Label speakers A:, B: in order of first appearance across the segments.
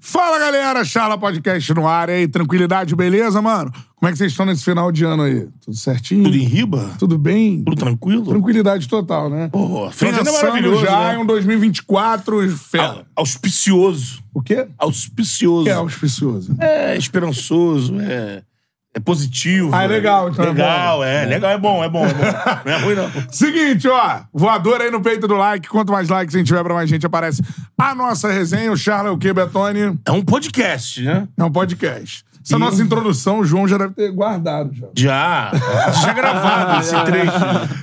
A: Fala, galera! Charla Podcast no ar, e aí? Tranquilidade, beleza, mano? Como é que vocês estão nesse final de ano aí? Tudo certinho?
B: Tudo em riba?
A: Tudo bem?
B: Tudo tranquilo?
A: Tranquilidade total, né?
B: Porra, fim de ano é
A: Pensando
B: maravilhoso,
A: já
B: né? Ah.
A: em um 2024 fera.
B: Au- Auspicioso.
A: O quê? O
B: Auspicioso.
A: que é auspicioso?
B: É esperançoso, é, é positivo.
A: Ah, é legal, então é
B: Legal,
A: bom.
B: é, legal, é bom, é bom, é bom. não é ruim, não.
A: Seguinte, ó. Voador aí no peito do like. Quanto mais likes a gente tiver pra mais gente, aparece a nossa resenha. O Charla é o quê, Betone?
B: É um podcast, né?
A: É um podcast. Essa nossa introdução, o João já deve ter guardado já.
B: Já. Já gravado esse trecho.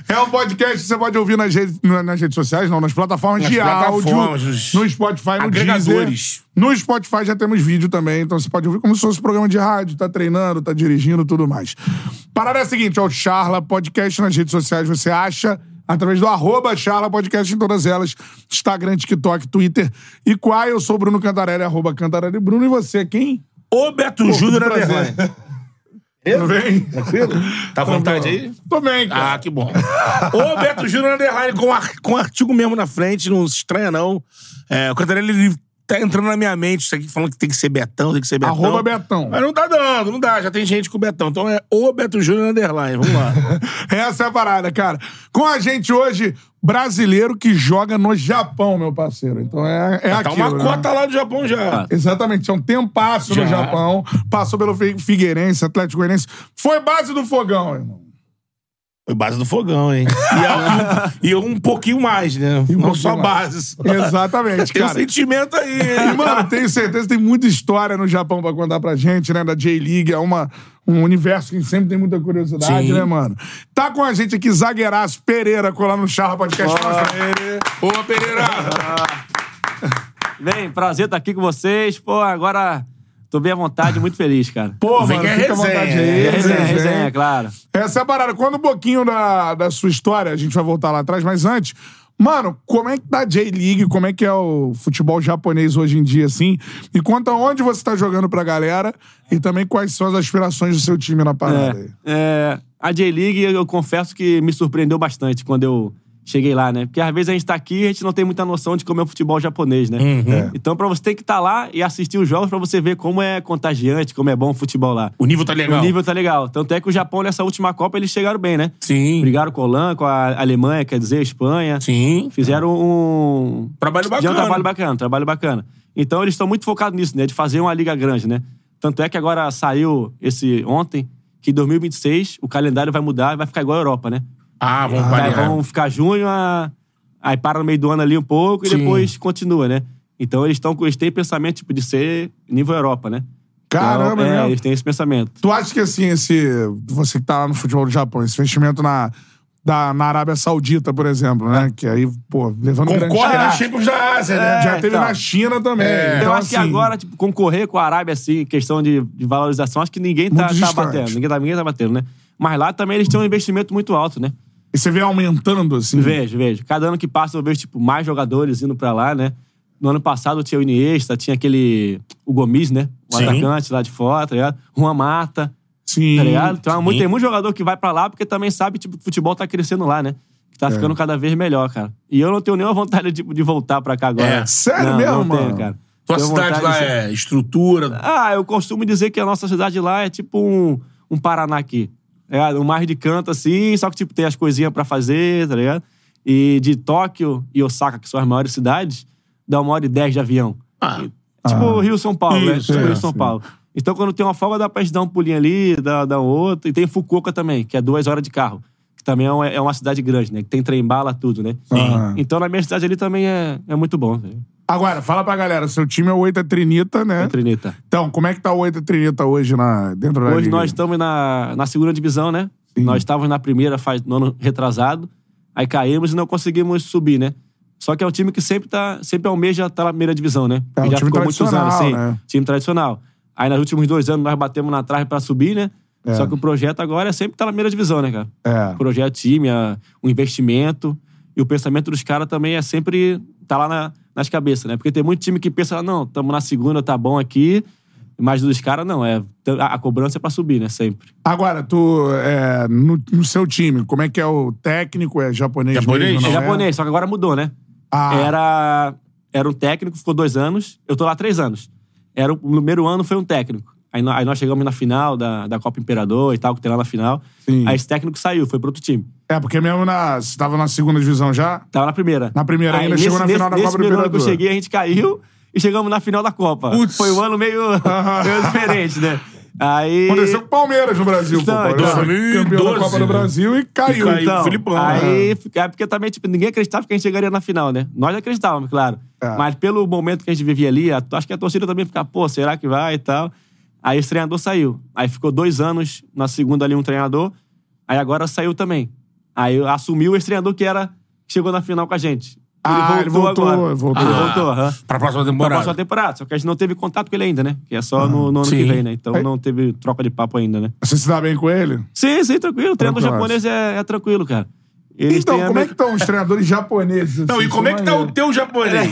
A: É um podcast que você pode ouvir nas redes, na- nas redes sociais, não, nas plataformas
B: Nas
A: de
B: plataformas,
A: áudio,
B: os
A: no Spotify, no
B: agregadores.
A: Deezer. No Spotify já temos vídeo também, então você pode ouvir como se fosse programa de rádio, tá treinando, tá dirigindo, tudo mais. Parada é a seguinte, é o Charla Podcast nas redes sociais, você acha através do arroba Charla Podcast em todas elas, Instagram, TikTok, Twitter e qual eu sou o Bruno Cantarelli, arroba Cantarelli Bruno, e você, quem?
B: Ô, Beto Júnior
A: que prazer.
B: Aderlan.
A: Tudo bem?
B: Tranquilo? Tá à vontade aí?
A: Tô bem, cara.
B: Ah, que bom. Ô, Beto Júnior Underline, com, ar, com artigo mesmo na frente, não se estranha, não. É, o Cantarelli, ele tá entrando na minha mente, isso aqui falando que tem que ser Betão, tem que ser Betão.
A: Arroba Betão.
B: Mas não tá dando, não dá, já tem gente com o Betão. Então é o Beto Júnior Underline, vamos lá.
A: Essa é a parada, cara. Com a gente hoje, brasileiro que joga no Japão, meu parceiro. Então é, é
B: tá
A: aquilo,
B: uma
A: né?
B: cota lá do Japão já.
A: Exatamente, é um tempasso no
B: Já.
A: Japão. Passou pelo Fi- Figueirense, Atlético Goianiense. Foi base do fogão, irmão.
B: Foi base do fogão, hein? E, a- e um pouquinho mais,
A: um
B: né? não
A: pouquinho
B: só
A: mais.
B: base.
A: Exatamente,
B: Tem um
A: cara.
B: sentimento aí,
A: E,
B: hein?
A: mano, tenho certeza que tem muita história no Japão pra contar pra gente, né? Da J-League, é uma, um universo que sempre tem muita curiosidade,
B: Sim.
A: né, mano? Tá com a gente aqui, Zagueiraço Pereira, colar no Charla Podcast. Mostra ele.
B: Ô, Pereira!
C: Bem, prazer estar aqui com vocês. Pô, agora tô bem à vontade, muito feliz, cara.
A: Pô,
B: Vem
A: mano,
B: que é
A: fica à vontade aí.
B: resenha, é
C: resenha,
A: resenha.
C: resenha, claro.
A: Essa é a parada. Conta um pouquinho da, da sua história, a gente vai voltar lá atrás, mas antes, mano, como é que tá a J-League, como é que é o futebol japonês hoje em dia, assim? E conta onde você tá jogando pra galera e também quais são as aspirações do seu time na parada aí.
C: É, a J-League, eu confesso que me surpreendeu bastante quando eu cheguei lá, né? Porque às vezes a gente tá aqui e a gente não tem muita noção de como é o futebol japonês, né? Então, pra você ter que estar lá e assistir os jogos pra você ver como é contagiante, como é bom o futebol lá.
B: O nível tá legal.
C: O nível tá legal. Tanto é que o Japão, nessa última Copa, eles chegaram bem, né?
B: Sim.
C: Brigaram com a Holanda, com a Alemanha, quer dizer, a Espanha.
B: Sim.
C: Fizeram um.
A: É
B: Trabalho
C: Fizeram
B: bacana.
C: um trabalho bacana, trabalho bacana. Então eles estão muito focados nisso, né? De fazer uma liga grande, né? Tanto é que agora saiu esse ontem que em 2026 o calendário vai mudar e vai ficar igual a Europa, né?
B: Ah, vamos
C: Vai,
B: variar.
C: vão ficar junho, a- aí para no meio do ano ali um pouco e
B: Sim.
C: depois continua, né? Então eles estão eles têm pensamento tipo, de ser nível Europa, né?
A: Caramba,
C: Então,
A: né?
C: é, eles têm esse pensamento.
A: Tu acha que, assim, esse... Você que tá lá no futebol do Japão, esse investimento na... Da, na Arábia Saudita, por exemplo,
C: É.
A: né? Que aí, pô, levando grande Ah.
B: Concorre na Champions da Ásia, né?
A: Já
C: É,
A: teve
C: então. É.
A: na China também.
C: Eu
A: Então,
C: acho que
A: assim,
C: agora, tipo, concorrer com a Arábia, assim, em questão de, de valorização, acho que ninguém tá,
A: Muito
C: tá
A: distante.
C: batendo. Ninguém tá, ninguém tá batendo, né? Mas lá também eles têm um investimento muito alto, né?
A: E você vê aumentando,
B: Hum.
A: assim.
C: Vejo, vejo. Cada ano que passa eu vejo, tipo, mais jogadores indo pra lá, né? No ano passado tinha o Iniesta, tinha aquele... O Gomes, né? O
B: Sim.
C: atacante lá de fora, tá ligado? Juan Mata,
A: Sim.
C: tá ligado? Então, há muito,
B: sim.
C: tem muito jogador que vai pra lá porque também sabe, tipo, que o futebol tá crescendo lá, né? Que
B: É.
C: tá ficando cada vez melhor, cara. E eu não tenho nenhuma vontade de, de voltar pra cá agora.
B: É.
A: Sério
C: não,
A: mesmo,
C: não tenho,
A: mano?
C: cara.
B: Tua
C: Tenho
B: cidade
C: vontade
B: lá
C: de-
B: é estrutura.
C: Ah, eu costumo dizer que a nossa cidade lá é tipo um, um Paraná aqui. É um mar de canto, assim, só que tipo, tem as coisinhas pra fazer, tá ligado? E de Tóquio e Osaka, que são as maiores cidades, dá uma hora e dez de avião.
B: Ah,
C: Tipo Rio-São Paulo, né?
B: Isso,
C: Tipo
A: é,
C: Rio-São
A: sim.
C: Paulo. Então quando tem uma folga dá pra gente dar um pulinho ali, dá, dá um outro. E tem Fukuoka também, que é duas horas de carro. Que também é uma, é uma cidade grande, né? Que tem trem-bala, tudo, né?
A: Aham.
C: Então na minha cidade ali também é, é muito bom, tá ligado?
A: Ah. Agora, fala pra galera, seu time é o Oita Trinita, né?
C: É Trinita.
A: Então, como é que tá o Oita Trinita hoje na, dentro da
C: Hoje
A: liga?
C: nós estamos na, na segunda divisão, né? Nós estávamos na primeira faz, no ano retrasado, aí caímos e não conseguimos subir, né? Só que é um time que sempre, tá, sempre almeja estar na primeira divisão, né?
A: É um
C: Que já
A: time
C: ficou muitos anos,
A: tradicional,
C: sim.
A: né?
C: Time tradicional. Aí nos últimos dois anos nós batemos na trave para subir, né?
A: É.
C: Só que o projeto agora é sempre estar na primeira divisão, né, cara?
A: É.
C: O projeto time, a- o investimento. E o pensamento dos caras também é sempre tá lá na- nas cabeças, né? Porque tem muito time que pensa, não, estamos na segunda, tá bom aqui. Mas dos caras, não. É, a, a cobrança é pra subir, né? Sempre.
A: Agora, tu, é, no, no seu time, como é que é o técnico? É japonês,
B: Japonês?
A: mesmo,
C: É
A: não
C: japonês, só que agora mudou, né?
A: Ah,
C: Era, era um técnico, ficou dois anos. Eu tô lá há três anos. Era o, o primeiro ano foi um técnico. Aí, nó- aí nós chegamos na final da, da Copa Imperador e tal, que tem lá na final.
A: Sim.
C: Aí esse técnico saiu, foi pro outro time.
A: É, porque mesmo na. Você tava na segunda divisão já?
C: Tava na primeira.
A: Na primeira ainda, chegou na final da Copa
C: primeiro ano que eu
A: Imperador.
C: cheguei, a gente caiu e chegamos na final da Copa.
A: Putz.
C: Foi um ano meio, meio diferente, né? Aí...
A: Aconteceu com o Palmeiras no Brasil,
C: Então,
A: pô. Palmeiras
B: então.
A: foi campeão da
B: 2012,
A: Copa do
B: né?
A: Brasil e caiu.
B: E caiu.
A: Então,
B: o Filipão,
C: Aí, é porque também, tipo, ninguém acreditava que a gente chegaria na final, né? Nós acreditávamos, claro.
A: É.
C: Mas pelo momento que a gente vivia ali, a- acho que a torcida também ficava, pô, será que vai e tal. Aí esse treinador saiu. Aí ficou dois anos na segunda ali um treinador. Aí agora saiu também. Aí assumiu esse treinador que era que chegou na final com a gente.
A: Ah, ele voltou,
C: agora.
A: voltou.
C: Ele
A: Ah.
C: voltou, aham.
B: Pra próxima
C: Pra
B: temporada.
C: próxima temporada. Só que a gente não teve contato com ele ainda, né? Que é só no, no ano
B: Sim.
C: que vem, né? Então
A: Aí-
C: não teve troca de papo ainda, né?
A: Você se dá bem com ele?
C: Sim, sim, tranquilo. O treinador
A: Tranquilaço.
C: japonês é, é tranquilo, cara. Eles
A: então,
C: têm a
A: como
C: me-
A: é que estão os treinadores japoneses?
B: Não,
A: assim,
B: e como é que tá o
A: maneiro?
B: teu japonês?
C: é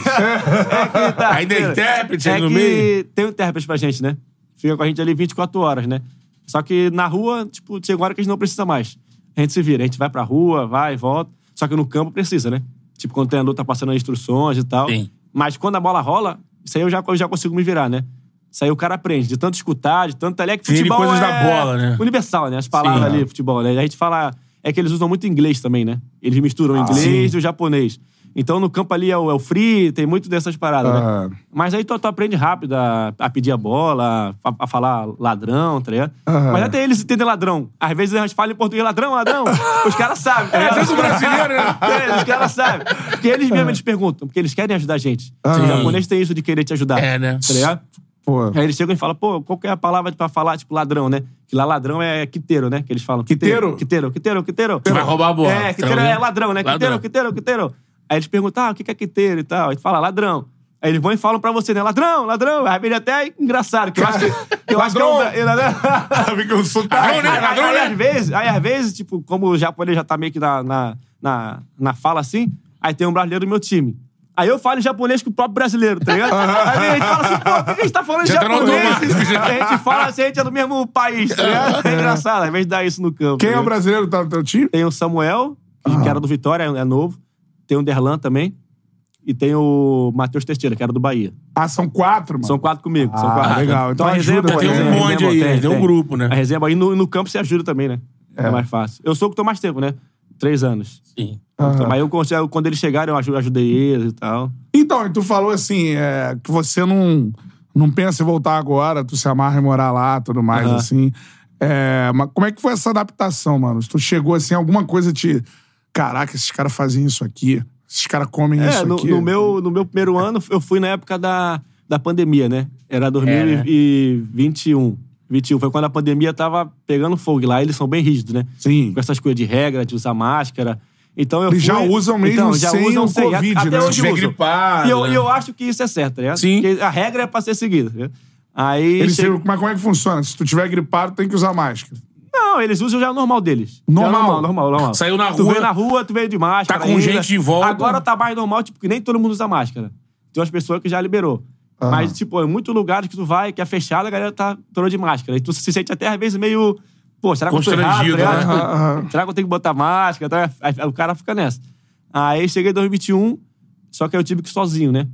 C: que tá?
B: Ainda é intérprete
C: é
B: aí no
C: que
B: meio?
C: Tem um intérprete pra gente, né? Fica com a gente ali 24 horas, né? Só que na rua, tipo, chega uma hora que a gente não precisa mais. A gente se vira, a gente vai pra rua, vai, volta. Só que no campo precisa, né? Tipo, quando o treinador tá passando as instruções e tal.
B: Sim.
C: Mas quando a bola rola, isso aí eu já, eu já consigo me virar, né? Isso aí o cara aprende, de tanto escutar, de tanto. Aliás, que
B: Sim, de
C: futebol.
B: coisas
C: é
B: da bola, né?
C: Universal, né? As palavras
B: Sim.
C: ali, futebol, né? A gente fala. É que eles usam muito inglês também, né? Eles
B: Ah,
C: misturam o inglês e o japonês. Então no campo ali é o, é o free, tem muito dessas paradas,
A: Ah.
C: né? Mas aí tu, tu aprende rápido a, a pedir a bola, a, a falar ladrão, tá ligado?
A: Ah.
C: Mas até eles entendem ladrão. Às vezes eles falam em português ladrão, ladrão. Os caras sabem, tá ligado?
B: É, tanto brasileiro, né? Ah.
C: É, os caras sabem. Porque eles mesmos eles perguntam, porque eles querem ajudar a gente.
A: Sim.
C: Os japoneses têm isso de querer te ajudar.
B: É, né?
C: Tá ligado?
A: Pô.
C: Aí eles chegam e falam, pô, qual que é a palavra pra falar, tipo, ladrão, né? Que lá ladrão é quiteiro, né? Que eles falam.
A: Quiteiro?
C: Quiteiro, quiteiro, quiteiro.
B: Vai roubar a bola.
C: É, quiteiro
B: Entendeu?
C: é ladrão, né?
B: Ladrão.
C: Quiteiro, quiteiro, quiteiro. Aí eles perguntam, ah, o que que é quiteiro e tal. Aí tu fala, ladrão. Aí eles vão e falam pra você, né? Ladrão, ladrão. Aí vira até engraçado, que eu acho que, que eu acho que é um...
A: Ladrão.
C: é ladrão.
B: Ah,
A: Fica um
B: Ladrão,
A: sotaque.
B: né?
C: Aí,
B: Ladrão,
C: aí,
B: né?
C: às vezes, aí, às vezes, tipo, como o japonês já tá meio que na, na, na, na fala assim, aí tem um brasileiro do meu time. Aí eu falo em japonês com o próprio brasileiro, tá ligado? Aí a gente fala assim, pô, por que a gente tá falando em
B: Já tá no
C: japonês?
B: automático, já.
C: a gente fala assim, a gente é do mesmo país, tá ligado? É engraçado, às vezes dá isso no campo.
A: Quem
C: tá
A: é o
C: ligado?
A: brasileiro que tá no teu time?
C: Tem o Samuel, que,
B: Ah.
C: que era do Vitória, é novo. Tem o Derlan também. E tem o Matheus Testeira, que era do Bahia.
A: Ah, são quatro, mano.
C: São quatro comigo. são
A: Ah,
C: quatro.
A: legal. Então
C: a resenha
A: ajuda
C: é boa,
A: também.
C: a
A: Tem um
C: resenha é
B: bonde
C: boa,
B: aí, tem um grupo, né?
C: A resenha é boa. E no, no campo você ajuda também, né? É. mais fácil. Eu sou o que tô mais tempo, né? Três anos.
B: Sim.
A: Ah.
C: Então, mas eu consigo, quando eles chegaram, eu aju- ajudei eles e tal.
A: Então, e tu falou assim, é, que você não, não pensa em voltar agora, tu se amarra em morar lá tudo mais,
C: Aham.
A: assim. É, mas como é que foi essa adaptação, mano? Se tu chegou assim, alguma coisa te. Caraca, esses caras fazem isso aqui, esses caras comem
C: É,
A: isso
C: no,
A: aqui.
C: no meu, no meu primeiro ano, eu fui na época da, da pandemia, né? Era 2021. 21. Foi quando a pandemia tava pegando fogo. E Lá eles são bem rígidos, né?
A: Sim.
C: Com essas coisas de regra, de usar máscara. Então eu
A: Eles
C: fui-
A: já usam mesmo
C: então, já
A: sem
C: usam
A: o
C: sem.
A: Covid,
C: Até
A: né?
B: Se
A: Hoje
B: tiver
C: usam.
B: gripado.
C: E eu,
B: né?
C: e eu acho que isso é certo, né?
B: Sim.
C: Porque a regra é pra ser seguida. Né? Aí.
A: Eles
C: chega-
A: têm- Mas como é que funciona? Se tu tiver gripado, tem que usar máscara.
C: Não, eles usam já o normal deles.
A: Normal.
C: Já é normal, normal, normal.
B: Saiu na
C: Tu
B: rua.
C: veio na rua, tu veio de máscara.
B: Tá com
C: ainda.
B: gente em volta.
C: Agora tá mais normal, tipo, que nem todo mundo usa máscara. Tem umas pessoas que já liberou. Mas, tipo, em muitos lugares que tu vai, que é fechado, a galera tá toda de máscara. E tu se sente até às vezes meio. Pô, será que eu tô errado?
B: Constrangido,
C: Tá ligado?
B: né?
C: Tipo,
A: Aham, aham.
C: Será que eu tenho que botar máscara? Tá? Aí, aí o cara fica nessa. Aí cheguei em 2021, só que aí eu tive que ir sozinho, né?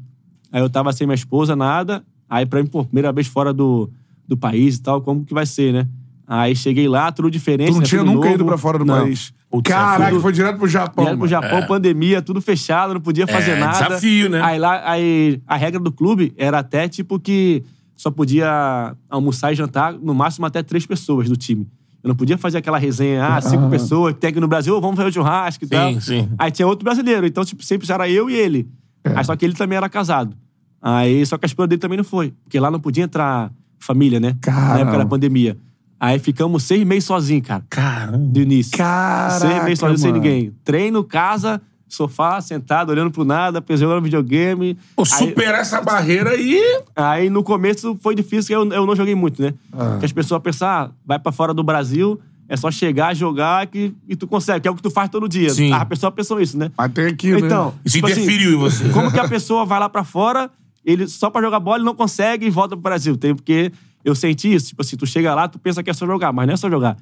C: Aí eu tava sem minha esposa, nada. Aí pra mim, pô, primeira vez fora do, do país e tal, como que vai ser, né? Aí cheguei lá, tudo diferente.
A: Tu não
C: né?
A: tinha
C: Tudo
A: nunca
C: novo.
A: ido pra fora do
C: Não.
A: país.
B: Putz,
A: Caraca,
B: tudo-
A: foi direto pro Japão.
C: Vieram pro
A: mano.
C: Japão, pandemia, tudo fechado, não podia fazer nada.
B: desafio, né?
C: Aí lá, aí a regra do clube era até tipo que só podia almoçar e jantar no máximo até três pessoas do time. Eu não podia fazer aquela resenha, ah, cinco pessoas, tem aqui no Brasil, vamos fazer um churrasco e tal.
B: sim.
C: Aí tinha outro brasileiro, então tipo, sempre era eu e ele. Aí, só que ele também era casado. Aí, só que a esposa dele também não foi, porque lá não podia entrar família, né? Na época
A: Caramba.
C: da pandemia. Aí ficamos seis meses sozinhos, cara,
B: Caramba.
C: do início.
A: Caraca,
C: Seis meses sozinho sem
A: mano.
C: ninguém. Treino, casa, sofá, sentado, olhando pro nada, jogando videogame.
B: Pô,
C: Aí-
B: superar essa
C: tipo assim,
B: barreira aí.
C: Aí no começo foi difícil, eu, eu não joguei muito, né? Porque as pessoas pensam, ah, vai pra fora do Brasil, é só chegar, jogar que, e tu consegue, que é o que tu faz todo dia.
B: Sim.
C: A pessoa pensa isso, né?
A: Mas tem aqui, né?
C: Então,
B: Isso
C: tipo assim,
B: interferiu em você.
C: como que a pessoa vai lá pra fora, ele só pra jogar bola ele não consegue e volta pro Brasil? Tem porque eu senti isso, tipo assim, tu chega lá, tu pensa que é só jogar, mas não é só jogar.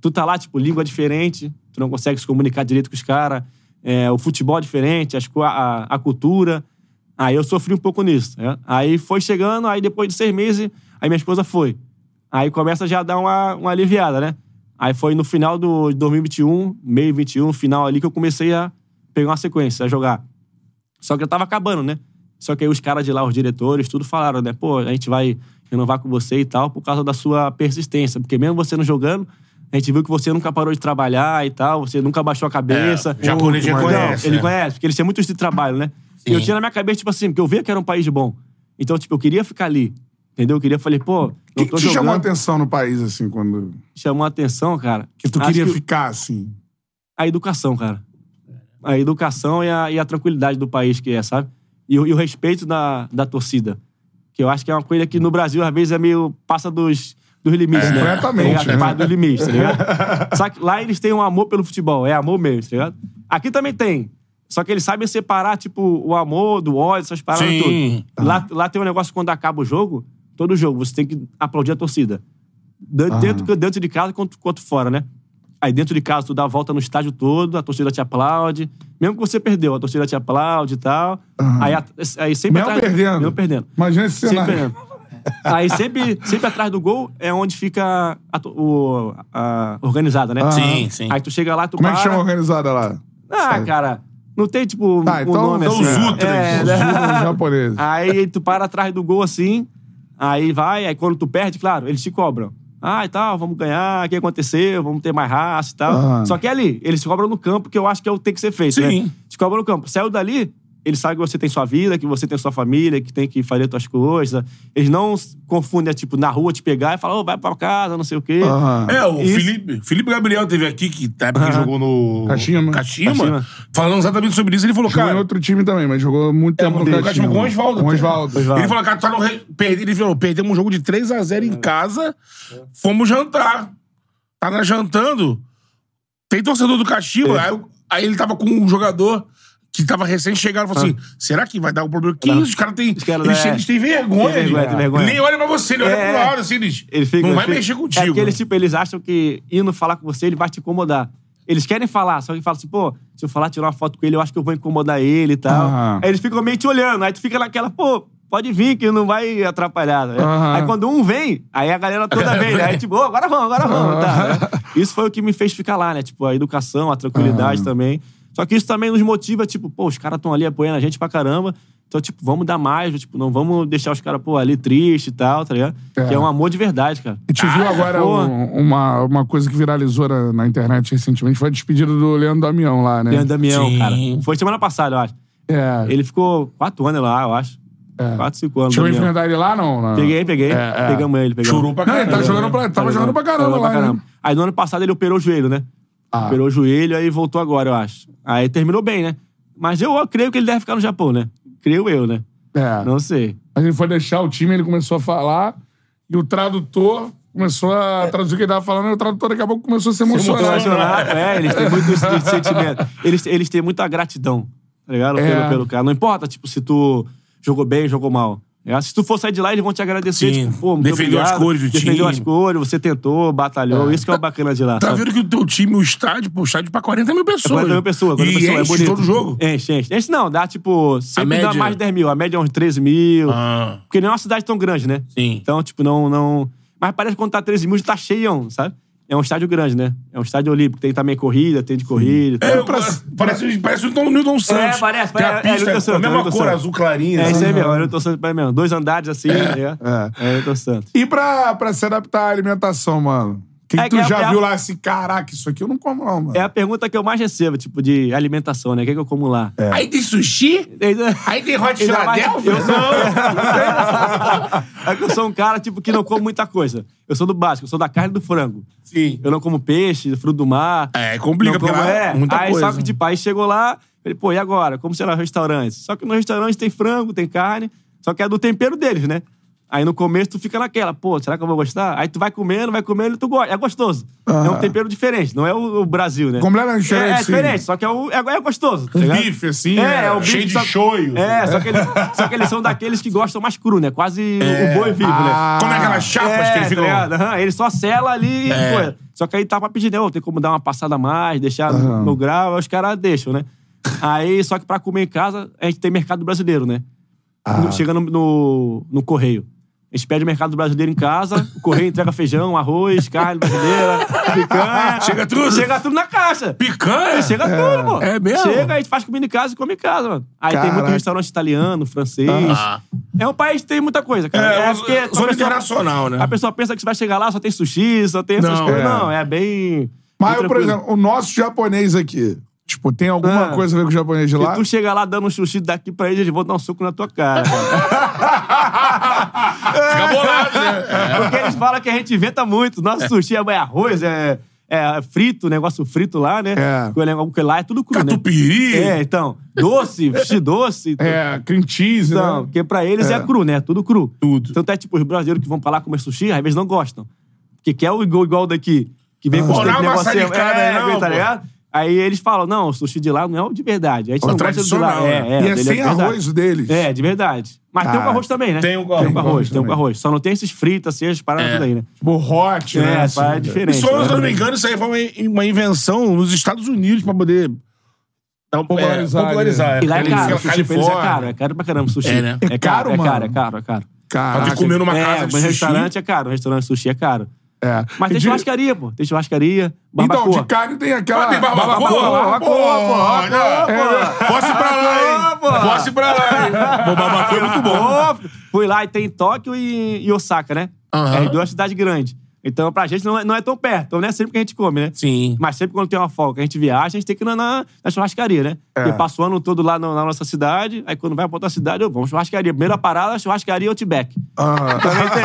C: Tu tá lá, tipo, língua diferente, tu não consegue se comunicar direito com os caras, é, o futebol é diferente, as co- a, a cultura. Aí eu sofri um pouco nisso. né? Aí foi chegando, aí depois de seis meses, aí minha esposa foi. Aí começa já a dar uma, uma aliviada, né? Aí foi no final do de 2021, meio 21, final ali, que eu comecei a pegar uma sequência, a jogar. Só que eu tava acabando, né? Só que aí os caras de lá, os diretores, tudo falaram, né? Pô, a gente vai renovar com você e tal por causa da sua persistência. Porque mesmo você não jogando, a gente viu que você nunca parou de trabalhar e tal, você nunca baixou a cabeça.
B: É, o japonês
A: Não,
B: reconhece.
C: Ele
B: né?
C: conhece, porque eles têm muito isso de trabalho, né? E eu tinha na minha cabeça, tipo assim, porque eu via que era um país bom. Então, tipo, eu queria ficar ali. Entendeu? Eu queria, falei, pô,
A: O que,
C: eu
A: que
C: tô
A: te
C: jogando.
A: chamou a atenção no país, assim, quando.
C: Chamou a atenção, cara.
A: Que tu
C: Acho
A: queria
C: que
A: ficar, assim?
C: A educação, cara. A educação e a, e a tranquilidade do país que é, sabe? E, o- e o respeito da, da torcida. Que eu acho que é uma coisa que no Brasil, às vezes, é meio. passa dos, dos limites, né?
A: Completamente,
C: Tá ligado?
A: né?
C: Passa dos limites, tá ligado? Só que lá eles têm um amor pelo futebol, é amor mesmo, tá ligado? Aqui também tem. Só que eles sabem separar, tipo, o amor do ódio, essas paradas
B: Sim.
C: tudo. Lá, lá tem um negócio quando acaba o jogo, todo jogo, você tem que aplaudir a torcida. Dan- Dentro, dentro de casa quanto, quanto fora, né? Aí dentro de casa, tu dá a volta no estádio todo, a torcida te aplaude. Mesmo que você perdeu, a torcida te aplaude e tal. Aí, a- aí sempre
A: Mesmo perdendo.
C: Mesmo perdendo.
A: Imagina esse
C: Sempre
A: cenário.
C: perdendo. Aí sempre, sempre atrás do gol é onde fica a, to- o, a organizada, né?
B: Sim, sim.
C: Aí tu chega lá, tu
A: Como é
C: para...
A: que chama a organizada lá?
C: Ah,
A: Sabe?
C: cara, não tem tipo
A: Tá,
C: um
A: então-
C: nome
A: então
C: assim.
B: os úteis,
C: É,
A: os
C: né?
A: úteis japoneses.
C: Aí tu para atrás do gol assim, aí vai, aí quando tu perde, claro, eles te cobram. Ah, e tal, vamos ganhar, o que aconteceu, vamos ter mais raça e tal.
A: Ah.
C: Só que é ali, eles te cobram no campo, que eu acho que é o que tem que ser feito,
B: Sim.
C: né? Te cobram no campo. Saiu dali, eles sabem que você tem sua vida, que você tem sua família, que tem que fazer tuas coisas. Eles não s- confundem, é, tipo, na rua te pegar e falar, ô, vai pra casa, não sei o quê.
A: Aham.
B: É, o
C: Isso.
B: Felipe, Felipe Gabriel teve aqui, que tá época que jogou no.
A: Kashima.
B: Kashima.
C: Kashima.
B: Falando exatamente sobre isso, ele falou,
A: Jogou em
B: cara.
A: outro time também, mas jogou muito
B: É,
A: tempo no
B: jogou no
A: Caxima.
B: Kashima com o Osvaldo.
A: Com o Osvaldo.
B: Ele falou, cara, tá no re... Perdi- ele falou, perdemos um jogo de 3x0
C: É.
B: em casa, fomos jantar. Tava jantando, tem torcedor do Kashima.
C: É.
B: Aí, eu- aí ele tava com um jogador que tava recém-chegado e falou assim: será que vai dar um problema? Que isso? Os caras têm.
C: Ah. caras,
B: eles,
C: é.
B: eles têm vergonha.
C: Tem vergonha,
B: gente.
C: tem vergonha.
B: Ele nem olha pra você, ele olha
C: É,
B: pro
C: é.
B: lado assim, eles.
C: Ele fica,
B: não
C: ele
B: vai
C: fica-
B: mexer
C: É
B: contigo.
C: porque eles, tipo, eles acham que indo falar com você, ele vai te incomodar. Eles querem falar, só que falam assim, pô, se eu falar, tirar uma foto com ele, eu acho que eu vou incomodar ele e tal.
A: Aham.
C: Aí eles ficam meio te olhando, aí tu fica naquela, pô, pode vir que não vai atrapalhar. né?
A: Aham.
C: Aí quando um vem, aí a galera toda vem, né? aí tipo, ô, agora vamos, agora vamos. tá, né? Isso foi o que me fez ficar lá, né? Tipo, a educação, a tranquilidade também. Só que isso também nos motiva, tipo, pô, os caras estão ali apoiando a gente pra caramba. Então, tipo, vamos dar mais, tipo, não vamos deixar os caras, pô, ali triste e tal, tá ligado?
A: É.
C: Que é um amor de verdade, cara.
A: A gente viu agora
C: porra.
A: um- uma, uma coisa que viralizou na, na internet recentemente, foi a despedida do Leandro Damião lá, né?
C: Leandro Damião,
B: Sim.
C: cara. Foi semana passada, eu acho.
A: É.
C: Ele ficou quatro anos lá, eu acho. Quatro, cinco anos.
A: Chegou a
C: Damião.
A: enfrentar ele lá, não? não.
C: Peguei, peguei.
A: É, é.
C: Pegamos ele, pegamos.
B: Chorou pra
A: Não, ele
B: caramba.
A: tava Tá jogando pra,
C: Tá
A: tava jogando pra caramba
C: Jogou
A: lá,
C: pra
A: né?
C: caramba. Aí no ano passado ele operou o joelho, né?
A: Ah.
C: Operou o joelho, aí voltou agora, eu acho. Aí terminou bem, né? Mas eu, eu creio que ele deve ficar no Japão, né? Creio eu, né?
A: É.
C: Não sei.
A: Mas ele foi deixar o time, ele começou a falar, e o tradutor começou a traduzir o que ele tava falando, e o tradutor daqui a pouco começou a se emocionar.
C: Emocionado,
A: né?
C: é, eles têm muito esse esse sentimento. Eles, eles têm muita gratidão, tá ligado?
A: É.
C: Pelo, pelo cara. Não importa, tipo, se tu jogou bem, jogou mal. É, Se tu for sair de lá, eles vão te agradecer.
B: Sim.
C: Tipo, pô, muito
B: Defendeu
C: obrigado,
B: as cores do
C: Defendeu
B: time.
C: as cores, você tentou, batalhou. Isso que é o bacana de lá.
B: Tá
C: sabe?
B: vendo que o teu time, o estádio, pô, o estádio pra 40 mil
C: É
B: pessoas.
C: 40 mil pessoas, 40
B: e
C: pessoas, é
B: enche
C: bonito.
B: todo jogo.
C: Enche, enche. Enche não, dá tipo, sempre dá
B: média?
C: mais de 10 mil. A média é uns 13 mil.
B: Ah,
C: Porque não é uma cidade tão grande, né?
B: Sim.
C: Então, tipo, não. não... Mas parece que quando tá 13 mil, já tá cheião, sabe? É um estádio grande, né? É um estádio olímpico. Tem também corrida, tem de corrida. e tal.
B: É, eu- parece, parece o Tom Newton Santos.
C: É, parece,
B: Tem a
C: parece, é,
B: pista,
C: Newton
B: a
C: Santos,
B: mesma
C: Newton
B: cor,
C: Santos.
B: azul clarinho.
C: É isso aí
B: assim.
C: mesmo, Ayrton Santos pra mesmo. Dois andares assim, né? É, Ayrton Santos.
A: E pra, pra se adaptar à alimentação, mano? O que, que
C: É
A: tu
C: que é-
A: já
C: é a-
A: viu lá assim, caraca, isso aqui eu não como, não, mano.
C: É a pergunta que eu mais recebo, tipo, de alimentação, né? O que, é que eu como lá?
B: Aí tem sushi, aí tem hot
C: Ainda mais-
B: Philadelphia.
C: Eu sou- É que eu sou um cara, tipo, que não como muita coisa. Eu sou do básico, eu sou da carne e do frango.
B: Sim.
C: Eu não como peixe, fruto do mar.
B: É, complica,
C: não como,
B: porque lá
C: é.
B: muita
C: aí,
B: coisa.
C: Só que, tipo, aí chegou lá, falei, pô, e agora? Como será o restaurante? Só que no restaurante tem frango, tem carne, só que é do tempero deles, né? Aí no começo tu fica naquela, pô, será que eu vou gostar? Aí tu vai comendo, vai comendo e tu gosta. É gostoso. É um tempero diferente, não é o, o Brasil, né?
A: Completamente
C: É,
A: diferente,
C: é
A: sim.
C: diferente, só que é, o, é, é gostoso. tá ligado?
A: bife, assim,
C: É, é
B: Um
C: o bife.
B: né? cheio de
C: só-
B: shoyu.
C: É, só que, eles, só que eles são daqueles que gostam mais cru, né? Quase o boi vivo, né?
B: Como é aquelas chapas
C: É,
B: que ele
C: tá
B: ficou. É.
C: ligado? Aham, ele só sela ali e coisa. Só que aí tá pra pedir, né? Ô, tem como dar uma passada a mais, deixar no- no grau, aí os caras deixam, né? Aí, só que pra comer em casa, a gente tem mercado brasileiro, né?
B: Ah.
C: no- chega no, no, no correio. A gente pede o mercado brasileiro em casa, o correio entrega feijão, arroz, carne brasileira, picanha.
B: Chega tudo.
C: Chega tudo na caixa.
B: Picanha?
C: Chega tudo, pô.
B: É mesmo?
C: Chega, a gente faz comida em casa e come em casa, mano. Aí tem muito
A: Caraca.
C: restaurante italiano, francês.
B: Ah.
C: É um país que tem muita coisa, cara.
B: É,
C: porque a
B: zona
C: pessoa-
B: internacional, né?
C: A pessoa pensa que você vai chegar lá, só tem sushi, só tem essas
B: Não,
C: coisas.
B: é.
C: Não, é bem...
A: Mas,
C: bem
A: por
C: tranquilo.
A: exemplo, o nosso japonês aqui, tipo, tem alguma
C: Ah.
A: coisa a ver com o japonês de lá?
C: Se tu chega lá dando um sushi daqui pra eles, eles vão dar um suco na tua cara.
B: Fica bolado, né?
C: Porque eles falam que a gente inventa muito. Nosso sushi é é arroz, é, é frito, negócio frito lá, né?
A: É.
C: Coisa- Porque lá é tudo cru, né?
B: Catupiry.
C: É, então. Doce, sushi doce.
A: É, cream cheese,
C: Então,
A: né?
C: porque pra eles é.
A: É.
C: cru, né? Tudo cru.
B: Tudo.
C: Tanto é tipo os brasileiros que vão pra lá comer sushi, às vezes não gostam. Porque quer o igual, igual daqui, que vem com
B: Pô,
C: os
B: lá
C: três
B: é uma
C: negocinhos.
B: salicada,
C: É,
B: não,
C: tá
B: pô.
C: ligado? Aí eles falam, não, o sushi de lá não é o de verdade. A gente
B: É
C: não gosta do de lá.
B: tradicional,
C: É,
B: né?
C: é,
A: e é
C: dele
A: sem
C: de verdade.
A: arroz o deles.
C: É, de verdade. Mas tem um
A: Cara,
C: com arroz também, né?
B: tem um com
C: Tem um
B: arroz
C: com arroz, tem um
A: também.
C: com arroz. Só não tem esses fritos, assim, as paradas
B: É.
C: tudo aí, né?
A: Tipo, hot,
C: É,
A: né?
C: as
A: assim,
C: paradas
A: né?
C: diferentes.
B: Só,
C: né?
B: se eu não me engano, isso aí foi uma, uma invenção nos Estados Unidos pra poder dar um-
A: Popularizar,
B: É, popularizar.
A: né?
C: E lá é
B: Ele
C: caro,
B: fica
C: o sushi pra eles é
B: Califórnia.
C: caro, é caro pra caramba o sushi.
B: É, né?
A: É
C: É caro,
A: caro,
C: é caro,
A: mano.
C: é caro, é caro.
B: Pra
A: Caraca.
B: tu comer numa casa
C: É,
B: de
C: mas
B: sushi.
C: restaurante é caro, restaurante de sushi é caro.
A: É.
C: Mas tem
A: De-
C: churrascaria, pô. Tem churrascaria, barbacoa.
A: Então, de carne tem aquela...
B: Ah, tem barbacoa?
A: Barbacoa,
B: Pô, não.
A: barbacoa.
B: Posso ir pra lá, hein? Posso ir pra lá, hein? Bom, barbacoa é muito bom.
C: Pô, Fui lá e tem Tóquio e, e Osaka, né?
B: Aham.
C: É duas cidades grandes. Então, pra gente não é, não é tão perto. Então, não é sempre que a gente come, né?
B: Sim.
C: Mas sempre quando tem uma folga, a gente viaja, a gente tem que ir na, na, na churrascaria, né?
A: É.
C: Porque passa o ano todo lá na, na nossa cidade, aí quando vai pra outra cidade, eu vou churrascaria. Primeira parada, churrascaria Outback.
A: Ah.
C: Também tem.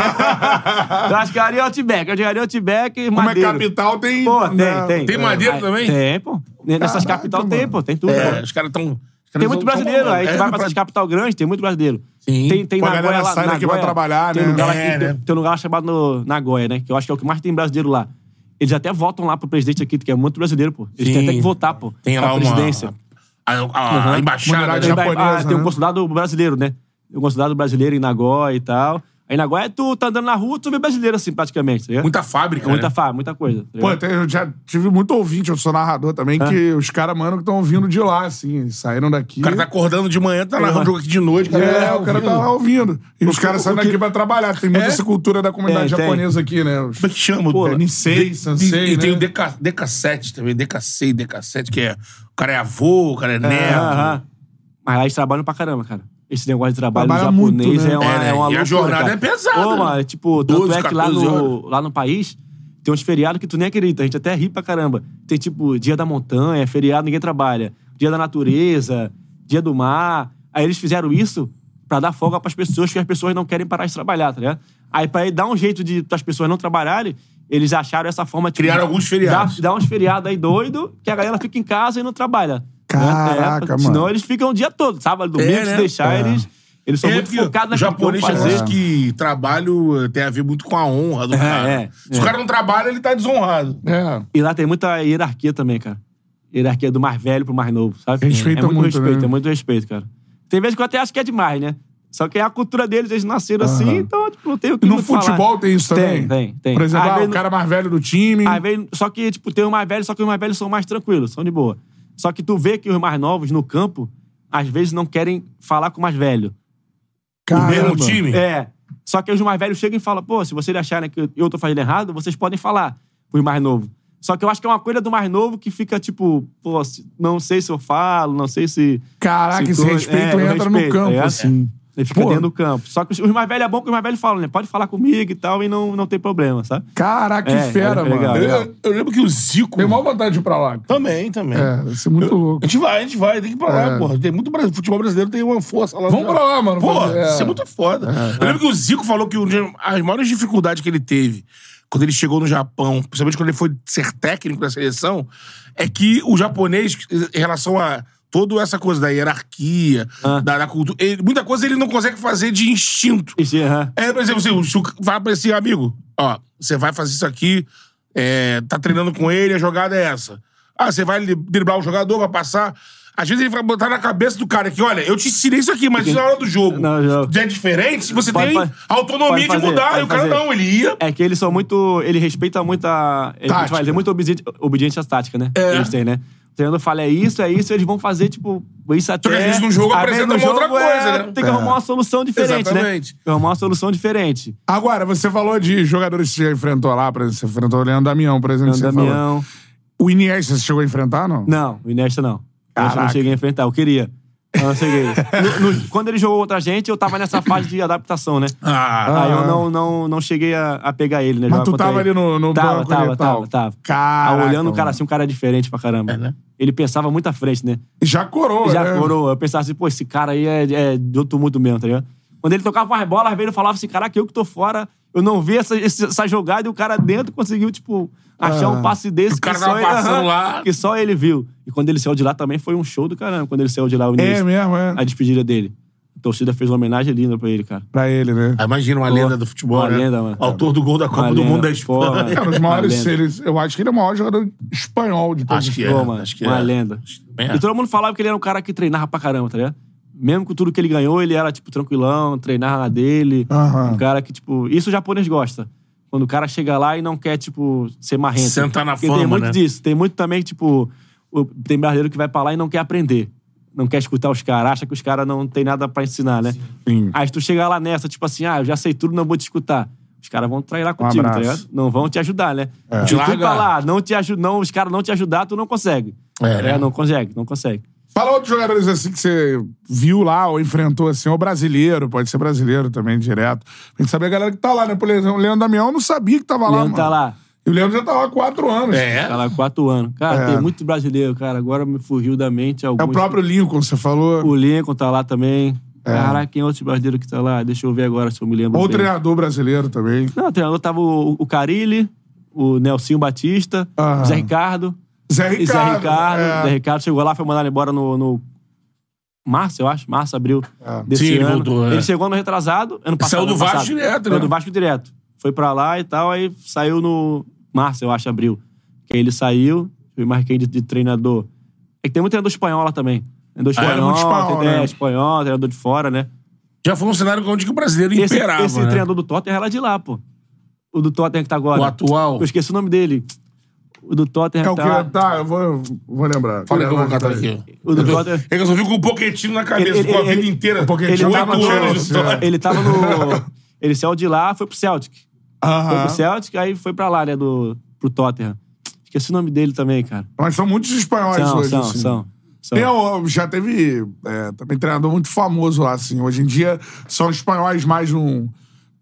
C: churrascaria Outback, churrascaria Outback e
A: Como é
C: Madeira.
A: capital, tem...
C: Pô, tem,
A: né?
C: tem.
B: Tem madeira
C: Aí-
B: também?
C: Tem, pô. Nessas
A: Caraca,
C: capital tem,
A: mano.
C: pô. Tem tudo,
B: É,
C: pô.
B: os caras estão...
C: Tem muito brasileiro. Aí
B: né?
C: tu vai pra essas capital grande, tem muito brasileiro.
B: Sim.
C: Tem, tem
A: É. Pô, a
C: Nagoya
A: galera
C: lá.
A: sai daqui
C: Nagoya,
A: pra trabalhar,
C: tem
A: né?
C: Lugar lá,
B: É,
C: que-
B: né?
C: Tem um lugar lá chamado no- Nagoya, né? Que eu acho que é o que mais tem brasileiro lá. Eles até votam lá pro presidente aqui, que é muito brasileiro, pô. Eles têm
B: Sim.
C: até que votar, pô.
B: Tem
C: pra
B: lá uma...
C: presidência.
B: A, a- a
C: Uhum.
B: embaixada
A: Mulherada
B: já...
A: japonesa,
C: Ah, tem
A: né?
C: um consulado brasileiro, né? O consulado brasileiro em Nagoya e tal. Aí em Nagoya, tu tá andando na rua, tu vê brasileiro assim, praticamente. Tá ligado?
B: Muita fábrica,
C: muita
B: né?
C: fa- muita coisa. tá
A: Pô,
C: ligado?
A: até eu já tive muito ouvinte, eu sou narrador também, que os caras, mano, que estão vindo de lá, assim, eles saíram daqui.
B: O cara tá acordando de manhã, tá narrando jogo aqui de noite.
A: É, o cara tá lá ouvindo. E os caras saem
C: né? o que-
A: daqui pra trabalhar. Tem muita
B: É?
A: essa cultura da comunidade
C: Tem, tem.
A: japonesa aqui, né? Os...
B: Como é que chama?
C: Pô,
B: É,
A: Nisei, Sansei,
B: E, e
A: né?
B: tem o DK, DK7 também, DK6, DK7, que é... O cara é avô, o cara é neto.
C: Aham. Mas lá eles trabalham pra caramba, cara. Esse negócio de trabalho
A: Trabalha
C: no
A: muito,
C: japonês
A: né?
C: é uma,
B: É, né? E a
C: é uma loucura,
B: jornada
C: cara.
B: é pesada,
C: Ô,
B: né?
C: mano, tipo, tanto
B: 12,
C: é que lá
B: 14
C: no, lá no país tem uns feriados que tu nem acredita. A gente até ri pra caramba. Tem, tipo, dia da montanha, feriado, ninguém trabalha. Dia da natureza, dia do mar. Aí eles fizeram isso pra dar folga pras pessoas, que as pessoas não querem parar de trabalhar, tá ligado? Aí pra dar um jeito de as pessoas não trabalharem, eles acharam essa forma de...
B: Criaram alguns feriados.
C: Dá, dá uns feriados aí doido, que a galera fica em casa e não trabalha.
A: Caraca,
C: É,
A: mano.
C: Senão eles ficam o dia todo, sábado, domingo,
B: É,
C: se
B: né?
C: deixar eles. Eles são
B: É,
C: muito
B: porque
C: focados
B: O
C: naquilo que
B: japonês
C: vão
B: às
C: fazer.
B: vezes que trabalho eh, tem a ver muito com a honra do cara.
C: é,
B: Se o cara não trabalha, ele tá desonrado.
A: É.
C: E lá tem muita hierarquia também, cara. Hierarquia do mais velho pro mais novo, sabe?
A: Respeita
C: é muito,
A: muito,
C: respeito,
A: né?
C: é muito respeito, cara. Tem vezes que eu até acho que é demais, né? Só que é a cultura deles, eles nasceram assim, então tipo, não tem o que
A: E no
C: muito falar.
A: futebol tem isso também?
C: Tem, tem, tem.
A: Por exemplo,
C: Às
A: ah,
C: vezes
A: o
C: no-
A: cara mais velho do time.
C: Às vezes, só que, tipo, tem os mais velhos, só que os mais velhos são mais tranquilos, são de boa. Só que tu vê que os mais novos no campo, às vezes não querem falar com o mais velho.
B: O
A: Caramba.
B: mesmo time.
C: É. Só que os mais velhos chegam e falam, pô, se vocês acharem que eu tô fazendo errado, vocês podem falar pros mais novos. Só que eu acho que é uma coisa do mais novo que fica, tipo, pô, se- não sei se eu falo, não sei se...
A: Caraca,
C: se
A: esse
C: tu-
A: respeito
C: é, o
A: entra no
C: respeito,
A: campo,
C: é.
A: assim.
C: Ele fica
A: Pô.
C: dentro do campo. Só que os, os mais velhos é bom que os mais velhos falam, né? Pode falar comigo e tal, e não, não tem problema, sabe?
A: Caraca, que
C: É,
A: fera,
C: é
A: mano.
C: legal.
B: Eu, eu- eu lembro que o Zico.
A: Tem maior vontade de ir pra lá.
B: Também, também.
A: É, vai ser muito louco.
B: A gente vai, a gente vai, tem que parar,
A: É.
B: porra. Tem muito brasileiro, futebol brasileiro tem uma força lá.
A: Vamos
B: já.
A: pra lá, mano.
B: Pô,
A: Vamos- é.
B: isso é muito foda. Eu lembro que o Zico falou que um dia, as maiores dificuldades que ele teve quando ele chegou no Japão, principalmente quando ele foi ser técnico da seleção, é que o japonês, em relação a toda essa coisa da hierarquia,
C: Ah.
B: da, cultura, muita coisa ele não consegue fazer de instinto.
C: Ixi, aham.
B: É, por exemplo, assim, se o cara vai pra esse amigo, ó, você vai fazer isso aqui, é, tá treinando com ele, a jogada é essa. Ah, você vai li- driblar o jogador, vai passar. Às vezes ele vai botar na cabeça do cara que, olha, eu te ensinei isso aqui, mas na hora do jogo
C: Não, já-
B: já é diferente, você
C: Pode
B: tem
C: fa-
B: autonomia de
C: pode fazer,
B: mudar.
C: pode
B: E o cara
C: fazer.
B: não, ele ia.
C: É que eles são muito. Ele respeita muito a. Ele
A: Tática.
C: fala, ele é muito obediente, obediente à tática, né?
B: É.
C: Eles têm, né? O treinador fala, é isso, é isso, eles vão fazer, tipo, isso até.
B: que às vezes no jogo
C: Aí
B: apresenta
C: no
B: uma outra
C: jogo, é,
B: coisa, né?
C: Tem que
A: É.
C: arrumar uma solução diferente,
B: Exatamente.
C: né? Tem que Arrumar uma solução diferente.
A: Agora, você falou de jogadores que você enfrentou lá, por exemplo, você enfrentou o Leandro Damião, por exemplo.
C: Não,
A: que você falou.
C: Damião.
A: O Iniesta você chegou a enfrentar, não?
C: Não, o Inesta não. O Iniesta não
A: Caraca.
C: cheguei a enfrentar, eu queria. Eu não cheguei. No- no- quando ele jogou contra a gente, eu tava nessa fase de adaptação, né?
B: Ah,
C: Aí eu
A: Ah.
C: não, não, não cheguei a, a pegar ele, né?
A: Mas
C: jogar
A: tu
C: contra
A: tava
C: ele.
A: ali no- no
C: tava,
A: banco ali
C: Tava,
A: e tal.
C: tava, tava.
A: Caraca,
C: Aí olhando o
A: mano.
C: cara assim, um cara é diferente pra caramba.
B: É, né?
C: Ele pensava muito à frente, né?
A: Já coroa,
C: Já
A: né?
C: coroa. Eu pensava assim, pô, esse cara aí é, é de outro mundo mesmo, tá ligado? Quando ele tocava umas bolas, às vezes eu falava assim, caraca, eu que tô fora, eu não vi essa, esse- essa jogada e o cara dentro conseguiu, tipo, achar
A: Ah.
C: um passe desse
B: O cara
C: que,
B: tava
C: só ele,
B: passando
C: aham,
B: lá.
C: que só ele viu. E quando ele saiu de lá também foi um show do caramba, quando ele saiu de lá, o
A: É
C: início,
A: mesmo, é.
C: a despedida dele. A torcida fez uma homenagem linda pra ele, cara.
A: Pra ele, né?
B: imagina uma lenda do futebol,
C: Uma
B: né?
C: lenda, mano.
B: Autor do gol da Copa
C: Uma
B: do Mundo é
C: lenda,
B: da Espanha.
C: porra.
A: Cara, É, os
C: Uma
A: maiores
C: lenda.
A: seres. Eu acho que ele é o maior jogador espanhol de todos
B: Acho
A: os
B: que é.
C: Pô, mano,
B: acho que
C: uma
B: é.
C: lenda.
B: É.
C: E todo mundo falava que ele era um cara que treinava pra caramba, tá ligado? Mesmo com tudo que ele ganhou, ele era, tipo, tranquilão, treinava na dele.
A: Aham.
C: Um cara que, tipo... Isso o japonês gosta. Quando o cara chega lá e não quer, tipo, ser marrento.
B: Sentar na
C: Porque
B: fama,
C: tem muito
B: né?
C: disso. Tem muito também, tipo... o- Tem brasileiro que vai pra lá e não quer aprender. Não quer escutar os caras. Acha que os caras não tem nada pra ensinar, né?
A: Sim.
C: Aí tu chega lá nessa, tipo assim, ah, eu já sei tudo, não vou te escutar. Os caras vão treinar contigo, tá
A: Um abraço. É.
C: ligado? Não vão te ajudar, né? Se
B: Te
C: tu
B: larga.
C: tá lá, não te aju não, os caras não te ajudar, tu não consegue. Tá
B: É, né?
C: não consegue, não consegue.
A: Fala outros jogadores assim que você viu lá ou enfrentou assim, ou brasileiro, pode ser brasileiro também, direto. Tem que saber a galera que tá lá, né? Por exemplo, o Leandro Damião eu não sabia que tava
C: O
A: lá,
C: Leandro
A: mano.
C: tá lá,
A: E o Leandro já tá lá há quatro anos.
B: É.
C: tá lá quatro anos. Cara,
A: É.
C: tem muito brasileiro, cara. Agora me fugiu da mente
A: É
C: alguns.
A: o próprio Lincoln, você falou.
C: O Lincoln tá lá também. Caraca, quem é outro brasileiro que tá lá? Deixa eu ver agora se eu me lembro
A: Ou o
C: bem.
A: treinador brasileiro também.
C: Não, treinador tava o, o Carilli, o Nelsinho Batista,
A: Aham.
C: o Zé Ricardo.
A: Zé
C: E
A: Ricardo.
C: Zé Ricardo.
A: é.
C: Zé Ricardo chegou lá, foi mandado embora no... no Março, eu acho. Março, abril
A: É.
C: desse
B: Sim, ele
C: ano.
B: voltou, é.
C: Ele chegou no retrasado, ano passado.
B: Saiu do
C: ano
B: Vasco
C: passado.
B: direto, né?
C: Saiu do Vasco direto. Foi pra lá e tal, aí saiu no março, eu acho, abril. Que aí ele saiu, eu marquei de, de treinador. É que tem muito treinador espanhol lá também. Treinador
A: Ah, é
C: espanhol,
A: muito espanhol,
C: tem,
A: né?
C: é, espanhol, treinador de fora, né?
B: Já foi um cenário onde que o brasileiro
C: E Esse,
B: imperava,
C: esse é
B: né?
C: treinador do Tottenham era de lá, pô. O do Tottenham que tá agora.
B: O atual.
C: Eu esqueci o nome dele. O do Tottenham
A: É o
C: tá
A: que.
C: lá.
A: Tá, eu vou, eu vou
C: é
A: lembrar.
B: Olha que eu vou
A: lembrar
B: catar
A: disso aí.
B: aqui.
C: O do Tottenham.
B: É que eu só fico com um poquetinho na cabeça,
C: Ele- ele-
B: com a
C: ele-
B: vida inteira.
A: Um Pochettino
B: Oito
A: tava no
C: assim,
B: anos de
A: Chelsea,
B: história.
C: Ele tava no. Ele saiu de lá, foi pro Celtic. Foi
A: Aham.
C: pro Celtic, aí foi pra lá, né? Do, pro Tottenham. Esqueci o nome dele também, cara.
A: Mas são muitos espanhóis
C: São,
A: hoje.
C: são,
A: assim.
C: são, são.
A: Tem, o- já teve é, também treinador muito famoso lá, assim. Hoje em dia são espanhóis mais de um,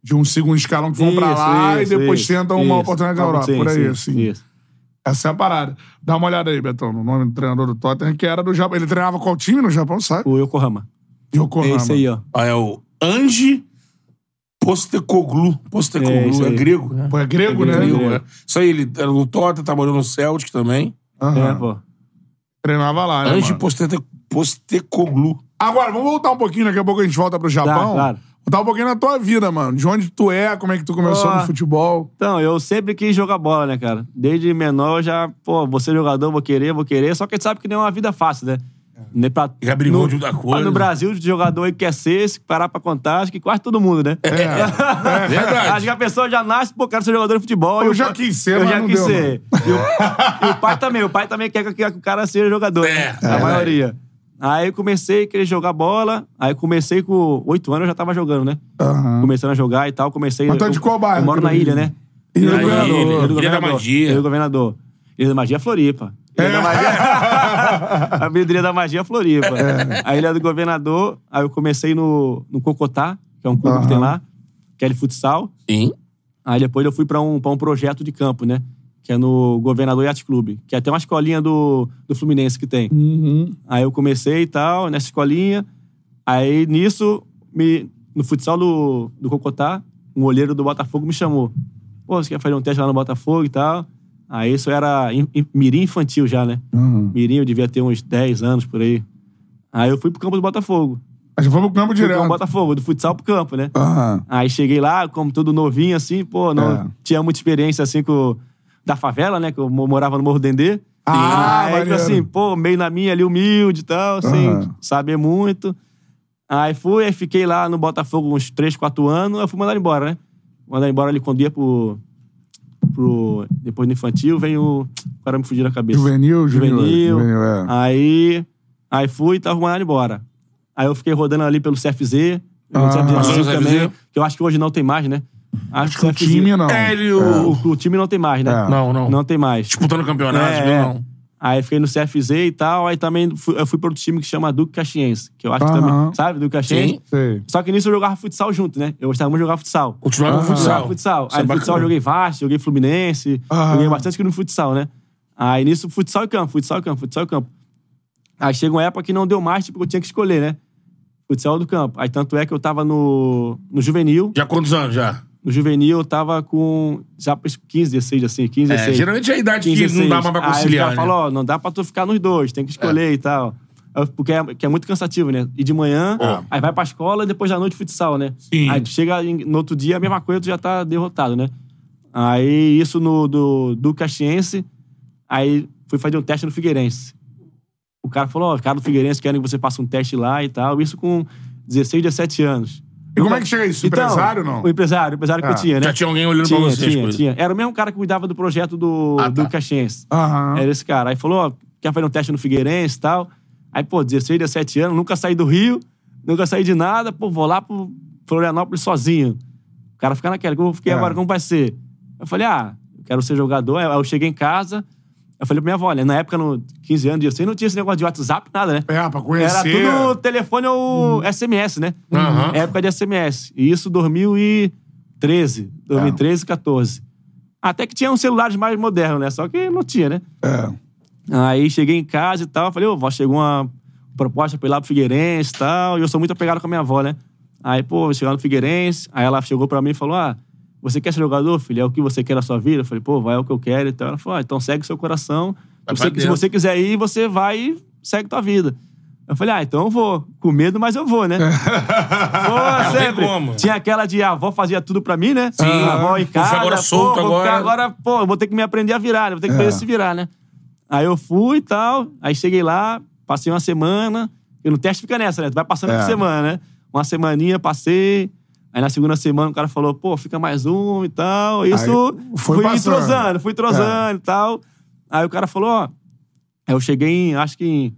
A: de um segundo escalão que vão pra
C: Isso,
A: lá
C: isso,
A: e depois
C: isso,
A: tentam uma
C: isso.
A: oportunidade na
C: Não,
A: Europa.
C: sim,
A: por aí,
C: sim,
A: assim.
C: Isso.
A: Essa é a parada. Dá uma olhada aí, Betão, no nome do treinador do Tottenham, que era do Japão. Ele treinava qual time no Japão, sabe?
C: O Yokohama.
A: Yokohama.
C: É esse aí, ó.
B: Ah, é o Ange Postecoglu.
C: É,
B: Postecoglu
C: isso
B: é,
C: aí.
B: grego, né?
A: Pô, é grego,
C: É
A: né?
B: Grego,
C: grego.
B: é. Isso aí, ele era no Tottenham, trabalhou no Celtic também.
A: Aham.
C: É, pô.
A: Treinava lá, né?
B: Ange
A: mano?
B: Postete- Postecoglu.
A: Agora, vamos voltar um pouquinho, daqui a pouco a gente volta pro Japão.
C: claro.
A: Voltar um pouquinho na tua vida, mano. De onde tu é, como é que tu começou
C: Boa.
A: no futebol.
C: Então, eu sempre quis jogar bola, né, cara? Desde menor eu já, pô, vou ser jogador, vou querer, vou querer. Só que a gente sabe que não é uma vida fácil, né?
A: É.
C: Nem pra,
B: Já brigou de outra coisa.
C: No Brasil, de jogador aí que quer ser, se parar pra contar, acho que quase todo mundo, né?
A: É. é.
B: Verdade.
C: Acho que a pessoa já nasce, pô, quero ser jogador de futebol.
A: Eu
C: E o
A: já
C: pai-
A: quis ser,
C: eu
A: mas
C: já
A: não
C: quis
A: deu,
C: ser. E o, e o pai também, o pai também quer que, que o cara seja jogador,
B: É,
C: né?
B: é
C: a
B: verdade.
C: maioria. Aí eu comecei a querer jogar bola, aí comecei com oito anos, eu já tava jogando, né?
A: Aham.
C: Começando a jogar e tal, comecei...
A: Mas tu é
C: eu-
A: de qual bairro,
C: Eu moro na
A: Pedro?
C: ilha, né?
A: Ilha do
C: Na
A: Governador.
C: Ilha do
B: Ilha da
C: Governador.
B: Magia.
C: Ilha do Governador. Ilha da Magia é Floripa. Ilha da Magia... a Ilha da Magia é Floripa. A Ilha do Governador, aí eu comecei no, no Cocotá, que é um clube que tem
A: Aham.
C: lá, que é de futsal.
B: Sim.
C: Aí depois eu fui pra um, pra um projeto de campo, né? Que é no Governador Yacht Clube, que é até uma escolinha do, do Fluminense que tem.
A: Uhum.
C: Aí eu comecei e tal, nessa escolinha. Aí nisso, me, no futsal do, do Cocotá, um olheiro do Botafogo me chamou. Pô, você quer fazer um teste lá no Botafogo e tal? Aí isso era in- in- mirim infantil já, né?
A: Uhum.
C: Mirim eu devia ter uns 10 anos por aí. Aí eu fui pro campo do Botafogo.
A: Mas vamos pro campo
C: Fui pro
A: direto.
C: Botafogo, do futsal pro campo, né?
A: Aham.
C: Aí cheguei lá, como todo novinho, assim, pô, não
A: É.
C: tinha muita experiência, assim, com, da favela, né? Que eu mo- morava no Morro Dendê.
A: Ah,
C: aí, tipo
A: maneiro.
C: assim, pô, meio na minha ali, humilde e tal, sem
A: Aham.
C: saber muito. Aí fui, aí fiquei lá no Botafogo uns 3, 4 anos, aí fui mandado embora, né? Mandado embora ali quando ia pro. pro depois do infantil, vem o. Agora me fugiu da cabeça.
A: Juvenil,
C: Juvenil.
A: juvenil. Juvenil, é.
C: Aí. Aí fui e tava mandado embora. Aí eu fiquei rodando ali pelo CFZ.
A: Ah.
C: pelo CFZ
B: Passou no
C: também,
B: CFZ?
C: que eu acho que hoje não tem mais, né? Acho,
A: O
C: CFZ
A: time não.
B: É, ele, o-
C: o, o time não tem mais, né?
A: É.
B: Não, não.
C: Não tem mais.
B: Disputando campeonato,
C: É, é.
B: não.
C: Aí fiquei no CFZ e tal, aí também fui, eu fui para outro time que chama Duque Caxiense, que eu acho que
A: Aham.
C: também, sabe, Duque Caxiense.
B: Sim.
A: Sei.
C: Só que nisso eu jogava futsal junto, né? Eu gostava muito de jogar futsal.
A: Ah.
B: Continuava com o futsal.
C: Jogava futsal.
B: Isso
C: Aí
B: é
C: no futsal eu
B: bacana.
C: joguei Vasco, joguei Fluminense,
A: Aham.
C: joguei bastante no futsal, né? Aí nisso futsal e campo, futsal e campo, futsal e campo. Aí chega uma época que não deu mais, tipo, eu tinha que escolher, né? Futsal ou do campo. Aí tanto é que eu tava no, no juvenil,
B: Já há quantos anos, já?
C: no juvenil eu tava com já 15, 16, assim, 15,
B: É,
C: 16.
B: geralmente é a idade
C: 15,
B: que não dá
C: 16.
B: mais pra
C: Aí
B: conciliar,
C: o
B: né? É.
C: cara Ah, falou, ó, não dá pra tu ficar nos dois, tem que escolher e tal. Aí, Porque é, que é muito cansativo, né? E de manhã,
B: É.
C: aí vai pra escola e depois da noite futsal, né?
A: Sim.
C: Aí tu chega em- no outro dia, a mesma coisa, tu já tá derrotado, né? Aí isso no, do, do Caxiense, aí fui fazer um teste no Figueirense. O cara falou, ó, o cara do Figueirense querem que você faça um teste lá e tal. Isso com 16, 17 anos.
A: E como é que chega isso? Empresário
C: então,
A: não?
C: O empresário, o empresário
A: Ah,
C: que eu tinha, né?
B: Já tinha um alguém olhando pra
C: Tinha,
B: vocês.
C: tinha,
B: coisa.
C: tinha. Era o mesmo cara que cuidava do projeto do,
B: Ah, tá.
C: do Caxiense.
A: Aham.
C: Era esse cara. Aí falou, ó, quer fazer um teste no Figueirense e tal. Aí, pô, 16, 17 anos, nunca saí do Rio, nunca saí de nada, pô, vou lá pro Florianópolis sozinho. O cara fica naquela, como eu fiquei
A: É.
C: agora, como vai ser? Eu falei, ah, eu quero ser jogador. Aí eu cheguei em casa, eu falei pra minha avó, olha, na época, no 15 anos, eu sei, não tinha esse negócio de WhatsApp, nada, né?
A: É, pra
C: Era
A: conhecer.
C: tudo telefone ou
A: Hum.
C: SMS, né?
B: Aham.
C: Época de SMS. E isso 2013, 2013, 14. Até que tinha uns celulares mais modernos, né? Só que não tinha, né?
A: É.
C: Aí cheguei em casa e tal, falei, ô, vó, chegou uma proposta pra ir lá pro Figueirense e tal, e eu sou muito apegado com a minha avó, né? Aí, pô, chegar no Figueirense, aí ela chegou pra mim e falou, ah, você quer ser jogador, filho? É o que você quer na sua vida? Eu falei, pô, vai, é o que eu quero e tal. Ela falou, ah, então segue o seu coração,
B: Vai
C: você,
B: pra
C: se
B: dentro.
C: você quiser ir, você vai e segue tua vida. Eu falei, ah, então eu vou. Com medo, mas eu vou, né?
B: não
C: Pô,
B: tem
C: sempre.
B: como.
C: Tinha aquela de a avó fazia tudo pra mim, né? Sim. A avó em
B: Vou ficar
C: casa.
B: agora
C: pô,
B: solto
C: vou ficar
B: agora.
C: agora, pô, eu vou ter que me aprender a virar, né? Vou ter que
A: É.
C: aprender a se virar, né? Aí eu fui e tal, aí cheguei lá, passei uma semana, e no teste fica nessa, né? Tu vai passando
A: É.
C: por semana, né? Uma semaninha, passei, aí na segunda semana o cara falou, pô, fica mais um e tal. Isso
A: Aí, foi
C: fui
A: passando. É.
C: entrosando, fui entrosando e tal. Aí o cara falou, ó, aí eu cheguei em, acho que em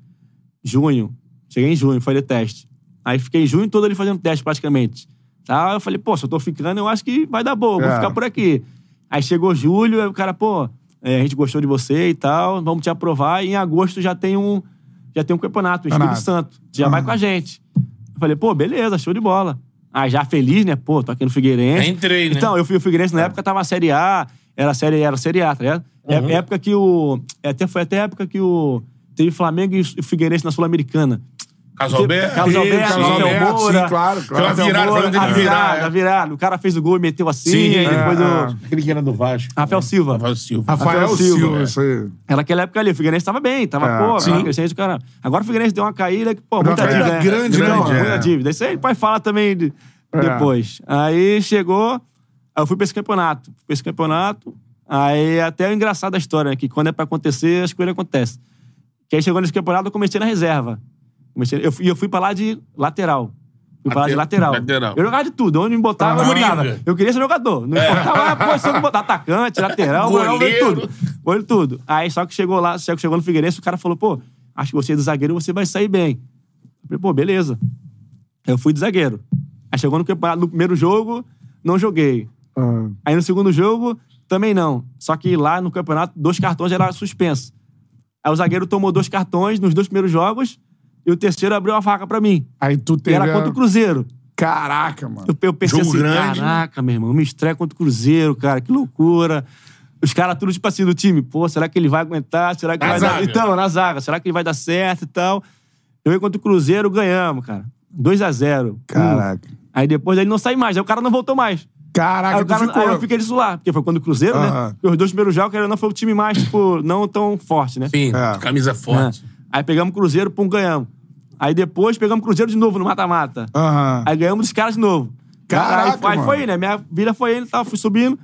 C: junho, cheguei em junho, fazer teste. Aí fiquei em junho todo ali fazendo teste praticamente. Tá? Eu falei, pô, se eu tô ficando, eu acho que vai dar boa, vou
A: É.
C: ficar por aqui. Aí chegou julho, aí o cara, pô, é, a gente gostou de você e tal, vamos te aprovar. E em agosto já tem um, já tem um campeonato, o Espírito
A: Campeonato. Ah.
C: Santo. Já vai com a gente. Eu falei, pô, beleza, show de bola. Aí já feliz, né? Pô, tô aqui no Figueirense.
B: Aí entrei, né?
C: Então, eu fui o Figueirense na época, tava a Série A, era a Série era a Série A, tá ligado? É-
B: Uhum.
C: Época que o... é Até, foi até a época que o... Teve Flamengo e o Figueirense na Sul-Americana.
B: Caso Alberto.
C: Carlos Alberto,
A: Carlos
C: Rafael
A: Alberto,
C: Moura.
A: sim, claro, claro.
B: Pela virada,
C: Moura,
B: falando dele
C: a
B: virar.
C: virada, a
B: é.
C: virada. O cara fez o gol e meteu assim,
B: Sim,
C: aí
B: é.
C: depois o
B: Aquele que era do Vasco.
C: Rafael Silva.
B: Rafael Silva.
A: Rafael
C: Rafael
A: Silva,
C: Silva,
B: é.
A: isso aí.
C: Era aquela época ali, o Figueirense tava bem, tava,
A: É,
C: pô,
A: sim.
C: tava crescente, cara. Agora o Figueirense deu uma caída que, pô, muita
A: Uma caída
C: dívida. né?
A: grande,
C: Deu uma-
A: grande,
C: Muita
A: é.
C: dívida. Isso aí ele pode falar também de-
A: É.
C: depois. Aí chegou, aí eu fui pra esse campeonato. Fui pra esse campeonato, aí até é engraçado a história, né? Que quando é pra acontecer, as coisas acontecem. Que aí chegou nesse campeonato, eu comecei na reserva. Comecei, eu, fui- e eu fui pra lá de lateral. Fui pra lá de
B: Lateral.
C: lateral.
B: Lateral.
C: Eu jogava de tudo. Onde me botava, eu
B: Coringa.
C: jogava. Eu queria ser jogador. Não importava a posição que botar. Atacante, lateral, goleiro, eu
B: Goleiro.
C: tudo. Olho tudo. Aí só que chegou lá, só que chegou no Figueirense, o cara falou, pô, acho que você é de zagueiro, você vai sair bem. Eu falei, pô, beleza. Eu fui de zagueiro. Aí chegou no, campeonato- no primeiro jogo, não joguei.
A: Ah.
C: Aí no segundo jogo, também não. Só que lá no campeonato, dois cartões era suspenso. Aí o zagueiro tomou dois cartões nos dois primeiros jogos e o terceiro abriu a vaca pra mim.
A: Aí tu
C: E
A: teve.
C: era
A: a-
C: contra o Cruzeiro.
A: Caraca, mano.
C: Eu, eu pensei
B: Jogo
C: assim,
B: grande. né?
C: caraca, meu irmão, me estreia contra o Cruzeiro, cara, que loucura. Os caras tudo, tipo assim, do time, pô, será que ele vai aguentar? Será que
B: Na
C: vai dar...
B: zaga.
C: Então, na zaga, será que ele vai dar certo e tal? Eu ia contra o Cruzeiro, ganhamos, cara. 2x0.
A: Caraca.
C: Hum. Aí depois ele não sai mais, aí o cara não voltou mais.
A: Caraca,
B: Ah,
C: Aí, o
A: tu
C: cara,
A: ficou.
C: aí eu fiquei disso lá, porque foi quando o Cruzeiro, né?
A: Aham.
C: Porque os dois primeiros jogos, querendo ou não, foi o time mais, tipo, não tão forte, né?
B: Sim,
A: É.
B: camisa forte.
C: É. Aí pegamos o Cruzeiro, pum, ganhamos. Aí depois pegamos o Cruzeiro de novo no mata-mata.
A: Aham.
C: Aí ganhamos dos caras de novo.
A: Caraca,
C: aí, aí
A: mano.
C: foi, né? Minha vida foi ele e tal, fui subindo.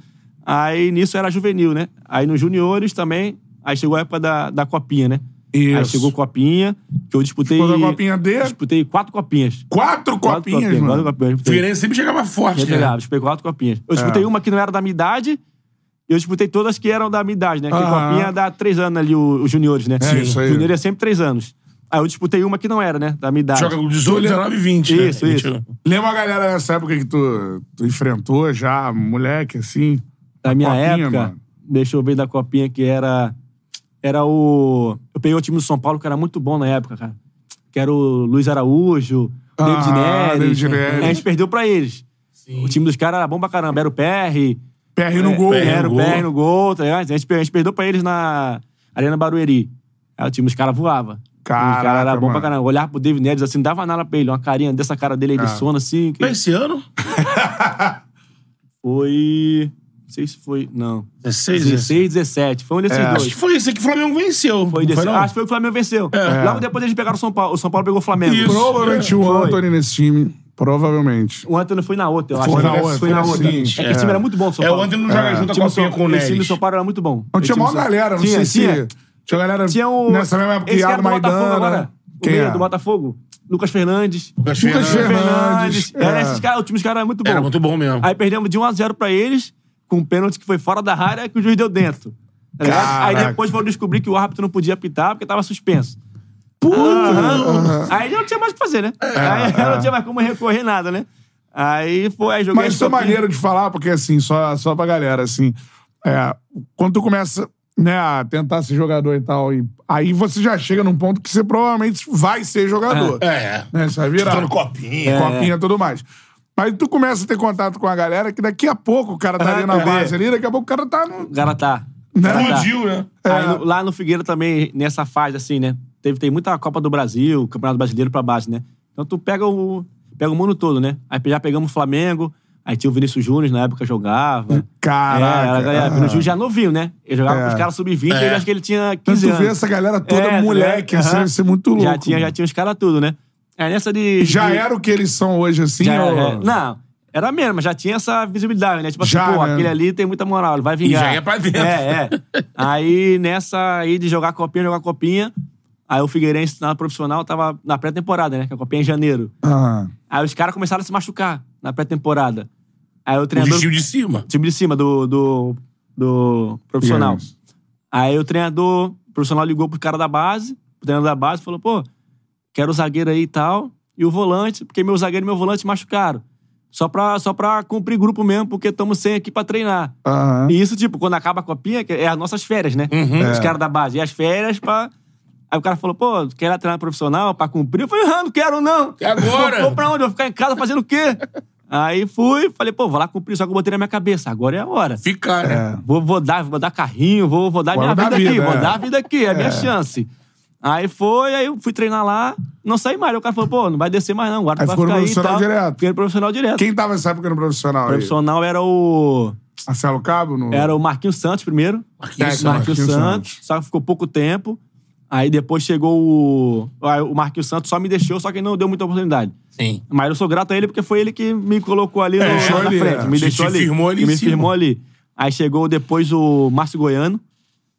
C: Aí nisso era juvenil, né? Aí nos juniores também, Aí chegou a época da, da copinha, né?
A: Isso.
C: Aí chegou copinha, que eu disputei.
A: Disputou a copinha de?
C: Disputei quatro copinhas.
A: Quatro
C: Quatro
A: copinhas,
C: Quatro
A: mano.
C: copinhas. disputei.
B: Figueirense sempre chegava forte, né?
C: Entregava, disputei quatro copinhas. Eu
A: É.
C: disputei uma que não era da minha idade, e eu disputei todas que eram da minha idade, né? Que
A: Aham.
C: copinha dá três anos ali, o- os juniores, né?
A: É, isso aí.
C: Junior é sempre três anos. Aí eu disputei uma que não era, né? Da minha idade.
B: Joga com 18, 19 e 20. né?
C: Isso, isso.
B: 21.
A: Lembra a galera nessa época que tu, tu enfrentou já, moleque, assim?
C: da minha
A: copinha,
C: época,
A: mano.
C: deixa eu ver da copinha que era. Era o. Eu peguei o time do São Paulo que era muito bom na época, cara. Que era o Luiz Araújo,
A: Ah,
C: David Neres. né?
A: David Neres.
C: A gente perdeu pra eles. O time dos caras era bom pra caramba. Era o PR.
A: PR no gol.
C: É, Era
B: no
C: o
B: gol.
C: PR no gol, tá ligado? A gente, a gente perdeu pra eles na Arena Barueri. Aí o time dos caras voava.
A: Caraca,
C: o cara era bom
A: mano.
C: pra caramba. Olhar pro David Neres assim, dava nada pra ele. Uma carinha dessa cara dele, ele
A: Ah.
C: sono assim. que-
B: Mas esse ano?
C: Foi. Não sei se foi. Não.
B: 16, 16.
C: 16, 17. Foi um desses
B: né? Acho
C: dois.
B: que foi esse que o Flamengo venceu.
C: Foi
B: não
C: desse-
B: não?
C: Acho que foi o Flamengo venceu. Logo depois eles pegaram o São Paulo. O São Paulo pegou o Flamengo.
B: Isso.
A: Provavelmente o
C: Foi.
A: Anthony nesse time. Provavelmente.
C: O Antônio foi na outra, eu acho.
A: Foi na
C: Foi
A: outra,
C: Foi na
A: foi
C: outra.
A: assim.
C: É que o time era muito bom, o São
B: É,
C: Paulo.
B: o Antônio não joga junto a
C: time do São-
B: copinha com o
C: Esse time do
B: Neres.
C: São Paulo era muito bom.
A: Não
C: O
A: tinha
C: time
A: maior
C: do São-
A: galera, não
C: Tinha,
A: sei se.
C: tinha.
A: Tinha galera
C: Tinha o.
A: nessa mesma época,
C: esse cara
A: Iago
C: do Botafogo
A: Maidana.
C: agora.
A: Quem
C: o meia
A: é?
C: do Botafogo. Lucas Fernandes.
B: Lucas
A: Lucas
B: Fernandes.
A: Fernandes.
C: Era
A: É.
C: esses caras, o time dos caras era muito bom.
B: Era muito bom mesmo.
C: Aí perdemos de 1x0 pra eles, com um pênalti que foi fora da área que o juiz deu dentro. Tá ligado?
A: Caraca.
C: Aí depois foram descobrir que o árbitro não podia apitar porque tava suspenso. Puta! Aí já não tinha mais o que fazer, né? Aí já não tinha mais como recorrer nada, né? Aí foi, aí joguei
A: Mas
C: as
A: isso é
C: copinhas.
A: maneiro de falar, porque assim, só, só pra galera, assim, é, quando tu começa né, a tentar ser jogador e tal, e, aí você já chega num ponto que você provavelmente vai ser jogador.
B: É.
A: Né, você vai
B: Tá
A: virar
B: no
C: É,
B: copinha.
A: copinha e tudo mais. Mas tu começa a ter contato com a galera que daqui a pouco o cara tá
C: Ah,
A: ali na
C: é.
A: base ali, daqui a pouco o cara tá no.
C: O cara tá.
A: Né? É.
C: Cara tá.
B: Explodiu, né?
C: Aí no- lá no Figueira também, nessa fase, assim, né? Teve, tem muita Copa do Brasil, Campeonato Brasileiro pra base, né? Então tu pega o, pega o mundo todo, né? Aí já pegamos o Flamengo, aí tinha o Vinícius Júnior na época jogava. É, era a
A: Caraca.
C: galera,
A: aham.
C: Vinícius Júnior já novinho, né? Ele jogava
A: É.
C: com os caras sub-20,
B: É.
C: ele acho que ele tinha
A: Então
C: 15
A: tu vê
C: anos.
A: essa galera toda
C: É, tá
A: moleque,
C: ligado?
A: assim,
C: Aham.
A: deve ser muito louco.
C: já, tinha, já tinha os caras tudo, né? Aí nessa de.
A: Já
C: de-
A: era o que eles são hoje, assim?
C: já
A: ou-
C: era- é. Não, era mesmo, mas já tinha essa visibilidade, né? Tipo assim,
A: Já,
C: pô,
A: né?
C: aquele ali tem muita moral, ele vai vingar.
B: E já ia pra dentro.
C: É, é. Aí nessa aí de jogar copinha, jogar copinha. Aí o Figueirense na profissional tava na pré-temporada, né? Que a copinha é em janeiro.
A: Aham.
C: Aí os caras começaram a se machucar na pré-temporada. Aí o
B: O
C: treinador.
B: desvio de cima.
C: time de cima do, do, do profissional.
A: Yes.
C: Aí o treinador, o profissional ligou pro cara da base, o treinador da base falou, pô, quero o zagueiro aí e tal, e o volante, porque meu zagueiro e meu volante machucaram. Só pra, só pra cumprir grupo mesmo, porque estamos sem aqui pra treinar.
A: Aham.
C: E isso, tipo, quando acaba a copinha, que é as nossas férias, né?
A: É.
B: Uhum.
C: Os caras da base. E as férias pra... Aí o cara falou, pô, quer ir lá treinar profissional pra cumprir? Eu falei, ah, não quero não.
B: E agora?
C: Eu vou pra onde? Eu vou ficar em casa fazendo o quê? Aí fui, falei, pô, vou lá cumprir, só que eu botei na minha cabeça, agora é a hora.
B: Ficar, né?
C: Vou, vou dar, vou dar carrinho, vou, vou dar
A: Agora
C: minha
A: dá
C: vida,
A: vida,
C: aqui,
A: é.
C: vou dar a vida aqui, é a minha chance. Aí foi, aí eu fui treinar lá, não saí mais. Aí o cara falou, pô, não vai descer mais não, agora
A: Aí
C: tu vai
A: ficou no
C: ficar aí e
A: profissional
C: tal.
A: direto.
C: Fiquei no profissional direto.
A: Quem tava nessa época no profissional?
C: O
A: aí?
C: profissional era o...
A: Marcelo Cabo? No...
C: Era o Marquinhos Santos primeiro.
B: Marquinhos
C: É,
B: Santos.
C: Marquinhos
A: Marquinhos
C: Santos. Só que ficou pouco tempo. Aí depois chegou o... aí O Marquinhos Santos só me deixou, só que não deu muita oportunidade.
B: Sim.
C: Mas eu sou grato a ele porque foi ele que me colocou ali no,
A: É,
C: na
A: ali,
C: frente.
A: é.
C: Me
B: Te-
C: deixou
B: te
C: ali.
B: firmou ali
C: E
B: em
C: me
B: cima.
C: firmou ali. Aí chegou depois o Márcio Goiano.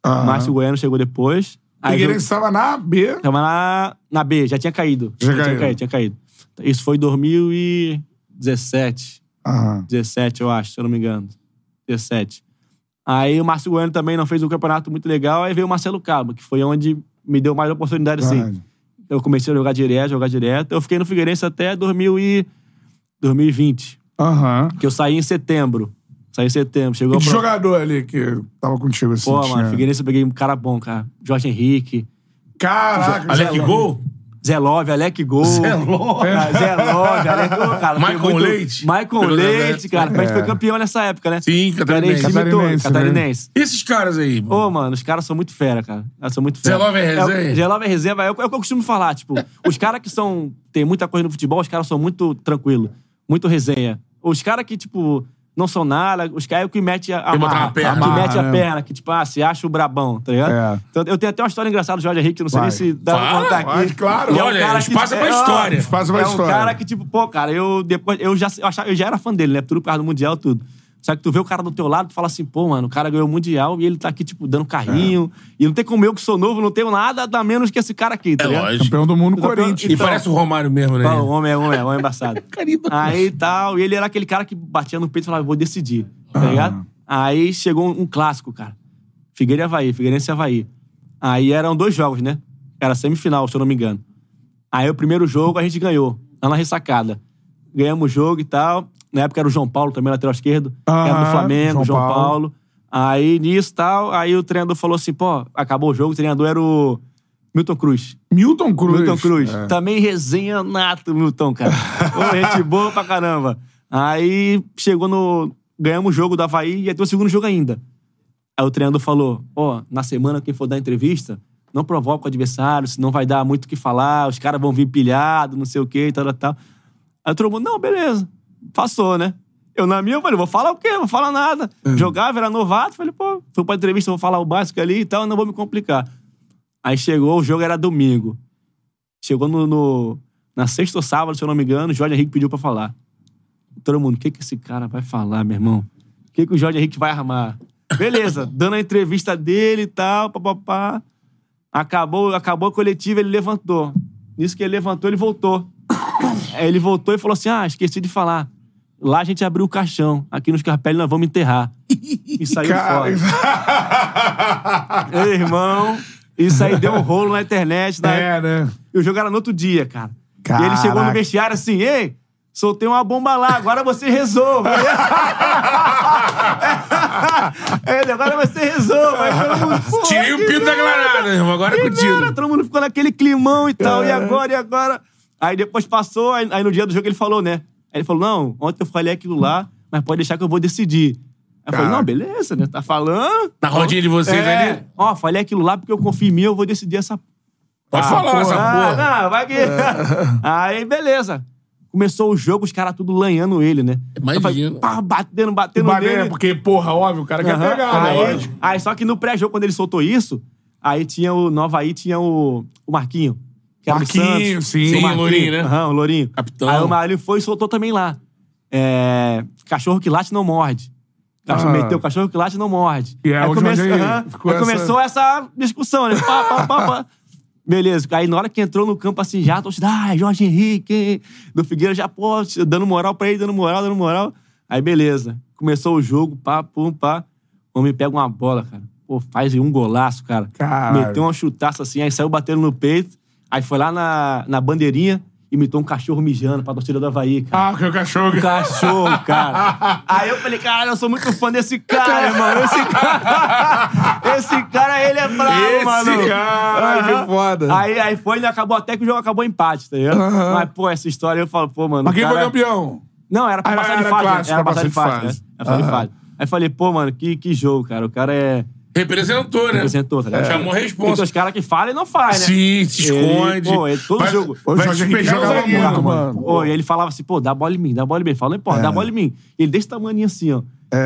A: Aham.
C: Márcio Goiano chegou depois. Aí eu,
A: Figueirense estava na B.
C: tava na, na B, já tinha caído.
A: Já
C: tinha
A: caiu.
C: caído, tinha caído. Isso foi em 2017.
A: Aham.
C: 17, eu acho, se eu não me engano. 17. Aí o Márcio Goiano também não fez um campeonato muito legal. Aí veio o Marcelo Cabo, que foi onde me deu mais oportunidade, assim.
A: Verdade.
C: Eu comecei a jogar direto, jogar direto. Eu fiquei no Figueirense até 2000 e- 2020,
A: Aham.
C: que eu saí em setembro. Saí em setembro. Chegou
A: E de
C: pro-
A: jogador ali que tava contigo assim?
C: Pô,
A: tinha-
C: mano, Figueirense eu peguei um cara bom, cara. Jorge Henrique,
A: Caraca,
B: Olha que
A: Zé-
B: gol.
C: Zé Love, Alec Gol.
B: É louco.
C: Ah, Zé Love, Alec Gol, cara. tem
B: Michael Leite.
C: Michael
B: Pelo
C: Leite,
B: Zé-
C: cara. A
A: É.
C: gente foi campeão nessa época, né?
B: Sim, catarinense.
C: Catarinense.
A: Catarinense.
C: time todo,
A: né?
C: Catarinense.
B: E esses caras aí?
C: Ô,
B: mano?
C: mano, os caras são muito fera, cara. Elas são muito fera.
B: Zé Love é
C: o-
B: resenha?
C: Zé Love é resenha, vai. É o que eu costumo falar, tipo, os caras que são... Tem muita coisa no futebol, os caras são muito tranquilo, muito resenha. Os caras que, tipo, não são nada, os caras é o que mete a, a
B: botar
C: marra,
B: uma perna.
C: que mete
A: Amarra, né?
C: a perna, que, tipo, ah, se acha o brabão, tá ligado?
A: É.
C: Então, eu tenho até uma história engraçada do Jorge Henrique, não sei
A: Vai.
C: nem se dá pra
B: Fala,
C: contar aqui.
A: vai, claro.
C: Que é um
B: Olha,
C: cara
B: espaço
C: que,
B: pra
C: é, ó,
B: história.
A: Espaço pra
C: é um
A: história.
C: cara que, tipo, pô, cara, eu depois. Eu já, eu achava- eu já era fã dele, né? Tudo por causa do Mundial, tudo. Só que tu vê o cara do teu lado, tu fala assim, pô, mano, o cara ganhou o Mundial e ele tá aqui, tipo, dando carrinho. E não tem como eu que sou novo, não tenho nada a menos que esse cara aqui, tá
B: É
C: ligado?
B: lógico.
A: Campeão do mundo,
C: Então,
A: Corinthians.
B: e parece o Romário mesmo, né?
C: Pô, o homem é homem, é homem é embaçado.
B: Carimba.
C: Aí tal, e ele era aquele cara que batia no peito e falava, vou decidir, tá ligado? Aí chegou um clássico, cara. Figueiredo e Havaí, Figueirense e Havaí. Aí eram dois jogos, né? Era semifinal, se eu não me engano. Aí o primeiro jogo a gente ganhou, lá na ressacada. Ganhamos o jogo e tal. Na época era o João Paulo também, lateral esquerdo. era do
A: Aham,
C: Flamengo,
A: João
C: João, Paulo.
A: Paulo.
C: Aí nisso e tal, aí o treinador falou assim, pô, acabou o jogo, o treinador era o Milton Cruz.
A: Milton Cruz.
C: Milton Cruz. Tá-
A: É.
C: Também resenha nato, Milton, cara. Ô, gente boa pra caramba. Aí chegou no. Ganhamos o jogo do Havaí e ia ter o segundo jogo ainda. Aí o treinador falou: Ó, na semana, quem for dar entrevista, não provoca o adversário, senão vai dar muito o que falar, os caras vão vir pilhado, não sei o quê, e tal, tal, tal. Aí todo mundo, não, beleza. Passou, né? Eu, na minha, eu falei, vou falar o quê? Não vou falar nada.
A: É.
C: Jogava, era novato, falei, pô, fui pra entrevista, vou falar o básico ali e tal, não vou me complicar. Aí chegou, o jogo era domingo. Chegou no, no- na sexta ou sábado, se eu não me engano, o Jorge Henrique pediu pra falar. Todo mundo, o que, que esse cara vai falar, meu irmão? O que, que o Jorge Henrique vai armar? Beleza, dando a entrevista dele e tal, papapá. Acabou, acabou a coletiva, ele levantou. Nisso que ele levantou, ele voltou. Aí ele voltou e falou assim: Ah, esqueci de falar. Lá a gente abriu o caixão. Aqui nos Carpelli nós vamos enterrar. E saiu tá
A: é,
C: fora. Meu irmão, isso aí deu um rolo na internet. Na época.
A: É, né?
C: E o jogo era no outro dia, cara. E ele
A: Caraca.
C: chegou no vestiário assim, ei, soltei uma bomba lá, agora você resolva. ele, agora você resolva. Aí todo mundo, "Pô,
B: Tirei o
C: que
B: pinto da
C: merda,
B: granada, irmão. Agora é
C: que merda."
B: contigo. É.
C: Todo mundo ficou naquele climão e tal, e agora, e agora? Aí depois passou, aí, aí no dia do jogo ele falou, né? Aí ele falou, não, ontem eu falei aquilo lá, mas pode deixar que eu vou decidir. Aí eu falei,
A: Caraca.
C: não, beleza, né? Tá falando.
B: Na rodinha de vocês
C: É.
B: ali.
C: Ó, falei aquilo lá porque eu confio em mim, eu vou decidir essa
B: Pode falar
A: porra. É.
B: essa
C: ah,
B: porra.
C: não, vai que. Aí, beleza. Começou o jogo, os caras tudo lanhando ele, né?
B: Imagina.
C: Eu falei, pá, batendo, batendo
A: Mas, né,
C: nele.
A: porque, porra, óbvio, o cara quer
C: Aham.
A: pegar, né?
C: aí,
A: Lógico.
C: aí, só que no pré-jogo, quando ele soltou isso, aí tinha o. No Havaí tinha o, o Marquinho. Que era do
A: Marquinho,
C: Santos.
A: sim.
B: Sim,
A: Sim,
B: o Lourinho, né?
C: Aham, o Lourinho.
B: Capitão.
C: Aí o Marinho foi e soltou também lá. É, cachorro que late não morde. Cachorro,
A: Ah.
C: Meteu cachorro que late não morde.
A: E é
C: aí
A: onde
C: começou,
A: aí
C: aham,
A: ficou
C: aí
A: essa-
C: começou essa discussão, né? Pá, pá, pá, pá. Beleza. Aí na hora que entrou no campo assim já, todos, ah, Jorge Henrique, do Figueira já, pô, dando moral pra ele, dando moral, dando moral. Aí beleza. Começou o jogo, pá, pum, pá. O homem pega uma bola, cara. Pô, faz um golaço, cara.
A: Caralho.
C: Meteu uma chutaça assim, aí saiu batendo no peito. Aí foi lá na, na bandeirinha, imitou um cachorro mijando pra torcida do Havaí, cara.
A: Ah, que o cachorro.
C: Um cachorro, cara. Aí eu falei, caralho, eu sou muito fã desse cara, mano. Esse cara, esse cara ele é bravo,
A: Esse
C: mano.
A: cara, que foda.
C: Aí, aí foi, né, acabou até que o jogo acabou empate, tá ligado?
A: Aham.
C: Mas, pô, essa história eu falo, pô, mano.
A: Mas quem
C: o
A: foi
C: cara...
A: campeão?
C: Não, era pra
A: Era-
C: passar de
A: era
C: fase.
A: clássico, pra
C: era pra passar de
A: passar de
C: fase, né?
A: fase.
C: Era pra passar de
A: Aham.
C: fase. Aí eu falei, pô, mano, que, que jogo, cara. O cara é.
B: Representou, né?
C: Representou, tá ligado?
A: É.
B: Chamou a
C: Tem
B: responsa.
C: os caras que falam e não fazem, né?
B: Sim, se esconde.
C: Ele- pô, ele- todo
B: vai,
C: jogo.
A: O
B: Vai
A: Jorge Henrique
B: despejar o
A: jogava
B: zagueiro,
A: muito,
B: mano. É.
A: mano.
C: Pô, e ele falava assim, pô, dá bola em mim, dá bola em mim. Ele falava, não importa, dá bola em mim. E ele desse tamanho assim, ó.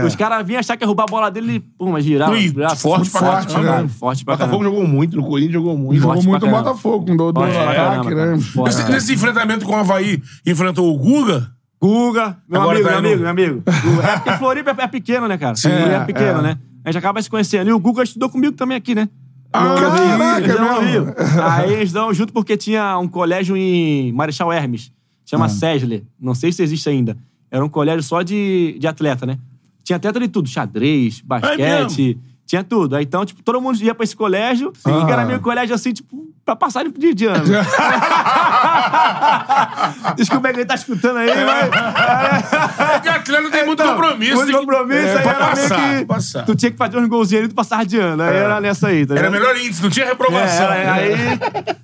C: Os caras vinham achar que ia roubar a bola dele, pum, mas girava.
B: Ui,
C: girava,
B: forte pra
A: forte,
C: caramba,
A: né?
C: Forte pra
D: Botafogo
C: caramba.
D: jogou muito, no Corinthians jogou muito.
A: Jogou
C: Forte pra
A: muito o
C: caramba.
A: Botafogo, com o do
C: Forte pra
A: ataque,
C: caramba,
A: né?
C: cara. Forte.
B: Nesse, nesse enfrentamento com o Havaí, enfrentou o Guga,
C: Guga, meu
B: Agora
C: amigo,
B: tá
C: meu
B: indo-
C: amigo, meu amigo. Guga. É porque Floripa é- é pequeno, né, cara? Floripa é pequeno, né? A gente acaba se conhecendo. E o Guga estudou comigo também aqui, né?
A: Ah,
C: No Rio,
A: caraca,
C: eles dão
A: é
C: no
A: mesmo?
C: Rio. Aí eles dão junto porque tinha um colégio em Marechal Hermes. Chama Sesle. Não sei se existe ainda. Era um colégio só de, de atleta, né? Tinha atleta de tudo. Xadrez, basquete... tinha tudo. Aí, então, tipo, todo mundo ia pra esse colégio. E era meio colégio, assim, tipo, pra passar de, de- de ano. Desculpa que ele tá escutando aí,
B: É.
C: mas...
B: Porque atleta tem muito compromisso.
C: Então, Muito
B: tem que-
C: compromisso,
B: É,
C: aí
B: pra
C: era
B: passar,
C: meio que.
B: passar. É.
C: Tu tinha que fazer uns golzinhos ali, tu passava de ano. Aí era nessa aí, tá
B: Era
C: ligado?
B: melhor índice, não tinha
C: É,
B: reprovação.
C: era- aí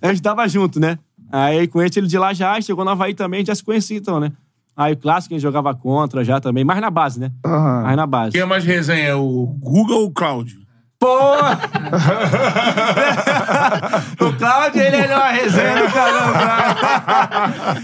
C: a gente tava junto, né? Aí conheci ele de lá já, chegou no Havaí também, já se conhecia então, né? Aí o clássico a gente jogava contra já também, mais na base, né?
B: Ah.
A: Aham.
C: Mais na base.
B: Quem é mais resenha, é o Guga ou o Cláudio?
C: O Cláudio, ele é uma resenha do caramba,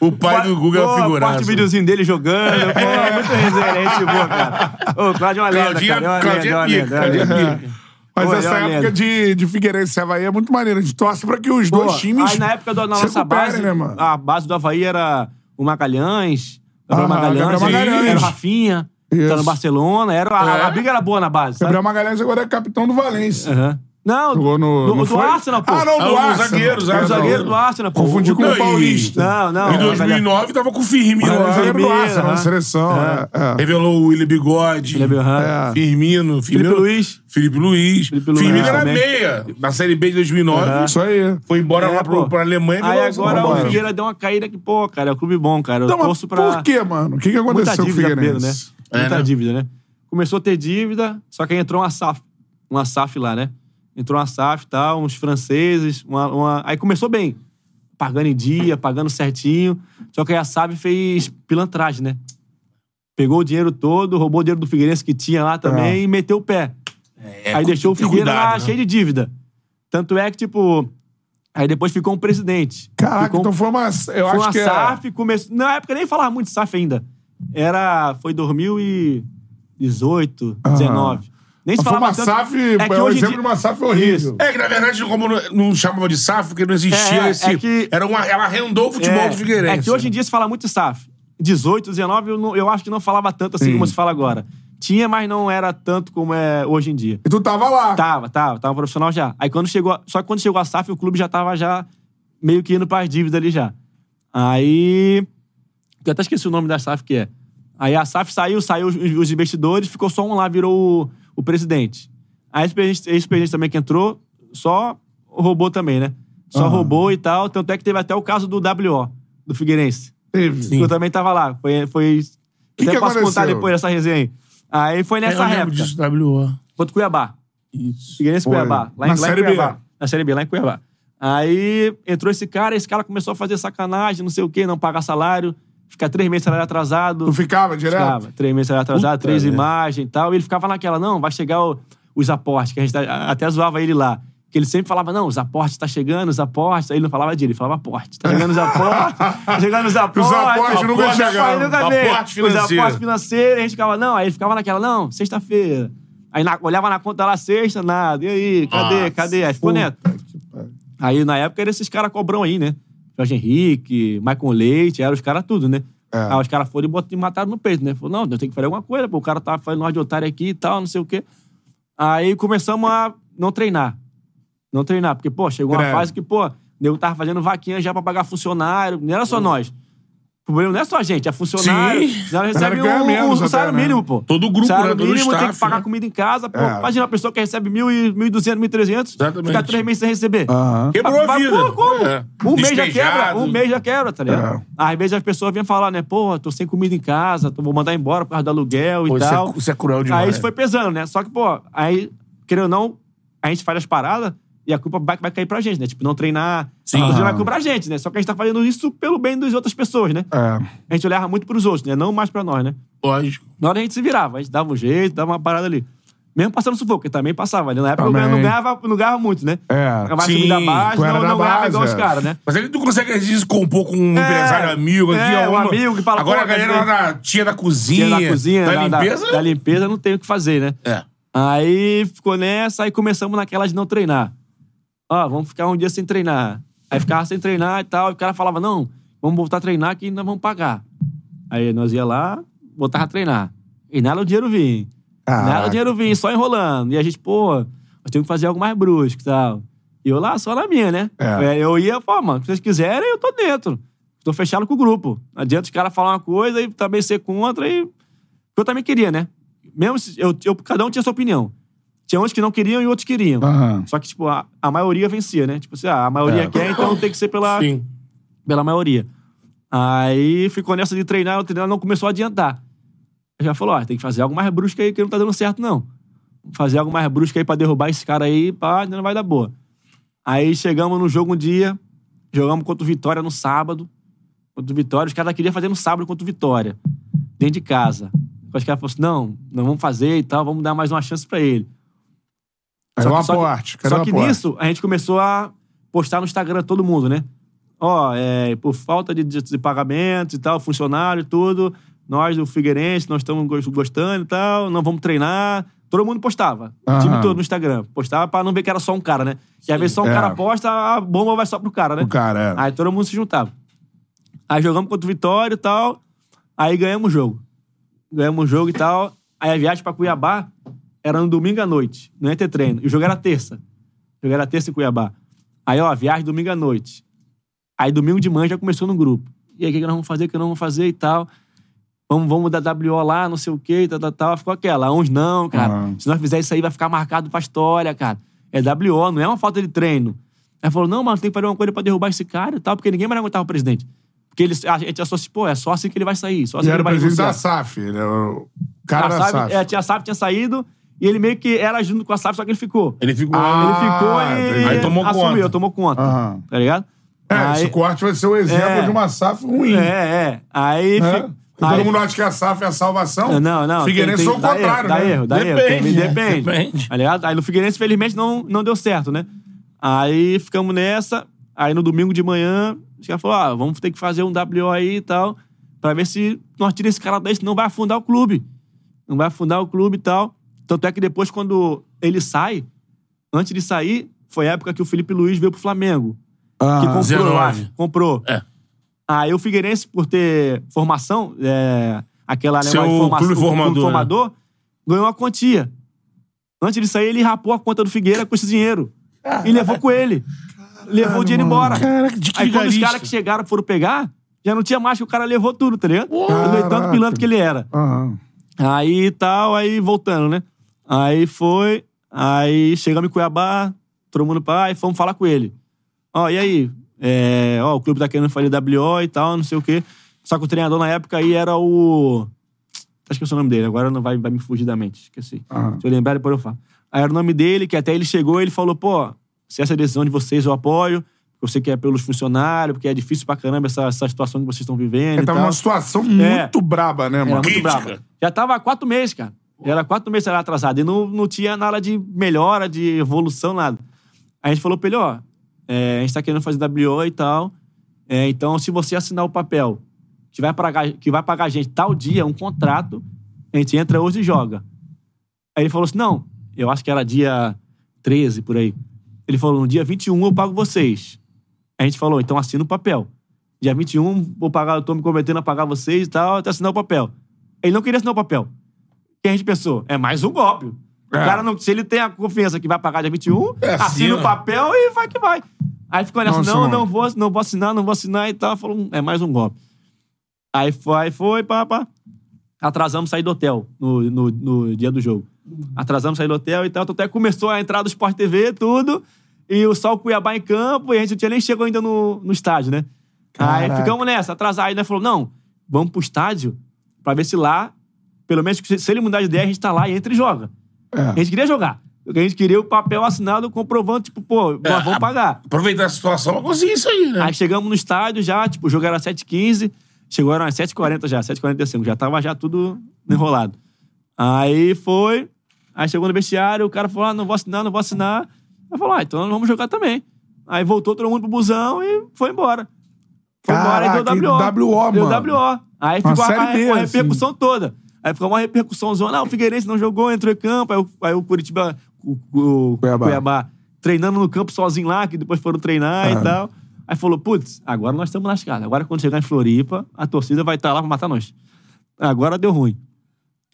B: O pai do Guga é
C: Pô,
B: uma
C: Parte o
A: assim.
B: figuraça.
C: videozinho dele jogando. Pô, é muito resenha, é gente boa, cara. Ô, o Cláudio é uma lenda,
B: Claudinho é-
C: cara. É uma
B: Claudinho
C: lenda, é uma
B: é pica,
C: lenda, é uma
B: Claudinho é
C: lenda.
A: Mas
C: Pô,
A: essa
C: é uma
A: época
C: lenda.
A: de, de Figueirense e Havaí é muito maneiro. A gente torce pra que os
C: Pô,
A: dois times.
C: Aí na época da
A: se
C: nossa
A: recuperem,
C: base, ah,
A: né, mano?
C: a base do Havaí era o Magalhães, Gabriel
A: Ah,
C: Magalhães,
A: Gabriel Magalhães.
C: era o Rafinha.
A: Isso. É.
C: Tá no Barcelona. Era, a, a briga era boa na base. Sabe?
A: Gabriel Magalhães agora é capitão do Valência.
C: Aham. Não,
A: Jogou no-
C: É. do,
A: não
C: do
A: foi?
C: Arsenal, pô.
A: Ah, não, do
B: Ah, o
A: Arsenal. É,
B: zagueiro,
C: Era
B: zagueiro.
C: o zagundi do Arsenal, pô.
A: Confundi
C: O-
A: com
B: Não,
A: o
B: e-
A: Paulista.
C: Não, é não.
B: Em 2009 tava com o Firmino
A: Era o
B: lá.
A: zagueiro do
C: Firmino,
A: Arsenal, na
C: né?
A: seleção. é, é.
B: Revelou o Willi Bigode.
C: Ele é meio raro.
A: É.
B: Firmino, Firmino.
C: Felipe Luiz.
B: Felipe Luiz.
C: Felipe Luiz é,
B: Firmino era
C: também.
B: meia. Na Série B de 2009.
C: Aham.
A: Isso aí.
B: Foi embora
C: É,
B: lá pro,
C: pô.
B: pra Alemanha.
C: Aí
B: virou-
C: agora
A: Vamos
C: o
A: lá.
C: Figueira deu uma caída que, pô, cara, é o clube bom, cara. Eu
A: Não, é. Então, mas
C: torço pra...
A: por quê, mano? O que, que
C: muita
A: aconteceu com o
C: dívida primeiro, né?
A: Figueirense?
B: É,
C: muita
B: né?
C: dívida, né? Começou a ter dívida, só que aí entrou uma SAF. Uma SAF lá, né? Entrou uma SAF e tal, uns franceses, uma, uma- Aí começou bem. Pagando em dia, pagando certinho. Só que aí a SAF fez pilantragem, né? Pegou o dinheiro todo, roubou o dinheiro do Figueirense que tinha lá também
A: É.
C: e meteu o pé.
B: É,
C: aí
B: cu-
C: deixou o
B: tem
C: Figueira lá
B: cuidado, né?
C: cheio de dívida. Tanto é que, tipo... Aí depois ficou um presidente.
A: Caraca,
C: ficou um
A: então foi uma. Eu
C: foi
A: acho
C: uma
A: que é.
C: SAF, começou. Na época nem falava muito de SAF ainda. Era. Foi 2018, 19. Nem se
A: Foi
C: falava
A: uma
C: tanto.
A: SAF.
C: É que
A: É um
C: hoje em
A: exemplo de
C: dia-
A: uma SAF horrível.
C: Isso.
B: É que, na verdade, como não, não chamava de SAF, porque não existia
C: É, é,
B: esse...
C: é que-
B: era uma, ela arrendou o futebol do Figueirense.
C: É que
A: né?
C: hoje em dia se fala muito de SAF. 18, 19, eu, não- eu acho que não falava tanto assim como se fala agora. Tinha, mas não era tanto como é hoje em dia.
A: E tu tava lá.
C: Tava, tava, tava profissional já. Aí quando chegou. a- Só que quando chegou a SAF, o clube já tava já meio que indo pras dívidas ali já. Aí. Eu até esqueci o nome da SAF que é. Aí a SAF saiu, saiu os, os investidores, ficou só um lá, virou o, o presidente. Aí esse presidente- esse presidente também que entrou, só roubou também, né? Só
A: Aham.
C: roubou e tal. Tanto é que teve até o caso do WO, do Figueirense.
A: Teve.
B: Sim.
C: Eu também tava lá. Foi. foi
A: Que
C: até
A: que
C: posso contar
A: aconteceu?
C: depois dessa resenha aí. Aí foi
B: É,
C: nessa
B: eu lembro
C: época.
B: disso, WO.
C: Contra o Cuiabá.
B: Isso.
C: Figueirense
A: Foi.
C: Cuiabá.
A: Na
C: Lá em, lá em
A: Série B.
C: Cuiabá. Na Série B, lá em Cuiabá. Aí entrou esse cara, esse cara começou a fazer sacanagem, não sei o quê, não pagar salário, ficar três meses de salário atrasado.
A: Tu ficava direto?
C: Ficava, três meses de salário atrasado,
B: Puta
C: três
B: merda.
C: imagens e tal. E ele ficava naquela, não, vai chegar o- os aportes, que a gente tá- a- até zoava ele lá. Que ele sempre falava, não, os aportes tá chegando, os aportes. Aí ele não falava de ele falava aporte. Tá chegando os aportes, tá chegando os aportes.
A: aportes nunca
C: aportes,
A: chegaram.
C: nunca veio.
B: Aporte financeiro.
C: Os aportes financeiros, a gente ficava, não, aí ele ficava naquela, não, sexta-feira. Aí na- olhava na conta lá, sexta, nada. E aí, cadê,
B: Nossa,
C: cadê? Aí ficou neto. Aí na época eram esses caras cobrão aí, né? Jorge Henrique, Maicon Leite, eram os caras tudo, né?
A: É.
C: Aí os caras foram e botaram, e mataram no peito, né? Falou, não, eu tenho que fazer alguma coisa, pô, o cara tava fazendo nós de otário aqui e tal, não sei o quê. Aí começamos a não treinar. Não treinar, porque, pô, chegou uma
A: Greve.
C: fase que, pô, o nego tava fazendo vaquinha já pra pagar funcionário, não era só nós. O problema não é só a gente, é funcionário.
B: Sim.
C: Ela recebe
A: ganha
C: um, um,
A: menos até,
C: salário
A: né?
C: mínimo, pô.
B: Todo o grupo,
C: salário
B: né? Todo o
C: mínimo, tem
B: staff,
C: que pagar
B: né?
C: comida em casa, pô.
A: É.
C: Imagina uma pessoa que recebe 1.000, 1.200, 1.300,
B: Exatamente.
C: fica três meses sem receber.
B: Ah.
A: Aham.
B: Quebrou a
C: Mas,
B: vida.
C: pô, como?
B: É.
C: Um mês já
B: Despejado.
C: quebra, um mês já quebra, tá ligado?
A: É.
C: Às vezes as pessoas vêm falar, né? Pô, tô sem comida em casa, tô- vou mandar embora por causa do aluguel
B: Pô,
C: e
B: isso é-
C: tal.
B: isso é cruel
C: Aí
B: demais.
C: isso foi pesando, né? Só que, pô, aí, querendo ou não, a gente faz as paradas e a culpa vai, vai cair pra gente, né? Tipo, não treinar.
B: Sim. Ah.
C: Inclusive, vai
A: Aham.
C: cobrar a gente, né? Só que a gente tá fazendo isso pelo bem das outras pessoas, né?
A: É.
C: A gente olhava muito pros outros, né? Não mais pra nós, né?
B: Lógico.
C: Na hora a gente se virava, a gente dava um jeito, dava uma parada ali. Mesmo passando sufoco, porque também passava. né? Na época eu
A: Também.
C: não ganhava, não ganhava muito, né?
A: É.
C: Ganhava
B: Sim,
C: subida abaixo,
A: tu era
C: não,
A: da
C: não ganhava igual
A: base,
C: os
A: é.
C: caras, né?
B: Mas aí tu consegue, às vezes, compor com um
C: É.
B: empresário amigo aqui.
C: É,
B: ó,
C: um
B: uma-
C: amigo que fala,
B: Agora
C: pô,
B: a galera
C: quer
B: lá
C: dizer-
B: da tia da cozinha,
C: Tinha da cozinha,
B: é. da
C: da- da-
B: limpeza...
C: da limpeza não tem o que fazer, né?
B: É.
C: Aí ficou nessa, aí começamos naquela de não treinar. Ó, vamos ficar um dia sem treinar. Aí ficava sem treinar e tal, e o cara falava, não, vamos voltar a treinar que nós vamos pagar. Aí nós ia lá, voltava a treinar. E nada o dinheiro vinha.
A: Ah,
C: Nada o
A: Caraca.
C: dinheiro vinha, só enrolando. E a gente, pô, nós temos que fazer algo mais brusco e tal. E eu lá, só na minha, né?
A: É.
C: É, Eu ia, pô, mano, se vocês quiserem, eu tô dentro. Tô fechado com o grupo. Não adianta os caras falar uma coisa e também ser contra e eu também queria, né? Mesmo se- eu, eu- cada um tinha sua opinião. Tinha uns que não queriam e outros queriam.
A: Aham.
C: Só que, tipo, a, a maioria vencia, né? Tipo assim, ah, a maioria
A: Ah. É.
C: quer, então tem que ser pela,
B: Sim.
C: pela maioria. Aí ficou nessa de treinar, o treinar não começou a adiantar. Aí Já falou, ó, tem que fazer algo mais brusco aí que não tá dando certo, não. Fazer algo mais brusco aí pra derrubar esse cara aí, pá, ainda não vai dar boa. Aí chegamos no jogo um dia, jogamos contra o Vitória no sábado. Contra o Vitória, os caras queriam fazer no sábado contra o Vitória, dentro de casa. Os caras falaram assim, não, não vamos fazer e tal, vamos dar mais uma chance pra ele.
A: Era
C: Só
A: um
C: que- só que-
A: aporte. cadê
C: Só
A: o
C: que
A: aporte?
C: nisso, a gente começou a postar no Instagram todo mundo, né? Ó, é, por falta de, de, de pagamento e tal, funcionário e tudo, nós do Figueirense, nós estamos gos- gostando e tal, não vamos treinar. Todo mundo postava. O time
A: Aham.
C: todo no Instagram. Postava pra não ver que era só um cara, né? Que às vezes só um
A: É.
C: cara posta, a bomba vai só pro cara, né?
A: O cara, é.
C: Aí todo mundo se juntava. Aí jogamos contra o Vitória e tal. Aí ganhamos o jogo. ganhamos um jogo e tal. Aí a viagem pra Cuiabá era no domingo à noite, não ia ter treino. E o jogo era terça. O jogo era terça em Cuiabá. Aí, ó, viagem domingo à noite. Aí domingo de manhã já começou no grupo. E aí, o que que nós vamos fazer, o que nós vamos fazer e tal. Vamos, vamos dar WO lá, não sei o quê, tal, tal, tal. Ficou aquela. Uns não, cara.
A: Ah.
C: Se nós fizer isso aí, vai ficar marcado pra história, cara. É WO, não é uma falta de treino. Aí falou, não, mano, tem que fazer uma coisa pra derrubar esse cara e tal, porque ninguém mais aguentava o presidente. Porque ele, a gente associa, pô, é só assim que ele vai sair, só
A: E
C: assim que
A: era
C: ele
A: o
C: vai
A: presidente
C: renunciar.
A: da SAF. Ele era o cara
C: a
A: da
C: SAF,
A: SAF.
C: é, tinha- a SAF tinha saído e ele meio que era junto com a SAF, só que ele ficou.
B: Ele ficou.
A: Ah,
C: Ele
A: Ah,
C: ficou
A: entendi.
C: e
B: Aí tomou
C: assumiu,
B: conta.
C: tomou conta.
A: Aham.
C: Tá ligado?
A: É,
C: aí,
A: esse corte vai ser o exemplo
C: É.
A: de uma SAF ruim.
C: é, é. Aí,
A: né?
C: fi-
A: Porque
C: aí-
A: Todo mundo acha que a SAF é a salvação.
C: Não, não.
A: Figueirense é o
C: dá
A: contrário,
C: erro, Dá
A: né?
C: erro, dá erro.
B: Depende,
C: Tem-
B: é.
C: Depende.
B: Depende.
C: Tá ligado? Aí no Figueirense, infelizmente, não, não deu certo, né? Aí ficamos nessa. Aí no domingo de manhã, os caras falaram: ah, vamos ter que fazer um WO aí e tal, pra ver se nós tiramos esse cara daí, senão vai afundar o clube. Não vai afundar o clube e tal. Tanto é que depois, quando ele sai, antes de sair, foi a época que o Felipe Luiz veio pro Flamengo.
A: Ah.
C: Que comprou, eu
B: 19.
C: acho. Comprou.
B: É.
C: Aí o Ah, Figueirense, por ter formação, é, aquela
B: Seu
C: de formação,
B: clube
C: o
B: formador, né?
C: formador, ganhou uma quantia. Antes disso aí, ele rapou a conta do Figueira com esse dinheiro. E levou com ele. levou o dinheiro
A: mano.
C: embora.
B: Caraca, de que
C: Aí quando os
B: vigarista.
C: caras que chegaram foram pegar, já não tinha mais, que o cara levou tudo, tá ligado? E de
A: Caraca.
C: tanto pilantra que ele era.
A: Aham.
C: Aí e tal, aí voltando, né? Aí foi, aí chegamos em Cuiabá, todo mundo pra lá, e fomos falar com ele. Ó, e aí? É, ó, o clube tá querendo fazer WO e tal, não sei o quê. Só que o treinador na época aí era o. Tá esquecendo o nome dele, agora não vai, vai me fugir da mente, esqueci.
A: Aham.
C: Se eu lembrar, depois eu falo. Aí era o nome dele, que até ele chegou e ele falou: pô, se essa é a decisão de vocês eu apoio, eu sei que é pelos funcionários, porque é difícil pra caramba essa, essa situação que vocês estão vivendo.
A: Ele
C: e
A: tava
C: tal.
A: numa Então, situação muito braba, né,
C: Era
A: mano?
C: tá- É. muito
B: Crítica.
C: brava. Já tava há quatro meses, cara. Já Era quatro meses que era atrasado. E não, não tinha nada de melhora, de evolução, nada. Aí a gente falou pra ele, ó, é, a gente tá querendo fazer WO e tal. É, então, se você assinar o papel que vai, pagar, que vai pagar a gente tal dia, um contrato, a gente entra hoje e joga. Aí ele falou assim, não, eu acho que era dia 13, por aí. Ele falou, no dia 21 eu pago vocês. A gente falou, então assina o papel. Dia 21, vou pagar, eu tô me comprometendo a pagar vocês e tal, até assinar o papel. Ele não queria assinar o papel. O que a gente pensou? É mais um golpe. O
B: É.
C: cara, não, se ele tem a confiança que vai pagar dia 21,
B: É,
C: assina,
B: assina.
C: o papel e vai que vai. Aí ficou nessa,
A: Nossa,
C: não,
A: mano.
C: não vou, não vou assinar, não vou assinar e tal. Falou, "Hum, é mais um golpe. Aí foi, aí foi, pá, pá. Atrasamos sair do hotel no, no, no dia do jogo. Atrasamos sair do hotel e tal. Tanto é que começou a entrar do Sport TV, tudo. E o Sol Cuiabá em campo, e a gente não tinha nem chegou ainda no, no estádio, né?
A: Caraca.
C: Aí ficamos nessa, atrasar. Aí nós falou: não, vamos pro estádio pra ver se lá, pelo menos se se ele mudar de ideia, a gente tá lá e entra e joga. A gente queria jogar. A gente queria o papel assinado comprovando, tipo, pô, nós
B: É,
C: vamos pagar.
B: Aproveitar a situação pra conseguir isso aí, né?
C: Aí chegamos no estádio já, tipo, o jogo era 7h15, chegou era umas 7h40 já, 7h45, já tava já tudo enrolado. Aí foi, aí chegou no vestiário, o cara falou, ah, não vou assinar, não vou assinar. Aí falou, ah, então nós vamos jogar também. Aí voltou todo mundo pro busão e foi embora. Foi
A: Caraca,
C: embora e deu
A: e WO,
C: deu
A: mano.
C: WO. Aí
A: Uma
C: ficou a,
A: série B, assim.
C: a repercussão toda. Aí ficou uma repercussão zona, ah, o Figueirense não jogou, entrou em campo, aí o, aí o Curitiba, o, o
A: Cuiabá.
C: Cuiabá. treinando no campo sozinho lá, que depois foram treinar
A: Ah.
C: e tal. Aí falou, putz, agora nós estamos lascados. Agora quando chegar em Floripa, a torcida vai estar lá pra matar nós. Agora deu ruim.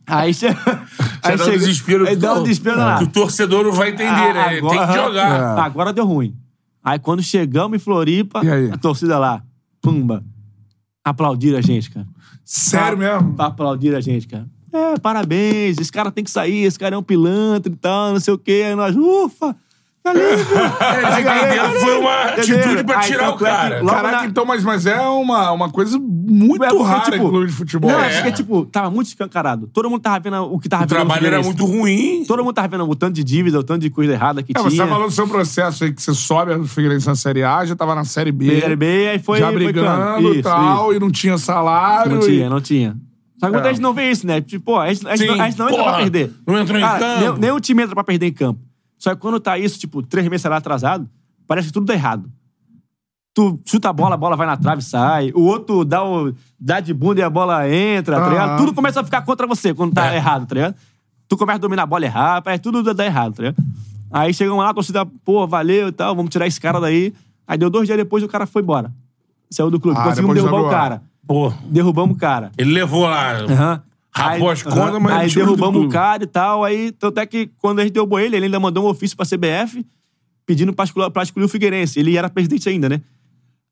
C: Aí, che...
B: Aí dá um desespero.
C: Aí
B: que
C: dá
B: o-
C: um desespero lá.
B: Que o torcedor não vai entender,
C: Ah,
B: né? Tem que jogar.
A: É.
C: Agora deu ruim. Aí quando chegamos em Floripa,
A: E aí?
C: a torcida lá, pumba, aplaudiram a gente, cara.
A: Sério
C: Pra-
A: mesmo?
C: Pra aplaudir a gente, cara. É, parabéns, esse cara tem que sair, esse cara é um pilantra e tal, não sei o quê. Aí nós, ufa, tá lindo. Tá
B: Eles entenderam que foi uma atitude pra
C: Aí,
B: tirar o
C: tanto é que
B: cara.
C: logo
A: Caraca,
C: na-
A: então, mas, mas é uma, uma coisa muito
C: É, porque,
A: rara
C: tipo,
A: em clube de futebol.
C: Não,
A: É.
C: é porque, tipo, tava muito escancarado. Todo mundo tava vendo o que tava
B: O
C: vendo. no
B: trabalho era
C: Fluminense.
B: muito ruim.
C: Todo mundo tava vendo o tanto de dívida, o tanto de coisa errada que
A: É,
C: tinha.
A: você tá falando do seu processo aí, que você sobe o Figueirense na Série A, já tava na Série B,
C: Série B, aí foi.
A: já
C: foi cano.
A: brigando e
C: Isso,
A: tal, e não tinha salário.
C: Não
A: e-
C: tinha, né? não tinha. Só que muita
A: É.
C: gente não vê isso, né? Tipo, pô, a gente, a gente
B: Sim,
C: não, a gente não entra
B: porra,
C: pra perder.
B: não entrou em campo.
C: Nem, nem o time entra pra perder em campo. Só que quando tá isso, tipo, três meses lá atrasado, parece que tudo dá errado. Tu chuta a bola, a bola vai na trave e sai. O outro dá, o, dá de bunda e a bola entra, tá
A: Aham.
C: ligado? Tudo começa a ficar contra você quando tá
B: É.
C: errado, tá ligado? Tu começa a dominar a bola errado, parece que tudo dá- dá errado, tá ligado? Aí chegam lá, a torcida, pô, valeu e tal, vamos tirar esse cara daí. Aí deu dois dias depois o cara foi embora. Saiu do clube.
A: Ah,
C: Conseguimos
A: depois do
C: derrubar o
A: WA.
C: cara
B: Pô,
C: derrubamos o cara.
B: ele levou lá.
C: Aham.
B: Rapou as contas, mas...
C: aí
B: tirou
C: derrubamos
B: tudo.
C: o cara e tal. Aí, tanto é que quando a gente derrubou ele, ele ainda mandou um ofício pra CBF pedindo pra excluir, pra excluir o Figueirense. Ele era presidente ainda, né?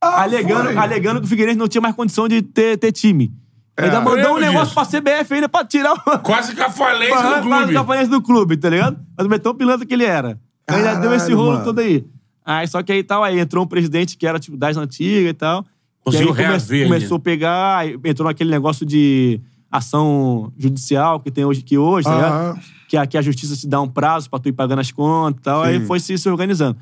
C: alegando, alegando que o Figueirense não tinha mais condição de ter, ter time. ainda mandou um
B: lembro
C: negócio
B: disso.
C: pra CBF ainda pra tirar o
B: Quase que a falência
C: pra-
B: do clube.
C: pra- pra falência do clube, tá ligado? Mas o Betão pilantra que ele era. Aí já deu esse
A: Caralho,
C: rolo
A: mano.
C: todo aí. Aí só que aí tal, aí entrou um presidente que era tipo das antigas e tal.
B: Conseguiu
C: e aí come-
B: reaver ali.
C: começou a pegar, aí entrou naquele negócio de ação judicial que tem hoje que hoje, tá ligado?
A: Aham.
C: que a, que a justiça te dá um prazo pra tu ir pagando as contas e tal, aí foi se, se organizando.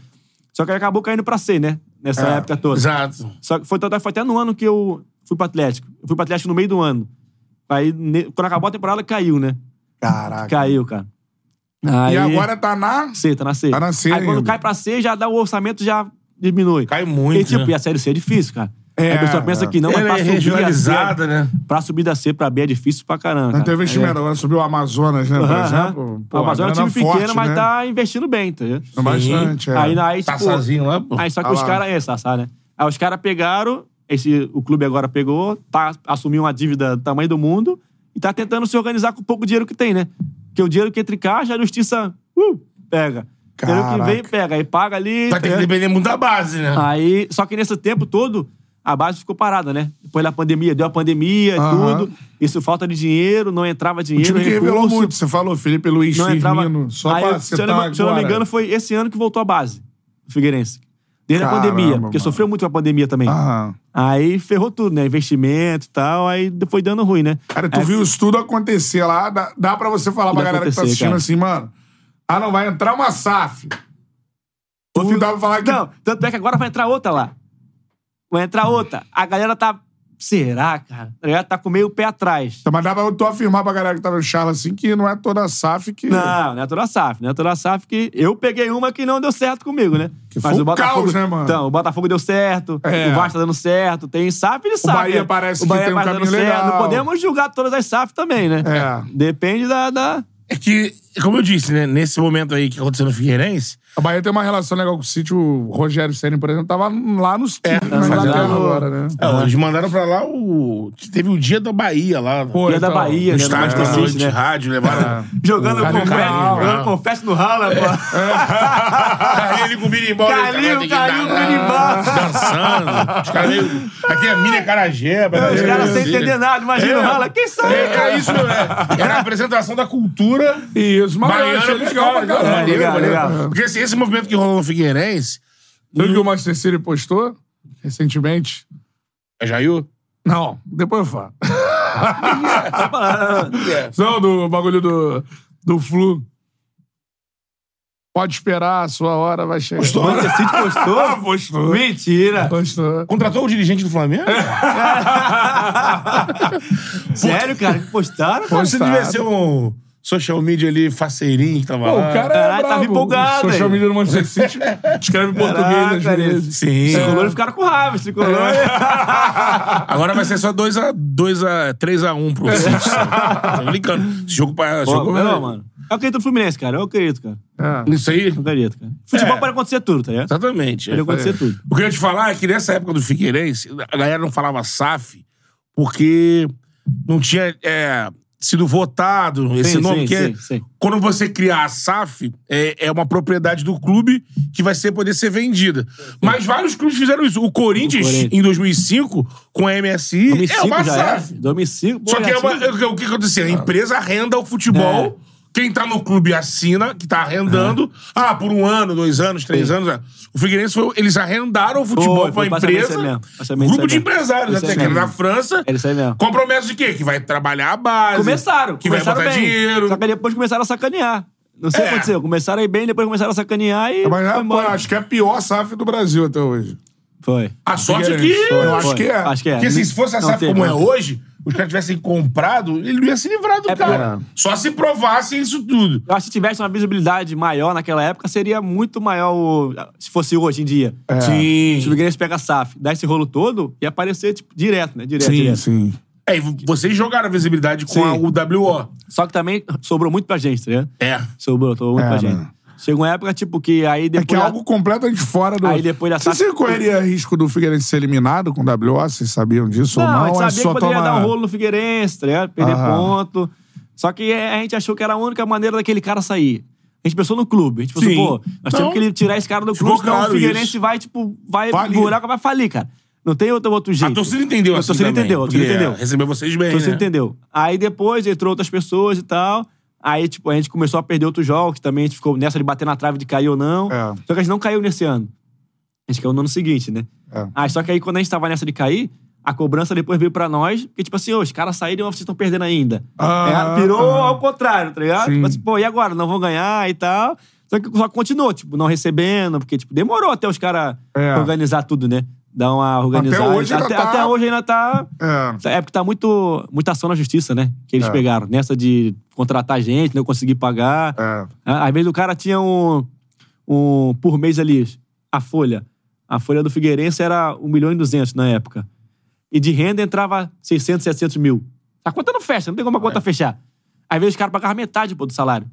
C: Só que acabou caindo pra C, né? Nessa
A: É,
C: época toda.
B: Exato.
C: Só que foi, tanto é que foi até no ano que eu fui pro Atlético. Eu fui pro Atlético no meio do ano. Aí, ne- quando acabou a temporada, caiu, né?
A: Caraca.
C: Caiu, cara. Aí,
A: Tá E agora tá na...
C: C, tá na C.
A: Tá na C
C: Aí quando
A: ainda.
C: cai pra C, já dá o orçamento, já diminui.
B: Cai muito,
C: E tipo,
B: né?
C: e a Série C é difícil, cara.
A: É,
C: Aí a pessoa pensa
A: é.
C: que não, mas
B: Ela é
C: pra subir a C,
B: regionalizada, né?
C: pra subir da C pra B é difícil pra caramba,
A: Não
C: cara. É.
A: tem investimento. Agora subiu o Amazonas, né? Por
C: Aham,
A: exemplo.
C: aham.
A: Pô,
C: o Amazonas é um
A: grana
C: time pequeno,
A: forte,
C: mas
A: né?
C: tá investindo bem, tá ligado?
A: Bastante, é.
C: Aí, aí,
B: Tá
C: tipo,
B: sozinho lá, pô.
C: aí só que
A: Ah
C: os
A: lá.
C: caras... É, Sassá, né? Aí os caras pegaram, esse, o clube agora pegou, tá, assumiu uma dívida do tamanho do mundo e tá tentando se organizar com o pouco dinheiro que tem, né? Porque o dinheiro que entra em caixa, a justiça uh, pega. O dinheiro que
A: Caraca.
C: vem, pega. Aí paga ali...
B: Vai ter que
C: né?
B: depender muito da base, né?
C: Aí, só que nesse tempo todo, a base ficou parada, né? Depois da pandemia, deu a pandemia,
A: Aham.
C: tudo. Isso, falta de dinheiro, não entrava
A: O
C: dinheiro,
A: time que revelou
C: recurso,
A: muito. Você falou Felipe Luiz
C: não entrava.
A: Firmino. Só
C: Aí,
A: pra
C: se, eu
A: citar
C: não, se eu não me
A: agora.
C: engano, foi esse ano que voltou a base do Figueirense. Desde
A: Caramba,
C: a pandemia, porque
A: mano. Ah.
C: sofreu muito com a pandemia também.
A: Aham.
C: Aí ferrou tudo, né? Investimento e tal, aí foi dando ruim, né?
A: Cara, tu
C: Aí-
A: viu isso tudo acontecer lá? Dá, dá pra você falar pra
C: Tudo
A: galera que tá
C: acontecer,
A: assistindo
C: cara.
A: assim, mano. Ah, não, vai entrar uma SAF. Tu dá pra falar que.
C: Não, tanto é que agora vai entrar outra lá. Vai entrar outra. A galera tá. Será, cara? A galera tá com meio pé atrás.
A: Mas dá pra tu afirmar pra galera que tá no Charla assim que não é toda a SAF que.
C: Não, não é toda a SAF, não é toda a SAF que eu peguei uma que não deu certo comigo, né?
A: Que foi um caos, né, mano?
C: Então, o Botafogo deu certo,
A: É.
C: o Vasco tá dando certo, tem SAF e SAF.
A: Bahia
C: né?
A: parece
C: o
A: que
C: Bahia
A: tem um
C: parece
A: caminho
C: dando certo.
A: legal.
C: Não podemos julgar todas as SAF também, né?
A: É.
C: Depende da... da...
B: É que, como eu disse, né? Nesse momento aí que aconteceu no Figueirense,
A: A Bahia tem uma relação legal com o sítio. O Rogério Senna, por exemplo, tava lá nos é,
C: lá
A: na Inglaterra
C: no-
A: agora, né?
B: é,
C: Ah.
B: eles mandaram pra lá o. Teve o dia da Bahia lá.
A: Pô,
C: Dia da
A: então,
C: Bahia,
B: no
C: né? do
B: estádio
C: Manchester
B: da noite,
C: City, né?
B: rádio, levaram.
C: Jogando
A: Carlinho
C: confete,
A: Brown,
C: jogando
B: né?
C: confete no rala, pô.
B: Carlinho com o birimbau.
C: Carlinho,
B: ele tava
C: Carlinho,
B: tem que dar-
C: birimbau.
B: Dançando. Os caras meio... Aqui é né? mini carajé.
A: É.
C: Os caras sem entender nada, imagina o rala. Quem são
B: É, é isso, né? Era a apresentação da cultura
A: Isso, mas eu
B: baiana.
A: achei legal pra
B: legal,
A: caramba.
B: maneiro,
C: legal,
B: maneiro.
C: legal.
B: Porque assim, esse movimento que rolou no Figueirense...
A: Viu o que o Master City postou recentemente?
B: É Jair?
A: Não, depois eu falo.
B: É.
A: Não, do bagulho do, do flu. Pode esperar, a sua hora vai chegar.
C: O Manchester City
A: Ah,
C: postou?
A: Postou.
C: Mentira.
A: Postou.
B: Contratou o dirigente do Flamengo?
A: É,
C: Sério, cara? que Postaram? cara?
B: Você devia ser um social media ali, faceirinho que tava
A: Pô, o
B: lá.
A: cara é
C: Caralho,
A: brabo.
C: Ah, tava empolgado,
A: Social
C: hein?
A: media do Manchester City. Escreve em português
C: Caraca,
A: às
C: cara,
A: vezes.
B: Sim.
C: Os tricolores ficaram com raiva, É. os tricolores.
B: É. Agora vai ser só 2x1 dois a, 3 a 1 um pro City. Tô brincando. Esse jogo para.
C: Pô,
B: jogo é-
C: não, mano. Eu acredito no Fluminense, cara. Eu acredito, cara.
A: É.
B: Isso aí.
C: Eu acredito, cara. Futebol
B: É.
C: pode acontecer tudo, tá ligado?
B: Exatamente.
C: Pode acontecer tudo.
B: O que eu ia te falar é que nessa época do Figueirense, a galera não falava SAF porque não tinha é, sido votado esse
C: Sim,
B: nome.
C: sim,
B: que é-
C: sim, sim.
B: Quando você criar a SAF, é, é uma propriedade do clube que vai ser, poder ser vendida. Mas vários clubes fizeram isso. O Corinthians,
C: O Corinthians.
B: em 2005, com a MSI, é
C: 2005
B: uma
C: já era.
B: SAF.
C: 2005, pô,
B: Só que
C: já
B: é uma-
C: tinha-
B: o que aconteceu? A empresa arrenda o futebol.
C: É.
B: Quem tá no clube assina, que tá arrendando. Ah, por um ano, dois anos, três
C: Sim.
B: anos. ah. O Figueirense, foi, eles arrendaram o futebol
C: Foi, foi
B: pra
C: basicamente
B: empresa.
C: isso aí mesmo, basicamente
B: Grupo
C: isso
B: de
C: aí mesmo.
B: empresários,
C: Isso
B: até
C: aí
B: que
C: mesmo.
B: na França.
C: Era isso aí mesmo.
B: Com promessa de quê? Que vai trabalhar a base.
C: Começaram,
B: Que vai
C: começaram
B: botar
C: bem.
B: dinheiro.
C: Só que aí depois começaram a sacanear. Não sei
B: É.
C: o que aconteceu. Começaram aí bem, depois começaram a sacaneaar e.
A: Mas
C: foi
A: é, pô,
C: embora.
A: acho que é a pior SAF do Brasil até hoje.
C: Foi.
B: A sorte é que...
A: Figueirense, foi. Eu acho
C: Foi.
A: que é.
C: Acho que é.
B: Porque assim, se fosse a
C: Não
B: SAF
C: teve,
B: como é
C: não
B: hoje, os caras tivessem comprado, ele não ia se livrar do
C: É
B: cara.
C: porque-
B: Só se provassem isso tudo.
C: Eu acho que se tivesse uma visibilidade maior naquela época, seria muito maior o- se fosse hoje em dia.
B: É.
C: Se o
B: Sim.
C: Figueirense pega a SAF, dá esse rolo todo e aparecer tipo, direto, né? Direto, direto.
A: sim.
B: É, e vocês jogaram a visibilidade com
C: Sim.
B: a UWO.
C: Só que também sobrou muito pra gente, tá ligado?
B: É.
C: Sobrou, sobrou muito
A: É,
C: pra gente.
A: né?
C: Chegou uma época, tipo, que aí
A: É que é
C: depois.
A: algo completamente fora do.
C: Aí depois da
A: Você
C: taça-
A: se correria risco do Figueirense ser eliminado com o WO? Vocês sabiam disso
C: não, a
A: ou
C: gente
A: não? É
C: sabia que
A: só
C: poderia
A: tomar.
C: dar um rolo no Figueirense, tá ligado? Perder
A: Aham.
C: ponto. Só que é, a gente achou que era a única maneira daquele cara sair. A gente pensou no clube. A gente pensou,
B: Sim.
C: pô, nós
B: Então,
C: temos que tirar esse cara do
B: ficou
C: clube, senão
B: claro
C: o Figueirense
B: isso.
C: vai, tipo, vai
A: Falir.
C: buraco, vai falir, cara. Não tem outro, outro jeito.
B: A torcida entendeu
C: A
B: assim
C: torcida
B: também,
C: entendeu, a torcida
B: porque,
C: entendeu.
B: é, Recebeu vocês bem,
C: Então você
B: né?
C: entendeu. Aí depois entrou outras pessoas e tal. Aí, tipo, a gente começou a perder outros jogos. Também a gente ficou nessa de bater na trave de cair ou não.
A: É.
C: Só que a gente não caiu nesse ano. A gente caiu no ano seguinte, né?
A: É.
C: Ah, só que aí quando a gente tava nessa de cair, a cobrança depois veio pra nós. Porque, tipo assim, ô, os caras saíram e vocês estão perdendo ainda.
A: Ah,
C: é, virou
A: ah.
C: ao contrário, tá ligado?
A: Sim.
C: Tipo assim, pô, e agora? Não vão ganhar e tal. Só que só continuou, tipo, não recebendo. Porque, tipo, demorou até os caras
A: É.
C: organizar tudo, né? Dar uma organizada.
A: hoje ainda
C: até,
A: tá-
C: até hoje ainda tá...
A: É.
C: É porque tá muito, muita ação na justiça, né? Que eles
A: É.
C: pegaram. Nessa de contratar gente, não conseguir pagar.
A: É.
C: Ah, Às vezes o cara tinha um, um. Por mês ali, a folha. A folha do Figueirense era 1 milhão e 200 na época. E de renda entrava 600, 700 mil. A conta não fecha, não tem como a conta
B: É.
C: fechar. Às vezes os caras pagavam metade pô, do salário.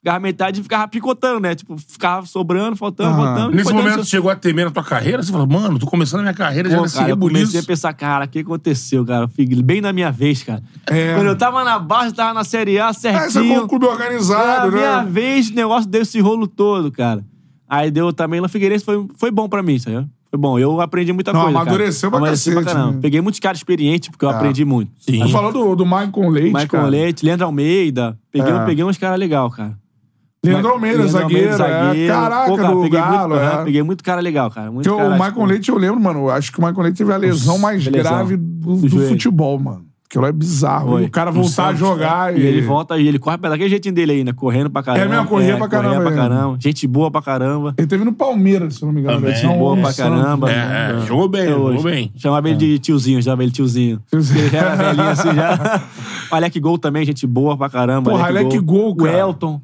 C: Ficava metade e ficava picotando, né? Tipo, ficava sobrando, faltando,
A: Aham.
C: faltando.
B: Ah,
C: e
B: Nesse
C: foi dando
B: momento,
C: seu-
B: chegou a temer na tua carreira? Você falou, mano, tô começando a minha carreira, já
C: Pô,
B: nesse
C: cara, eu comecei a
B: rebuliço.
C: pensar, cara, o que aconteceu, cara? Fiquei bem na minha vez, cara.
A: É.
C: Quando eu tava na base, tava na Série A
A: É, você foi
C: certinho. É,
A: um clube organizado,
C: na minha
A: né?
C: vez, o negócio deu esse rolo todo, cara. Aí deu também lá Figueirense, foi, foi bom pra mim, sabe? Foi bom, eu aprendi muita
A: Não,
C: coisa, cara.
A: amadureceu pra cacete,
C: caramba.
A: né?
C: Peguei muitos caras experientes, porque eu aprendi muito.
A: Você falou do, do Michael Leite,
C: Michael
A: cara.
C: Leite, Leandro Almeida. Peguei,
A: É.
C: peguei uns caras legal, cara.
A: Leandro Almeida,
C: Leandro
A: zagueiro.
C: Almeida,
A: é.
C: zagueiro.
A: Caraca,
C: Pô, cara,
A: do
C: peguei
A: Galo,
C: muito,
A: é.
C: aham, Peguei muito cara legal, cara. Muito
A: Porque o
C: cara,
A: Michael
C: tipo,
A: Leite, eu lembro, mano, acho que o Michael Leite teve a lesão mais
C: lesão.
A: grave do,
C: Do
A: do
C: joelho.
A: futebol, mano. Aquilo é bizarro.
C: Foi. é.
A: E o cara voltar a
B: Santos,
A: jogar e...
C: E ele volta e ele corre pra daquele jeitinho dele ainda, correndo pra caramba.
A: É
C: É,
A: mesmo, corria pra caramba
C: Corria pra
A: mesmo.
C: caramba. Gente boa pra caramba.
A: Ele teve no Palmeiras, se eu não me engano.
B: Também.
A: versão
C: Boa pra
A: Santos.
C: caramba.
B: É, é, jogou bem,
C: né? Até
B: jogou
C: hoje.
B: bem.
C: Chamava ele
A: É.
C: de tiozinho, chamava ele tiozinho. Ele já era velhinho assim já. O Alec Gol também, gente boa pra caramba.
A: Porra, Alec Gol, cara.
C: O Elton.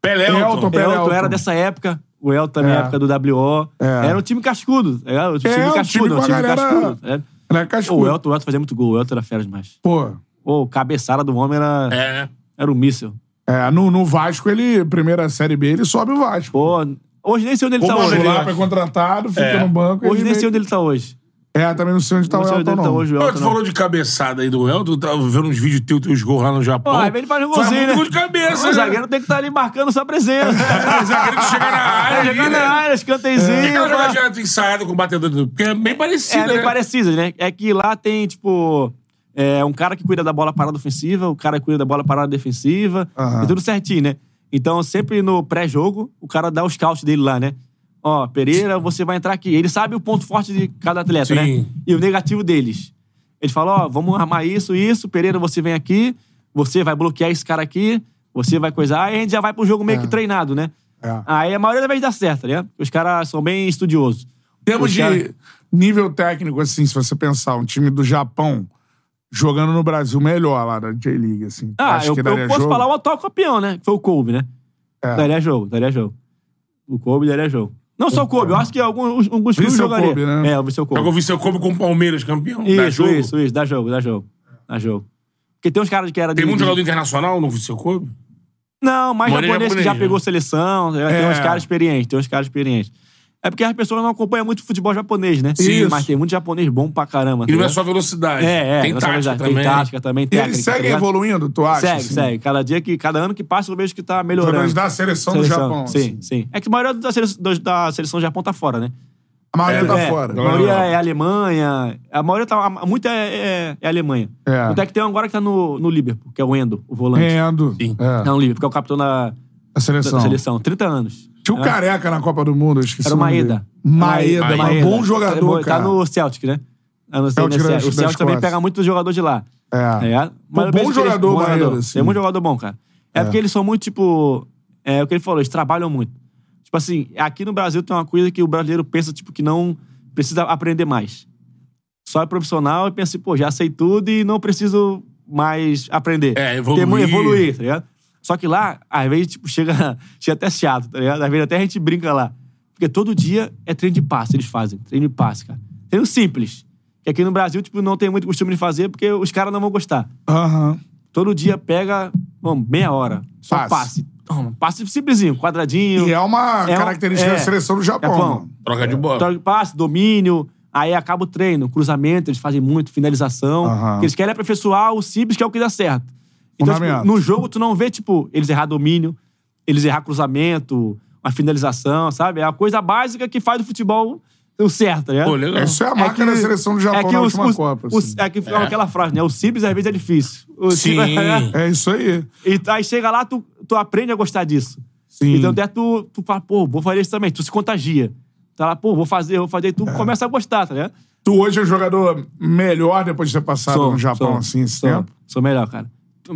B: Pelé,
A: Elton,
B: Elton.
C: O
A: Pelé
C: Elton,
A: Elton.
C: era dessa época. O Elton também,
A: É.
C: época do WO.
A: É.
C: Era um time cascudo. Era um time
A: É, um time
C: cascudo.
A: com
C: um
A: a
C: time
A: galera-
C: cascudo. É.
A: Ele é cascudo.
C: O Elton, o Elton fazia muito gol. O Elton era fera demais.
A: Pô,
C: Pô, cabeçada do homem era,
B: É,
C: era um míssel.
A: é, no, no Vasco, ele... Primeira Série B, ele sobe o Vasco.
C: Pô, hoje nem sei onde ele tá
A: Pô,
C: hoje.
A: o Lapa é contratado, fica
B: É.
A: no banco.
C: Hoje
A: ele
C: nem
A: meio-
C: sei onde ele tá hoje.
A: É, também não sei onde tá
C: Não
A: o
C: sei onde
A: Elton,
C: ele tá
A: não.
C: hoje, o
B: Pô,
C: Elton.
B: tu
C: não.
B: falou de cabeçada aí do Elton, tava vendo uns vídeos teus, teus gols lá no Japão.
C: Pô, aí ele faz um
B: Faz
A: é
C: golzinho,
B: muito
C: né?
B: gol de cabeça,
C: O
B: né?
C: zagueiro tem que estar ali marcando sua presença.
B: O zagueiro que chega na área.
C: Jogando na
B: ali, né?
C: área,
B: Por que
C: escanteizinho.
B: ela
C: pá.
B: joga direto ensaiada com o batedor? do- Porque é bem parecido,
C: É bem
B: né?
C: parecido, né? É que lá tem, tipo, é, um cara que cuida da bola parada ofensiva, o cara que cuida da bola parada defensiva,
A: Aham.
C: e tudo certinho, né? Então, sempre no pré-jogo, o cara dá o scout dele lá, né? Ó, Pereira, você vai entrar aqui. Ele sabe o ponto forte de cada atleta,
B: Sim.
C: né? E o negativo deles. Ele fala, ó, vamos armar isso, isso. Pereira, você vem aqui. Você vai bloquear esse cara aqui. Você vai coisar. Aí a gente já vai pro jogo meio que treinado, né?
A: É.
C: Aí a maioria das vezes dá certo, né? Os caras são bem estudiosos.
A: termos
C: Os
A: de
C: caras-
A: nível técnico, assim, se você pensar, um time do Japão jogando no Brasil melhor lá da J-League, assim.
C: Ah,
A: acho
C: eu,
A: que
C: eu
A: daria
C: posso
A: jogo.
C: falar o atual campeão, né? Que foi o Kobe, né?
A: É.
C: Daria jogo, daria jogo. O Kobe daria jogo. Não só o Kobe, eu acho que alguns, alguns filmes
A: Vissel
C: jogaria.
A: Kobe, né?
C: É, o Vissel
B: Jogou
C: Kobe.
B: o Viseu Kobe com o Palmeiras, campeão. Dá
C: Isso,
B: jogo.
C: isso, isso. Dá jogo, dá jogo. Dá jogo. Porque tem uns caras que era de...
B: Tem muito
C: de-
B: jogador internacional no Viseu Kobe?
C: Não, mais
B: Maneiro
C: japonês que já
B: japonês,
C: pegou
B: né?
C: seleção.
A: É.
C: Tem uns caras experientes, tem uns caras experientes. É porque as pessoas não acompanham muito futebol japonês, né?
A: Isso.
C: Mas tem muito japonês bom pra caramba.
B: E
C: tá
B: não é
C: ligado?
B: só velocidade.
C: É, é.
B: Tem
C: na
B: tática
C: verdade,
B: também. né?
C: Tem tática também,
A: E
C: técnica.
A: eles
C: tá
A: seguem
C: ligado?
A: evoluindo, tu acha?
C: Segue,
A: assim?
C: segue. Cada dia que, cada ano que passa, eu vejo que tá melhorando.
A: Jogadores da seleção, do Japão.
C: Sim,
A: assim.
C: sim. É que a maioria da seleção, dos- da seleção do Japão tá fora, né?
A: A maioria
B: É,
A: tá
C: é,
A: fora.
C: A maioria é Alemanha. A maioria tá. a- Muita é, é, é Alemanha.
A: É.
C: Até que tem um agora que tá no, no Liverpool, que é o Endo, o volante.
A: Ganhando.
B: Sim.
A: É,
C: Não, no Liverpool, que é o capitão da, da-
A: a
C: da
A: seleção.
C: seleção. 30 anos.
A: Tinha o
C: É.
A: Careca na Copa do Mundo, eu esqueci.
C: Era o
A: o nome
C: Maeda.
A: dele. Maeda,
B: Maeda.
A: mas
C: Maeda.
A: bom jogador,
C: tá,
A: cara.
C: Tá no Celtic, né? Ah, não sei,
A: Celtic
C: né?
A: da-
C: o
A: da
C: Celtic também
A: Escócia.
C: pega muito jogador de lá.
A: É.
C: É.
A: Pô, bom jogador, Maeda, assim.
C: É muito jogador bom, cara. É, porque eles são muito, tipo. É o que ele falou, eles trabalham muito. Tipo assim, aqui no Brasil tem uma coisa que o brasileiro pensa, tipo, que não precisa aprender mais. Só é profissional e pensa, assim, pô, já sei tudo e não preciso mais aprender.
B: É,
C: Tem muito-
B: evoluir.
C: evoluir, tá ligado? Só que lá, às vezes, tipo, chega, chega até chato, tá ligado? Às vezes até a gente brinca lá. Porque todo dia é treino de passe, eles fazem. Treino de passe, cara. Treino simples. Que aqui no Brasil, tipo, não tem muito costume de fazer porque os caras não vão gostar.
A: Aham.
C: Todo dia pega, bom, meia hora. Só
A: Passe.
C: passe. Passe simplesinho, quadradinho.
A: E é uma
C: É um-
A: característica
C: é.
A: da seleção do Japão.
C: Japão.
A: mano.
B: Troca
C: É.
B: de bola.
C: Troca de passe, domínio. Aí acaba o treino, cruzamento, eles fazem muito, finalização.
A: Aham.
C: Porque Eles querem é aperfeiçoar o simples, que é o que dá certo. Então, tipo,
A: Fundamento.
C: no jogo, tu não vê, tipo, eles errar domínio, eles errar cruzamento, uma finalização, sabe? É a coisa básica que faz o futebol o certo, né?
B: Pô, legal.
A: Isso é a marca da seleção do Japão na
C: é os-
A: última
C: os-
A: Copa.
C: os-
A: assim.
C: é que fica aquela frase, né? O simples às vezes é difícil. O Tipo,
B: Sim.
C: simples-
A: É isso aí.
C: e tu- Então, aí chega lá, tu, tu aprende a gostar disso.
A: Sim.
C: Então até tu, tu fala, pô, vou fazer isso também. Tu se contagia. Tá lá, pô, vou fazer, vou fazer. E
A: É.
C: tu começa a gostar, tá ligado?
A: Tu hoje é o jogador melhor depois de ter passado no Japão, assim, esse
C: sou,
A: tempo?
C: Sou melhor, cara.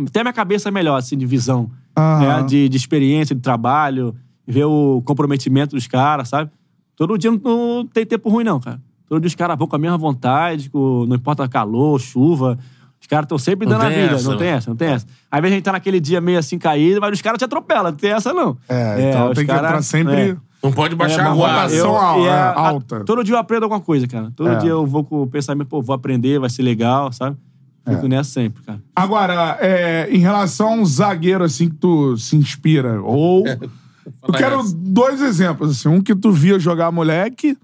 C: Até minha cabeça é melhor, assim, de visão.
A: Aham.
C: né? De, de experiência, de trabalho. Ver o comprometimento dos caras, sabe? Todo dia não, não tem tempo ruim, não, cara. Todo dia os caras vão com a mesma vontade, com- não importa calor, chuva. Os caras estão sempre
B: Não
C: dando a
B: tem
C: vida.
B: essa, né?
C: Não tem essa, não tem essa. Às vezes a gente tá naquele dia meio assim caído, mas os caras te atropelam. Não tem essa, não.
A: É, então
C: os
A: tem que
C: cara-
A: entrar sempre.
C: é.
B: Não pode baixar
C: É,
B: a
C: mas
B: guarda.
A: rotação.
C: eu-
A: al-
C: e
A: é, alta.
C: todo dia eu aprendo alguma coisa, cara. Todo
A: É.
C: dia eu vou com o pensamento, pô, vou aprender, vai ser legal, sabe?
A: É.
C: Fico nessa sempre, cara.
A: Agora, é, em relação a um zagueiro assim que tu se inspira, ou. Eu
B: Fala
A: quero
B: essa.
A: dois exemplos, assim. Um que tu via jogar moleque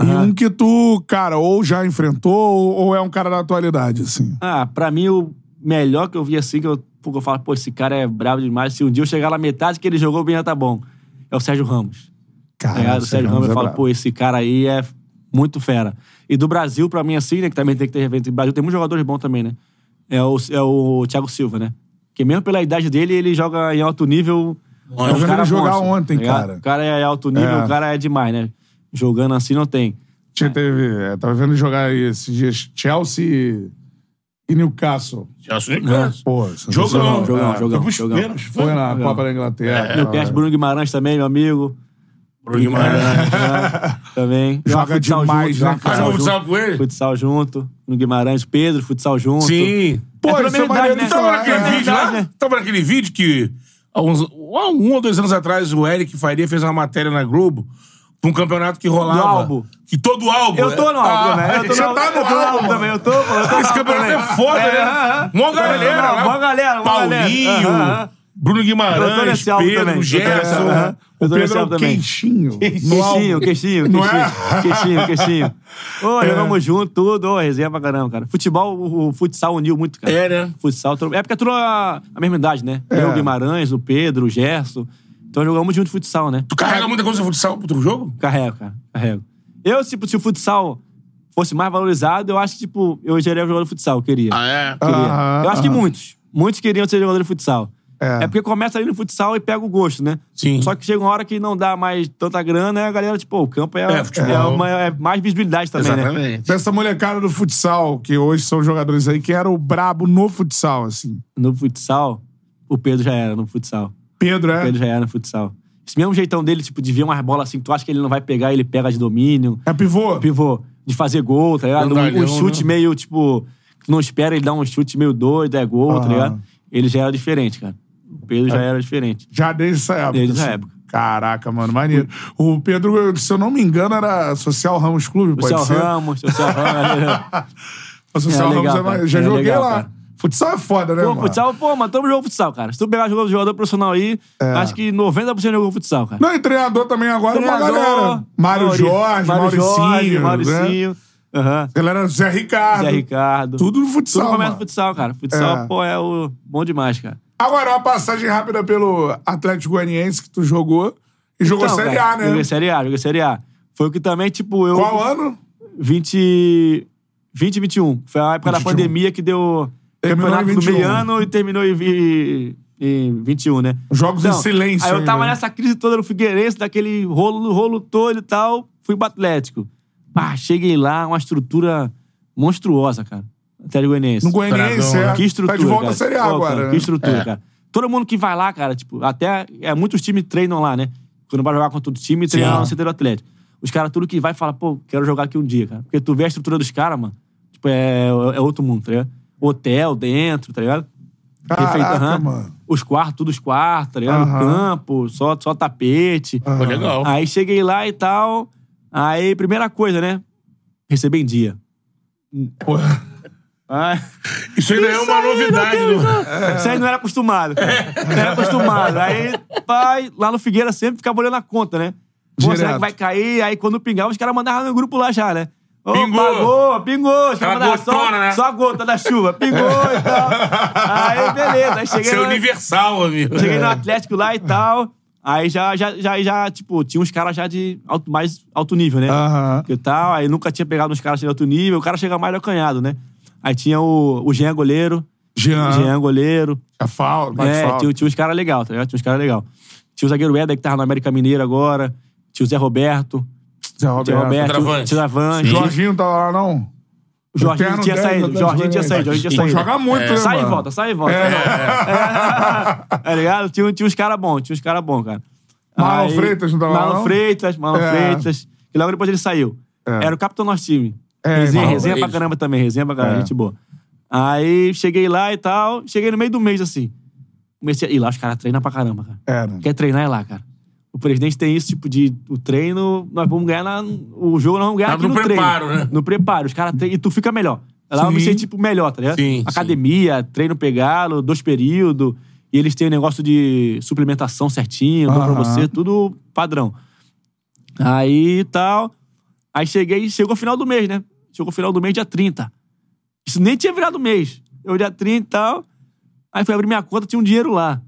A: e um que tu, cara, ou já enfrentou ou, ou é um cara da atualidade, assim.
C: Ah, pra mim o melhor que eu vi assim, que eu, pô, que eu falo, pô, esse cara é brabo demais. Se um dia eu chegar na metade que ele jogou bem, já tá bom. É o Sérgio Ramos. tá ligado?
A: Cara,
C: o Sérgio Ramos, eu falo, pô, esse cara aí é muito fera. E do Brasil, pra mim, assim, né, que também tem que ter evento. O Brasil tem muitos jogadores bons também, né? É o, é o Thiago Silva, né? Que mesmo pela idade dele, ele joga em alto nível.
B: Ontem.
C: É um
B: Eu vi
C: cara
A: ele jogar
C: monstro,
A: ontem,
C: tá ligado?
A: cara.
C: O cara é alto nível,
A: É.
C: o cara é demais, né? Jogando assim não tem.
A: Tinha teve, é, tava vendo jogar aí esses dias Chelsea e Newcastle.
B: Já sou de
A: Pô,
B: Jogão,
A: sensacional.
C: É. jogão,
A: É,
C: jogão,
B: Foi pros
C: jogão.
B: pênaltis,
A: Foi
B: foi?
A: na
C: Jogão.
A: Copa da Inglaterra.
C: Meu cast Bruno Guimarães também, meu amigo.
B: Bruno
C: É,
B: Guimarães.
C: né? também.
A: Joga
C: Joga futsal
A: demais,
C: junto,
A: né,
C: joga
A: cara?
B: Faz um
C: Futsal
B: futsal
C: junto,
B: com ele?
C: futsal junto. No Guimarães, Pedro, futsal junto.
B: Sim.
A: Pô,
C: É pela
A: isso é
C: minha idade,
A: maneiro
C: né?
A: de
B: Tava
A: falar,
B: naquele
A: é.
B: vídeo lá?
C: verdade, né?
B: Tava naquele vídeo que há uns, há um ou dois anos atrás o Eric Faria fez uma matéria na Globo pra um campeonato que rolava.
C: No álbum.
B: Que todo álbum. né?
C: Eu tô no álbum também. Eu tô
B: Você
C: no álbum-
B: tá no
C: eu tô no
B: álbum.
C: também. Eu tô, pô, eu tô no
B: Esse
C: álbum
B: campeonato
C: também.
B: é foda,
C: É,
B: né?
C: aham.
B: Mó galera.
C: Não,
B: lá.
C: mó galera, mó galera.
B: Paulinho,
C: Aham.
B: Bruno
C: Eu tô
B: Guimarães,
C: nesse álbum também.
B: Pedro,
C: Eu tô nesse
B: Gerson.
C: álbum, aham.
A: O
C: Eu tô nesse
A: Pedro é
C: álbum
A: o
C: também.
A: queixinho. no
C: Queixinho,
A: álbum.
C: queixinho,
A: Não
C: queixinho,
A: é?
C: queixinho, queixinho. Ô, jogamos junto, tudo, ô, resenha pra caramba, cara. Futebol, o, o futsal uniu muito, cara.
B: É, né?
C: Futsal, tro- é porque é tudo a, a mesma idade, né? Eu, o Guimarães, o Pedro, o Gerson. Então jogamos junto futsal, né?
B: Tu carrega muita coisa no futsal pro outro jogo?
C: Carrego, cara, carrego. Eu, tipo, se o futsal fosse mais valorizado, eu acho que, tipo, eu seria jogador de futsal, eu queria.
B: Ah, é?
C: Queria.
A: Aham,
C: eu acho que
A: aham.
C: muitos. Muitos queriam ser jogador de futsal.
A: ah. É.
C: É. porque começa ali no futsal e pega o gosto, né?
B: Sim.
C: Só que chega uma hora que não dá mais tanta grana, a galera, tipo, "Pô, o campo é,
B: É, futebol.
C: é uma- é mais visibilidade também, né?
B: Exatamente.
A: Dessa molecada do futsal, que hoje são jogadores aí, que era o brabo no futsal, assim.
C: No futsal, o Pedro já era no futsal.
A: Pedro é.
C: O Pedro já era no futsal. Esse mesmo jeitão dele, tipo, de ver umas bolas assim, que tu acha que ele não vai pegar, ele pega de domínio.
A: É pivô?
C: pivô de fazer gol, tá ligado? Um,
B: Grandalhão,
C: um chute
B: né?
C: meio, tipo, tu não espera ele dar um chute meio doido, é gol, tá
A: Aham. É.
C: ligado? Ele já era diferente, cara. O Pedro já era diferente.
A: Já desde essa época.
C: Desde essa
A: assim.
C: época.
A: Caraca, mano, maneiro. O Pedro, se eu não me engano, era Social Ramos Clube,
C: O
A: pode
C: Céu
A: ser?
C: Ramos, o Céu Ramos. né?
A: O Social
C: É, legal,
A: Ramos é mais...
C: cara.
A: Já
C: É
A: joguei
C: legal,
A: lá.
C: cara.
A: Futsal é foda, né,
C: Pô,
A: mano?
C: futsal, pô, matamos o jogo futsal, cara. Se tu pegar jogo jogador profissional aí, acho que 90% jogou futsal, cara.
A: É. Não, e treinador também agora, é uma
C: Treinador,
A: galera. Mário
C: Mauri-
A: Jorge,
C: Mário Jorge,
A: Mauricinho. Né?
C: Mauricinho. Aham.
A: Galera, Zé Ricardo.
C: Zé Ricardo.
A: Tudo no futsal,
C: Tudo começa
A: mano.
C: no futsal, cara. Futsal,
A: É.
C: pô, é o bom demais, cara.
A: Agora, uma passagem rápida pelo Atlético Goianiense que tu jogou. E jogou
C: Então,
A: Série
C: cara,
A: A, né?
C: Joguei Série A, joguei Série A. Foi o que também, tipo, eu...
A: Qual ano?
C: 20, 20 21. Foi a época
A: 21.
C: da pandemia que deu
A: Terminou em
C: campeonato do
A: 21.
C: meio ano e terminou em, vi- em 21, né?
A: Jogos em silêncio
C: Aí eu tava
A: ainda, né?
C: nessa crise toda no Figueirense, daquele rolo, rolo todo e tal. Fui pro Atlético. Pá, cheguei lá, uma estrutura monstruosa, cara. Atlético Goianiense.
A: No Goianiense,
B: Dragão,
A: é.
B: né?
C: Que estrutura.
A: Tá de volta
C: cara.
A: à Série A
C: Pô,
A: agora,
C: cara,
A: né?
C: Que estrutura, cara. Todo mundo que vai lá, cara, tipo, até. É, muitos times treinam lá, né? Quando vai jogar contra outro time, treina lá no CT do Atlético. Os caras, tudo que vai, fala, pô, quero jogar aqui um dia, cara. Porque tu vê a estrutura dos caras, mano. Tipo, é, é outro mundo, tá ligado? Hotel dentro, tá ligado?
A: Caraca,
C: aham.
A: mano.
C: Os quartos, tudo os quartos, tá ligado?
A: Aham.
C: Campo, só, só tapete.
B: Pô, legal.
C: Aí cheguei lá e tal. Aí, primeira coisa, né? Receber em dia. Ah,
B: Isso ainda é
C: isso
B: uma
C: aí não
B: novidade.
C: tem-
B: do...
C: Isso aí É. não era acostumado. cara.
B: É.
C: Não era acostumado. Aí, pai, lá no Figueira sempre ficava olhando a conta, né? Pô, será
A: Direto.
C: que vai cair? Aí quando pingava, os caras mandavam no grupo lá já, né? Ô,
B: Pingou.
C: Pagou, pingou. Os
B: Aquela
C: caras mandavam só,
B: gotona, né?
C: só a gota da chuva. Pingou e tal. Aí, beleza. Aí cheguei
B: Isso é
C: lá-
B: universal, amigo.
C: Cheguei no Atlético lá e tal. Aí já, já, já, já tipo, tinha uns caras já de alto, mais alto nível, né?
A: Aham.
C: E tal. Aí nunca tinha pegado uns caras de alto nível. O cara chega mais acanhado, né? Aí tinha o, o Jean Goleiro.
A: Jean.
C: Jean Goleiro.
A: A falta, bate
C: é,
A: falta.
C: tinha, tinha uns caras legal, tá ligado? Tinha uns caras legal. Tinha o zagueiro Eder, que tava na América Mineira agora. Tinha o Zé Roberto.
A: Zé
C: Zé
A: Roberto.
C: Roberto.
B: Centroavante.
C: Tinha o Avante.
A: Jorginho tá lá, não?
C: O Jorginho tinha saído. O Jorginho tinha saído. o Jorginho tinha
A: Pô,
C: saído. É.
A: Joga muito, né,
C: Sai e
A: mano? É.
C: volta, sai e volta. tá ligado? Tinha, tinha uns caras bons, tinha uns caras bons, cara.
A: Marlon Freitas não tava lá,
C: Marlon
A: não?
C: Freitas, Marlon
A: É.
C: Freitas. E logo depois ele saiu. Era o capitão do nosso time.
A: É,
C: resenha
A: Marlon
C: resenha pra
B: Freitas.
C: caramba também, resenha pra caramba,
A: É.
C: gente boa. Aí cheguei lá e tal, cheguei no meio do mês assim. Comecei a ir lá, os caras treinam pra caramba, cara.
A: Era.
C: Quer treinar é lá, cara. O presidente tem isso, tipo, de o treino, nós vamos ganhar na, o jogo, nós vamos ganhar
B: Tá
C: aqui
B: no
C: no,
B: preparo,
C: treino.
B: né?
C: No preparo, os caras treinam e tu fica melhor. Lá eu me
A: Sim.
C: senti, tipo, melhor, tá ligado?
B: Sim,
C: Academia, treino pegado, dois períodos, e eles têm um negócio de suplementação certinho, dão pra
A: Aham.
C: você, tudo padrão. Aí e tal. Aí cheguei, chegou o final do mês, né? Chegou o final do mês, dia 30. Isso nem tinha virado mês. Eu dia 30 e tal. Aí fui abrir minha conta, tinha um dinheiro lá.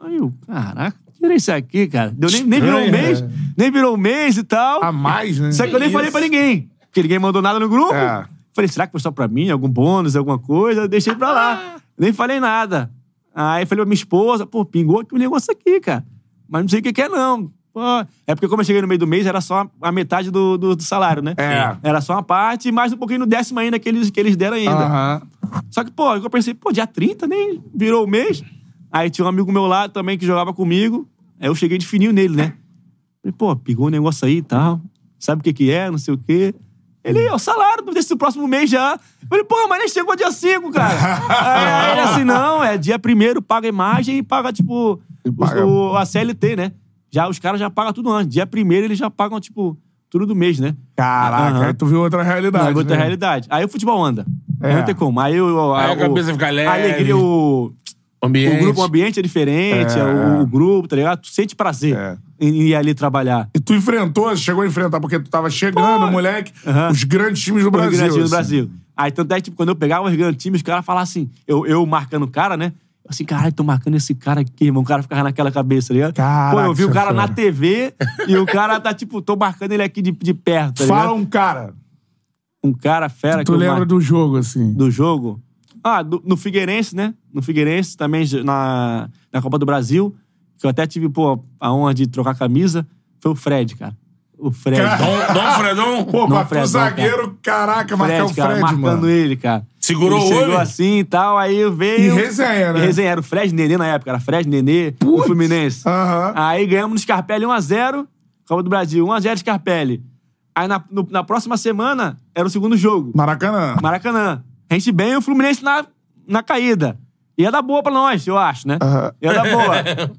C: Aí eu, caraca, que dinheiro é esse aqui, cara? Deu nem, nem virou um
A: Estranho,
C: mês,
A: né?
C: nem virou um mês e tal.
A: A mais, né?
C: Só que eu nem
B: isso?
C: falei pra ninguém. Porque ninguém mandou nada no grupo.
A: É.
C: Falei, será que foi só pra mim? Algum bônus, alguma coisa? Eu deixei pra
A: Ah.
C: lá. nem falei nada. Aí falei pra minha esposa, pô, pingou aqui um negócio aqui, cara. Mas não sei o que que é, não. Pô, É porque como eu cheguei no meio do mês, era só a metade do, do, do salário, né?
A: É.
C: Era só uma parte, e mais um pouquinho no décimo ainda que eles, que eles deram
A: Ah.
C: ainda.
A: Aham.
C: Só que, pô, eu pensei, pô, dia 30 nem virou o mês. Aí tinha um amigo meu lá também que jogava comigo. Aí eu cheguei de fininho nele, né? Falei, pô, pegou um negócio aí e tal. Sabe o que que é, não sei o quê. Ele, é o salário desse próximo mês já. Falei, pô, mas nem chegou dia 5, cara. aí, aí ele assim, não, é dia primeiro, paga a imagem e paga, tipo,
A: E paga-
C: o- o- a CLT, né? Já, os caras já pagam tudo antes. Dia primeiro eles já pagam, tipo, tudo do mês, né?
A: Caraca,
C: Aham.
A: aí tu viu outra realidade.
C: Não, é outra
A: né?
C: realidade. Aí o futebol anda.
A: É.
C: Não tem como. Aí, o,
B: Aí a
C: o-
B: cabeça fica leve.
C: A alegria, o,
B: Ambiente.
C: o grupo, o ambiente é diferente,
A: É.
C: o, o grupo, tá ligado? Tu sente prazer
A: É.
C: em ir ali trabalhar.
A: E tu enfrentou, chegou a enfrentar, porque tu tava chegando, moleque,
C: Aham.
A: os grandes times do
C: Os
A: Brasil.
C: grandes times do
A: assim.
C: Brasil. Aí, tanto é que, tipo, quando eu pegava os grandes times, os caras falavam assim, eu, eu marcando o cara, né? Eu Assim, caralho, tô marcando esse cara aqui, irmão. O cara ficava naquela cabeça, tá ligado?
A: Caraca,
C: Pô, eu vi o cara na
A: fera.
C: TV e o cara tá, tipo, tô marcando ele aqui de, de perto, tá
A: Fala
C: ligado?
A: um cara.
C: Um cara fera
A: Tu
C: que eu
A: lembra
C: mar-
A: do jogo, assim.
C: do jogo? Ah, do- no Figueirense, né? No Figueirense, também j- na, na Copa do Brasil, que eu até tive, pô, a honra de trocar camisa, foi o Fred, cara. O Fred.
B: Dom, Dom Fredon
A: Pô,
C: Não,
A: bateu o
C: Fredão,
A: zagueiro, caraca, marcar é o
C: Fred, cara,
A: Fred,
C: marcando
A: mano.
C: ele, cara.
B: Segurou
C: ele
B: o
C: chegou
B: olho?
C: assim e tal, aí
A: E
C: veio...
A: resenha, né?
C: Resenha, era o Fred Nenê na época, era Fred Nenê, o Fluminense.
A: Aham.
C: Aí ganhamos no Scarpelli 1x0, Copa do Brasil, 1x0 Scarpelli. Aí na, no- na próxima semana era o segundo jogo.
A: Maracanã.
C: Maracanã. A gente bem e o Fluminense na, na caída. Ia dar boa pra nós, eu acho, né?
A: Aham.
C: Ia dar boa.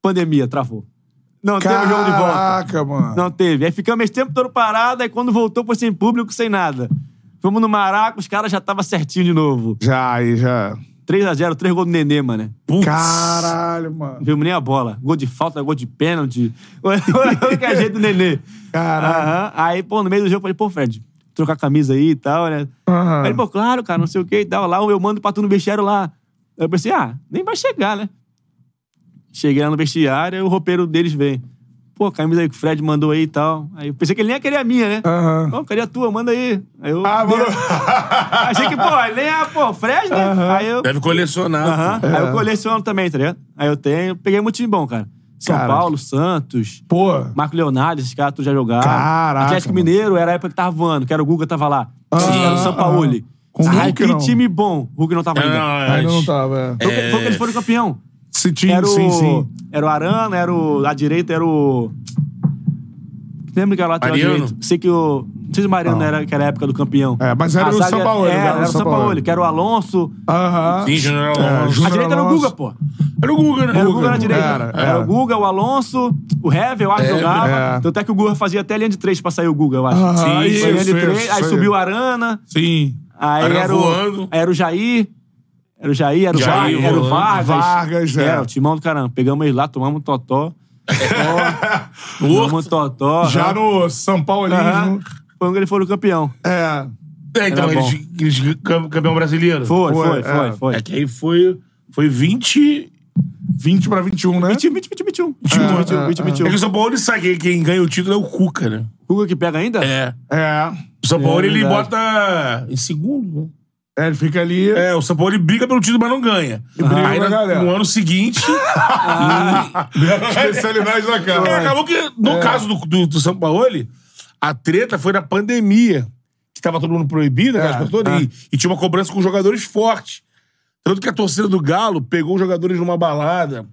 C: Pandemia, travou. Não teve jogo de volta.
A: Caraca, mano.
C: Não teve. Aí ficamos esse tempo todo parado, aí quando voltou foi sem público, sem nada. Fomos no Maraca, os caras já estavam certinho de novo.
A: Já, aí, já.
C: 3x0, 3 gols do Nenê, mano.
B: Putz.
A: Caralho,
C: Não
A: mano.
C: vimos nem a bola. Gol de falta, gol de pênalti. Olha que jeito do Nenê.
A: Caralho.
C: Aham. Aí, pô, no meio do jogo, eu falei, pô, Fred, trocar camisa aí e tal, né?
A: Aham.
C: Aí ele, pô, claro, cara, não sei o que e tal. Lá eu mando pra tu no vestiário lá. Aí eu pensei, ah, nem vai chegar, né? Cheguei lá no vestiário, aí o roupeiro deles vem. Pô, camisa aí que o Fred mandou aí e tal. Aí eu pensei que ele nem ia querer a minha, né?
A: Aham.
C: Pô, queria a tua, manda aí. Aí eu.
A: Ah, mano.
C: né? Achei que, pô, ele nem ia, pô, o Fred, né? Aí eu.
B: Deve colecionar.
C: Aham.
A: É.
C: Aí eu coleciono também, tá ligado? Aí eu tenho. Peguei muito time bom, cara. São
A: Cara.
C: Paulo, Santos,
A: Pô.
C: Marco Leonardo, esses caras tu já jogaram.
A: Caraca,
C: Atlético
A: mano.
C: Mineiro era a época que tava voando, que era o Guga tava lá.
A: Ah,
C: era o Sampaoli.
A: Com o
C: Ai,
A: Hulk,
C: que
A: não.
C: time bom. O Hulk não tava ainda.
A: Ainda não tava. é.
C: Foi, que- foi que eles foram campeão.
A: Sim, sim,
C: Era o,
A: sim, sim.
C: Era o Arana, era o. A direita era o. Lembra que era o lateral
B: Mariano?
C: direito? Sei que o. Não sei se o Mariano era, que era a época do campeão.
A: É, mas era
C: A
A: o
C: zaga
A: Sampaoli,
C: Era,
A: né?
C: era, o Sampaoli, que era o Alonso.
A: Aham.
B: Sim, General
A: É, Ju-
B: Alonso.
C: A
A: Júnior
C: direita era o
A: Alonso.
C: Guga, pô.
B: Era o Guga, né?
C: Era o Guga na direita.
A: Era,
C: Era,
A: era.
C: o Guga, o Alonso, o Heve, eu acho, jogava.
A: é. Ah,
C: Tanto é que o Guga fazia até linha de três pra sair o Guga, eu acho.
A: Aham,
C: Sim,
A: isso,
C: foi linha de
A: isso,
C: três,
A: isso
C: aí
A: aí.
C: subiu o Arana.
A: Sim.
C: Aí
B: Era
C: era, o,
B: voando.
C: aí era o Jair. Era o Jair, era o,
B: Jair,
C: Vargas, era o
B: voando.
C: Vargas.
A: Vargas, é.
C: Era o timão do caramba. Pegamos eles lá, tomamos um totó. Ó, tomamos um totó.
A: Já
C: aham.
A: no São Paulismo.
C: Aham. Foi onde eles foram campeão.
A: É.
B: É, então,
C: Era bom.
B: eles, eles cam- campeão brasileiro.
C: Foi,
A: Foi,
C: foi, foi.
A: é.
C: foi, foi.
B: É que aí foi, foi 20.
A: 20 pra 21, né?
C: 20, 20, 21. 21, 21, 20,
B: É
C: 21.
B: que o São Paulo ele sabe que quem ganha o título é o Cuca, né?
C: Guga um. que pega ainda?
B: É.
A: É.
B: O São Paulo
C: É
B: ele
C: verdade.
B: bota em segundo, né?
A: É, ele fica ali.
B: É, o São Paulo ele briga pelo título, mas não ganha.
A: briga
B: Aí
A: com a
B: na-
A: galera. Ah.
B: no ano seguinte.
A: Especialidade da
B: É,
A: cara.
B: acabou que, no caso do, do, do São Paulo, a treta foi na pandemia, que tava todo mundo proibido, aquelas
A: É,
B: coisas todas, e, e tinha uma cobrança com jogadores fortes. Tanto que a torcida do Galo pegou os jogadores numa balada.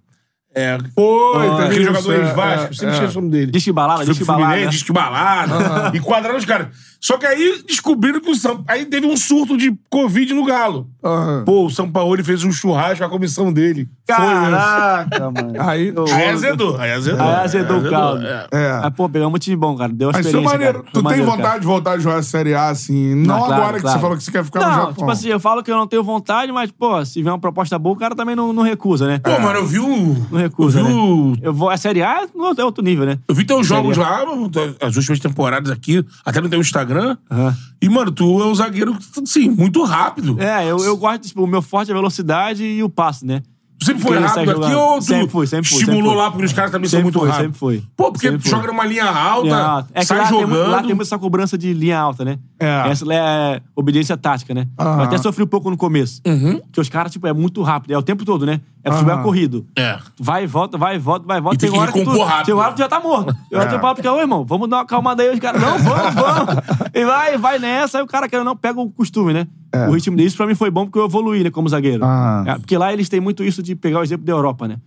B: É,
A: Foi,
B: aquele
A: teve isso,
B: jogador
A: é,
B: ex-Vasco,
A: é,
B: sempre
A: é.
B: esqueço o nome dele.
C: Diz que balada, diz que balada.
B: Fluminense, diz que balada. E quadraram os caras. Só que aí descobriram que o São... Aí teve um surto de Covid no Galo.
A: Aham.
B: Pô, o São Paulo fez um churrasco com a comissão dele. né?
C: Caraca, mano.
A: Aí.
B: Aí azedou, aí azedou.
C: Aí azedou o caldo.
B: é.
A: É.
C: Mas, pô, pegamos um time bom, cara. Deu uma
A: Mas isso é
C: experiência,
A: maneiro.
C: cara.
A: Tu
C: Foi maneiro,
A: tem
C: cara.
A: vontade de voltar a jogar a Série A, assim. Não,
C: claro,
A: agora que
C: claro.
A: você falou que você quer ficar no
C: Não,
A: Japão.
C: tipo assim, eu falo que eu não tenho vontade, mas, pô, se vier uma proposta boa, o cara também não, não recusa, né?
A: É.
B: Pô, mano, eu vi o.
C: Não recusa,
B: eu vi
C: né?
B: o-
C: Eu vou, a Série A não é outro nível, né?
B: Eu vi teus jogos lá, mano, as últimas temporadas aqui, até no teu Instagram.
C: Aham.
B: E, mano, tu é um zagueiro, assim, muito rápido.
C: É, eu, eu gosto, tipo, o meu forte é a velocidade e o passe, né?
B: Tu sempre foi
C: Quem sai
B: rápido aqui
C: jogando?
B: ou tu
C: Sempre fui, sempre fui,
B: estimulou
C: sempre fui.
B: lá porque os caras também são
C: Sempre
B: muito
C: fui,
B: rápidos?
C: sempre fui.
B: Pô, porque
C: Sempre
B: tu
C: fui.
B: joga numa linha
C: Linha
B: alta,
C: alta. É que
B: sai
C: lá tem, muito- lá
B: jogando.
C: tem muito essa cobrança de linha alta, né?
A: É.
C: Essa é obediência tática, né?
A: Aham. Uhum.
C: Eu até sofri um pouco no começo. Porque os caras, tipo, é muito rápido. É o tempo todo, né? É futebol
A: Aham.
C: corrido.
B: É.
C: Vai e volta, vai e volta, vai e volta.
B: E tem que
C: que tu,
B: recompor rápido.
C: tem hora que tu já tá morto. Eu
A: É.
C: até falo pro cara, ô irmão, vamos dar uma acalmada aí. Os caras, não, vamos, vamos. E vai, vai nessa. Aí o cara, querendo ou não, pega o costume, né? O ritmo deles, pra mim, foi bom porque eu evoluí, né, como zagueiro.
A: É. Ah.
C: É, porque lá eles têm muito isso de pegar o exemplo da Europa, né?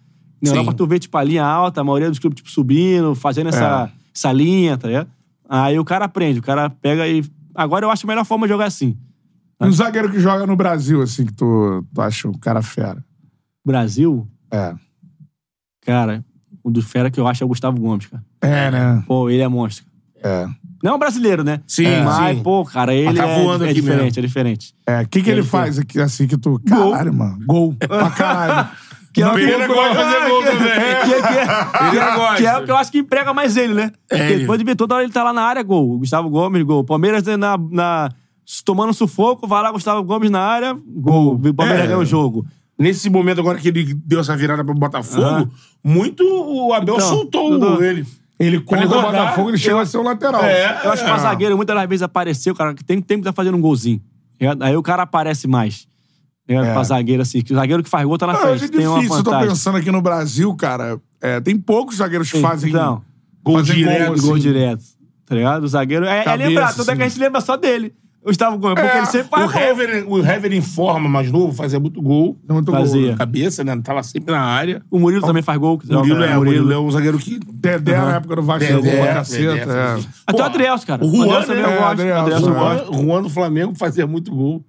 C: Na
B: Sim.
C: Europa tu vê, tipo, a linha alta, a maioria dos clubes, tipo, subindo, fazendo
A: É.
C: essa, essa linha, tá ligado? Aí o cara aprende, o cara pega e... Agora eu acho a melhor forma de jogar assim.
A: Um zagueiro que joga no Brasil, assim, que tu, tu acha um cara fera.
C: Brasil,
A: É.
C: cara, um dos fera que eu acho é o Gustavo Gomes, cara.
A: É, né?
C: Pô, ele é monstro.
A: É.
C: Não é um brasileiro, né?
B: Sim,
C: Mas,
B: sim.
C: pô, cara, ele
B: tá
C: é,
B: voando
C: é
B: aqui
C: diferente,
B: mesmo.
C: é diferente.
A: É, o que, que ele
C: Ele
A: faz aqui, assim que tu.
C: Gol.
A: Caralho, mano. Gol. Pra caralho.
C: Que é o
B: Pereira gosta de fazer gol
C: que-
B: também.
C: Que, que- que-
B: Pereira gosta. É
C: que é o que eu acho que emprega mais ele, né? Porque
B: ele.
C: depois de ver toda hora ele tá lá na área, gol. O Gustavo Gomes, gol. Palmeiras né, na, na- tomando sufoco, vai lá Gustavo Gomes na área, gol. O Palmeiras
B: É.
C: ganha o jogo.
B: Nesse momento agora que ele deu essa virada pro Botafogo, muito o Abel
C: Então,
B: soltou
C: Dudu.
B: ele.
A: Ele contra
B: Pra
A: o
B: ele rodar,
A: Botafogo, ele chegou a ser o lateral.
B: É.
C: Eu acho que pra zagueiro, muitas das vezes apareceu, cara, que tem tempo que tá fazendo um golzinho. É, Aí o cara aparece mais. É, Pra zagueiro, assim. Que o zagueiro que faz gol tá na
B: Ah,
A: Não,
C: frente.
A: hoje é
C: tem uma
A: difícil. Eu tô
C: vantagem.
A: pensando aqui no Brasil, cara. é, tem poucos zagueiros que fazem.
C: Então,
A: gol
B: fazem
A: direto,
B: gol,
A: assim.
C: gol direto. Tá ligado? O zagueiro. É, é
A: Cabeça,
C: lembrar, tanto é
A: assim.
C: que a gente lembra só dele. O Gustavo Gomes, porque
A: É,
C: ele sempre
B: O
C: faz gol.
B: Hever, o Hever em forma mais novo, fazia muito gol.
A: Não, muito gol,
C: Fazia.
A: né?
B: Cabeça, né? Tava sempre na área.
C: O Murilo também faz gol.
B: O Murilo, é, o Murilo
C: Murilo.
B: é um zagueiro que. um
A: Dedé na época do Vasco jogou pra caceta. é.
C: Até o Adrielson, cara.
B: O
C: O
B: Juan,
C: Adrielson
B: né?
C: também eu
A: É,
C: gosto.
A: Adrielson,
C: O
B: O
C: Adrielson eu gosto.
B: Juan, Juan do Flamengo fazia muito gol.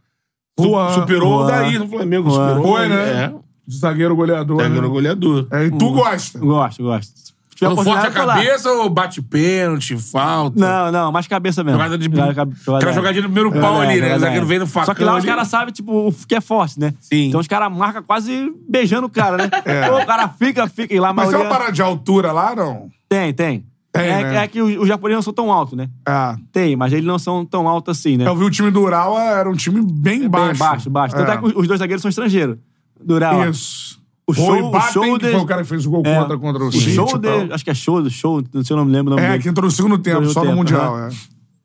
B: Su-
A: Juan.
B: superou o
C: Juan.
B: Daí no Flamengo. Superou
A: Foi,
B: o-
A: né?
B: É.
A: Zagueiro goleador. né?
B: Zagueiro goleador.
A: É, e tu gosta.
C: Gosto, gosto. Se tiver
B: Quando forte a
C: oportunidade, eu tô lá.
B: cabeça ou bate pênalti, falta?
C: Não, não, mais cabeça mesmo.
B: Jogada de.
C: Jogada-
B: Aquela jogadinha no primeiro pau
C: É,
B: ali, né?
C: jogada-
B: O zagueiro vem no facão.
C: Só que lá os
B: ali.
C: caras sabem, tipo, o que é forte, né?
B: Sim.
C: Então os caras marcam quase beijando o cara, né? Pô, o cara fica, fica. E lá a
A: É. Mas é uma
C: maioria-
A: parada de altura lá, não?
C: Tem, tem.
A: Tem,
C: é,
A: né?
C: é que os, os japoneses não são tão altos, né?
A: É.
C: Tem, mas eles não são tão altos assim, né?
A: Eu vi o time do Urawa, era um time bem baixo.
C: É Bem baixo, baixo. Tanto é que os- os dois zagueiros são estrangeiros.
A: É.
C: Dural.
A: Isso.
C: O
A: Foi
C: show,
A: o
C: o
A: Batem,
C: show
A: que
C: de...
A: foi o cara que fez o gol
C: É,
A: contra, contra o,
C: o
A: City. e
C: show
A: tal.
C: de... Acho que é show, show, não sei o nome, lembro o nome
A: É,
C: dele.
A: que entrou no segundo tempo,
C: Primeiro
A: só no
C: tempo,
A: Mundial. é.
C: aham.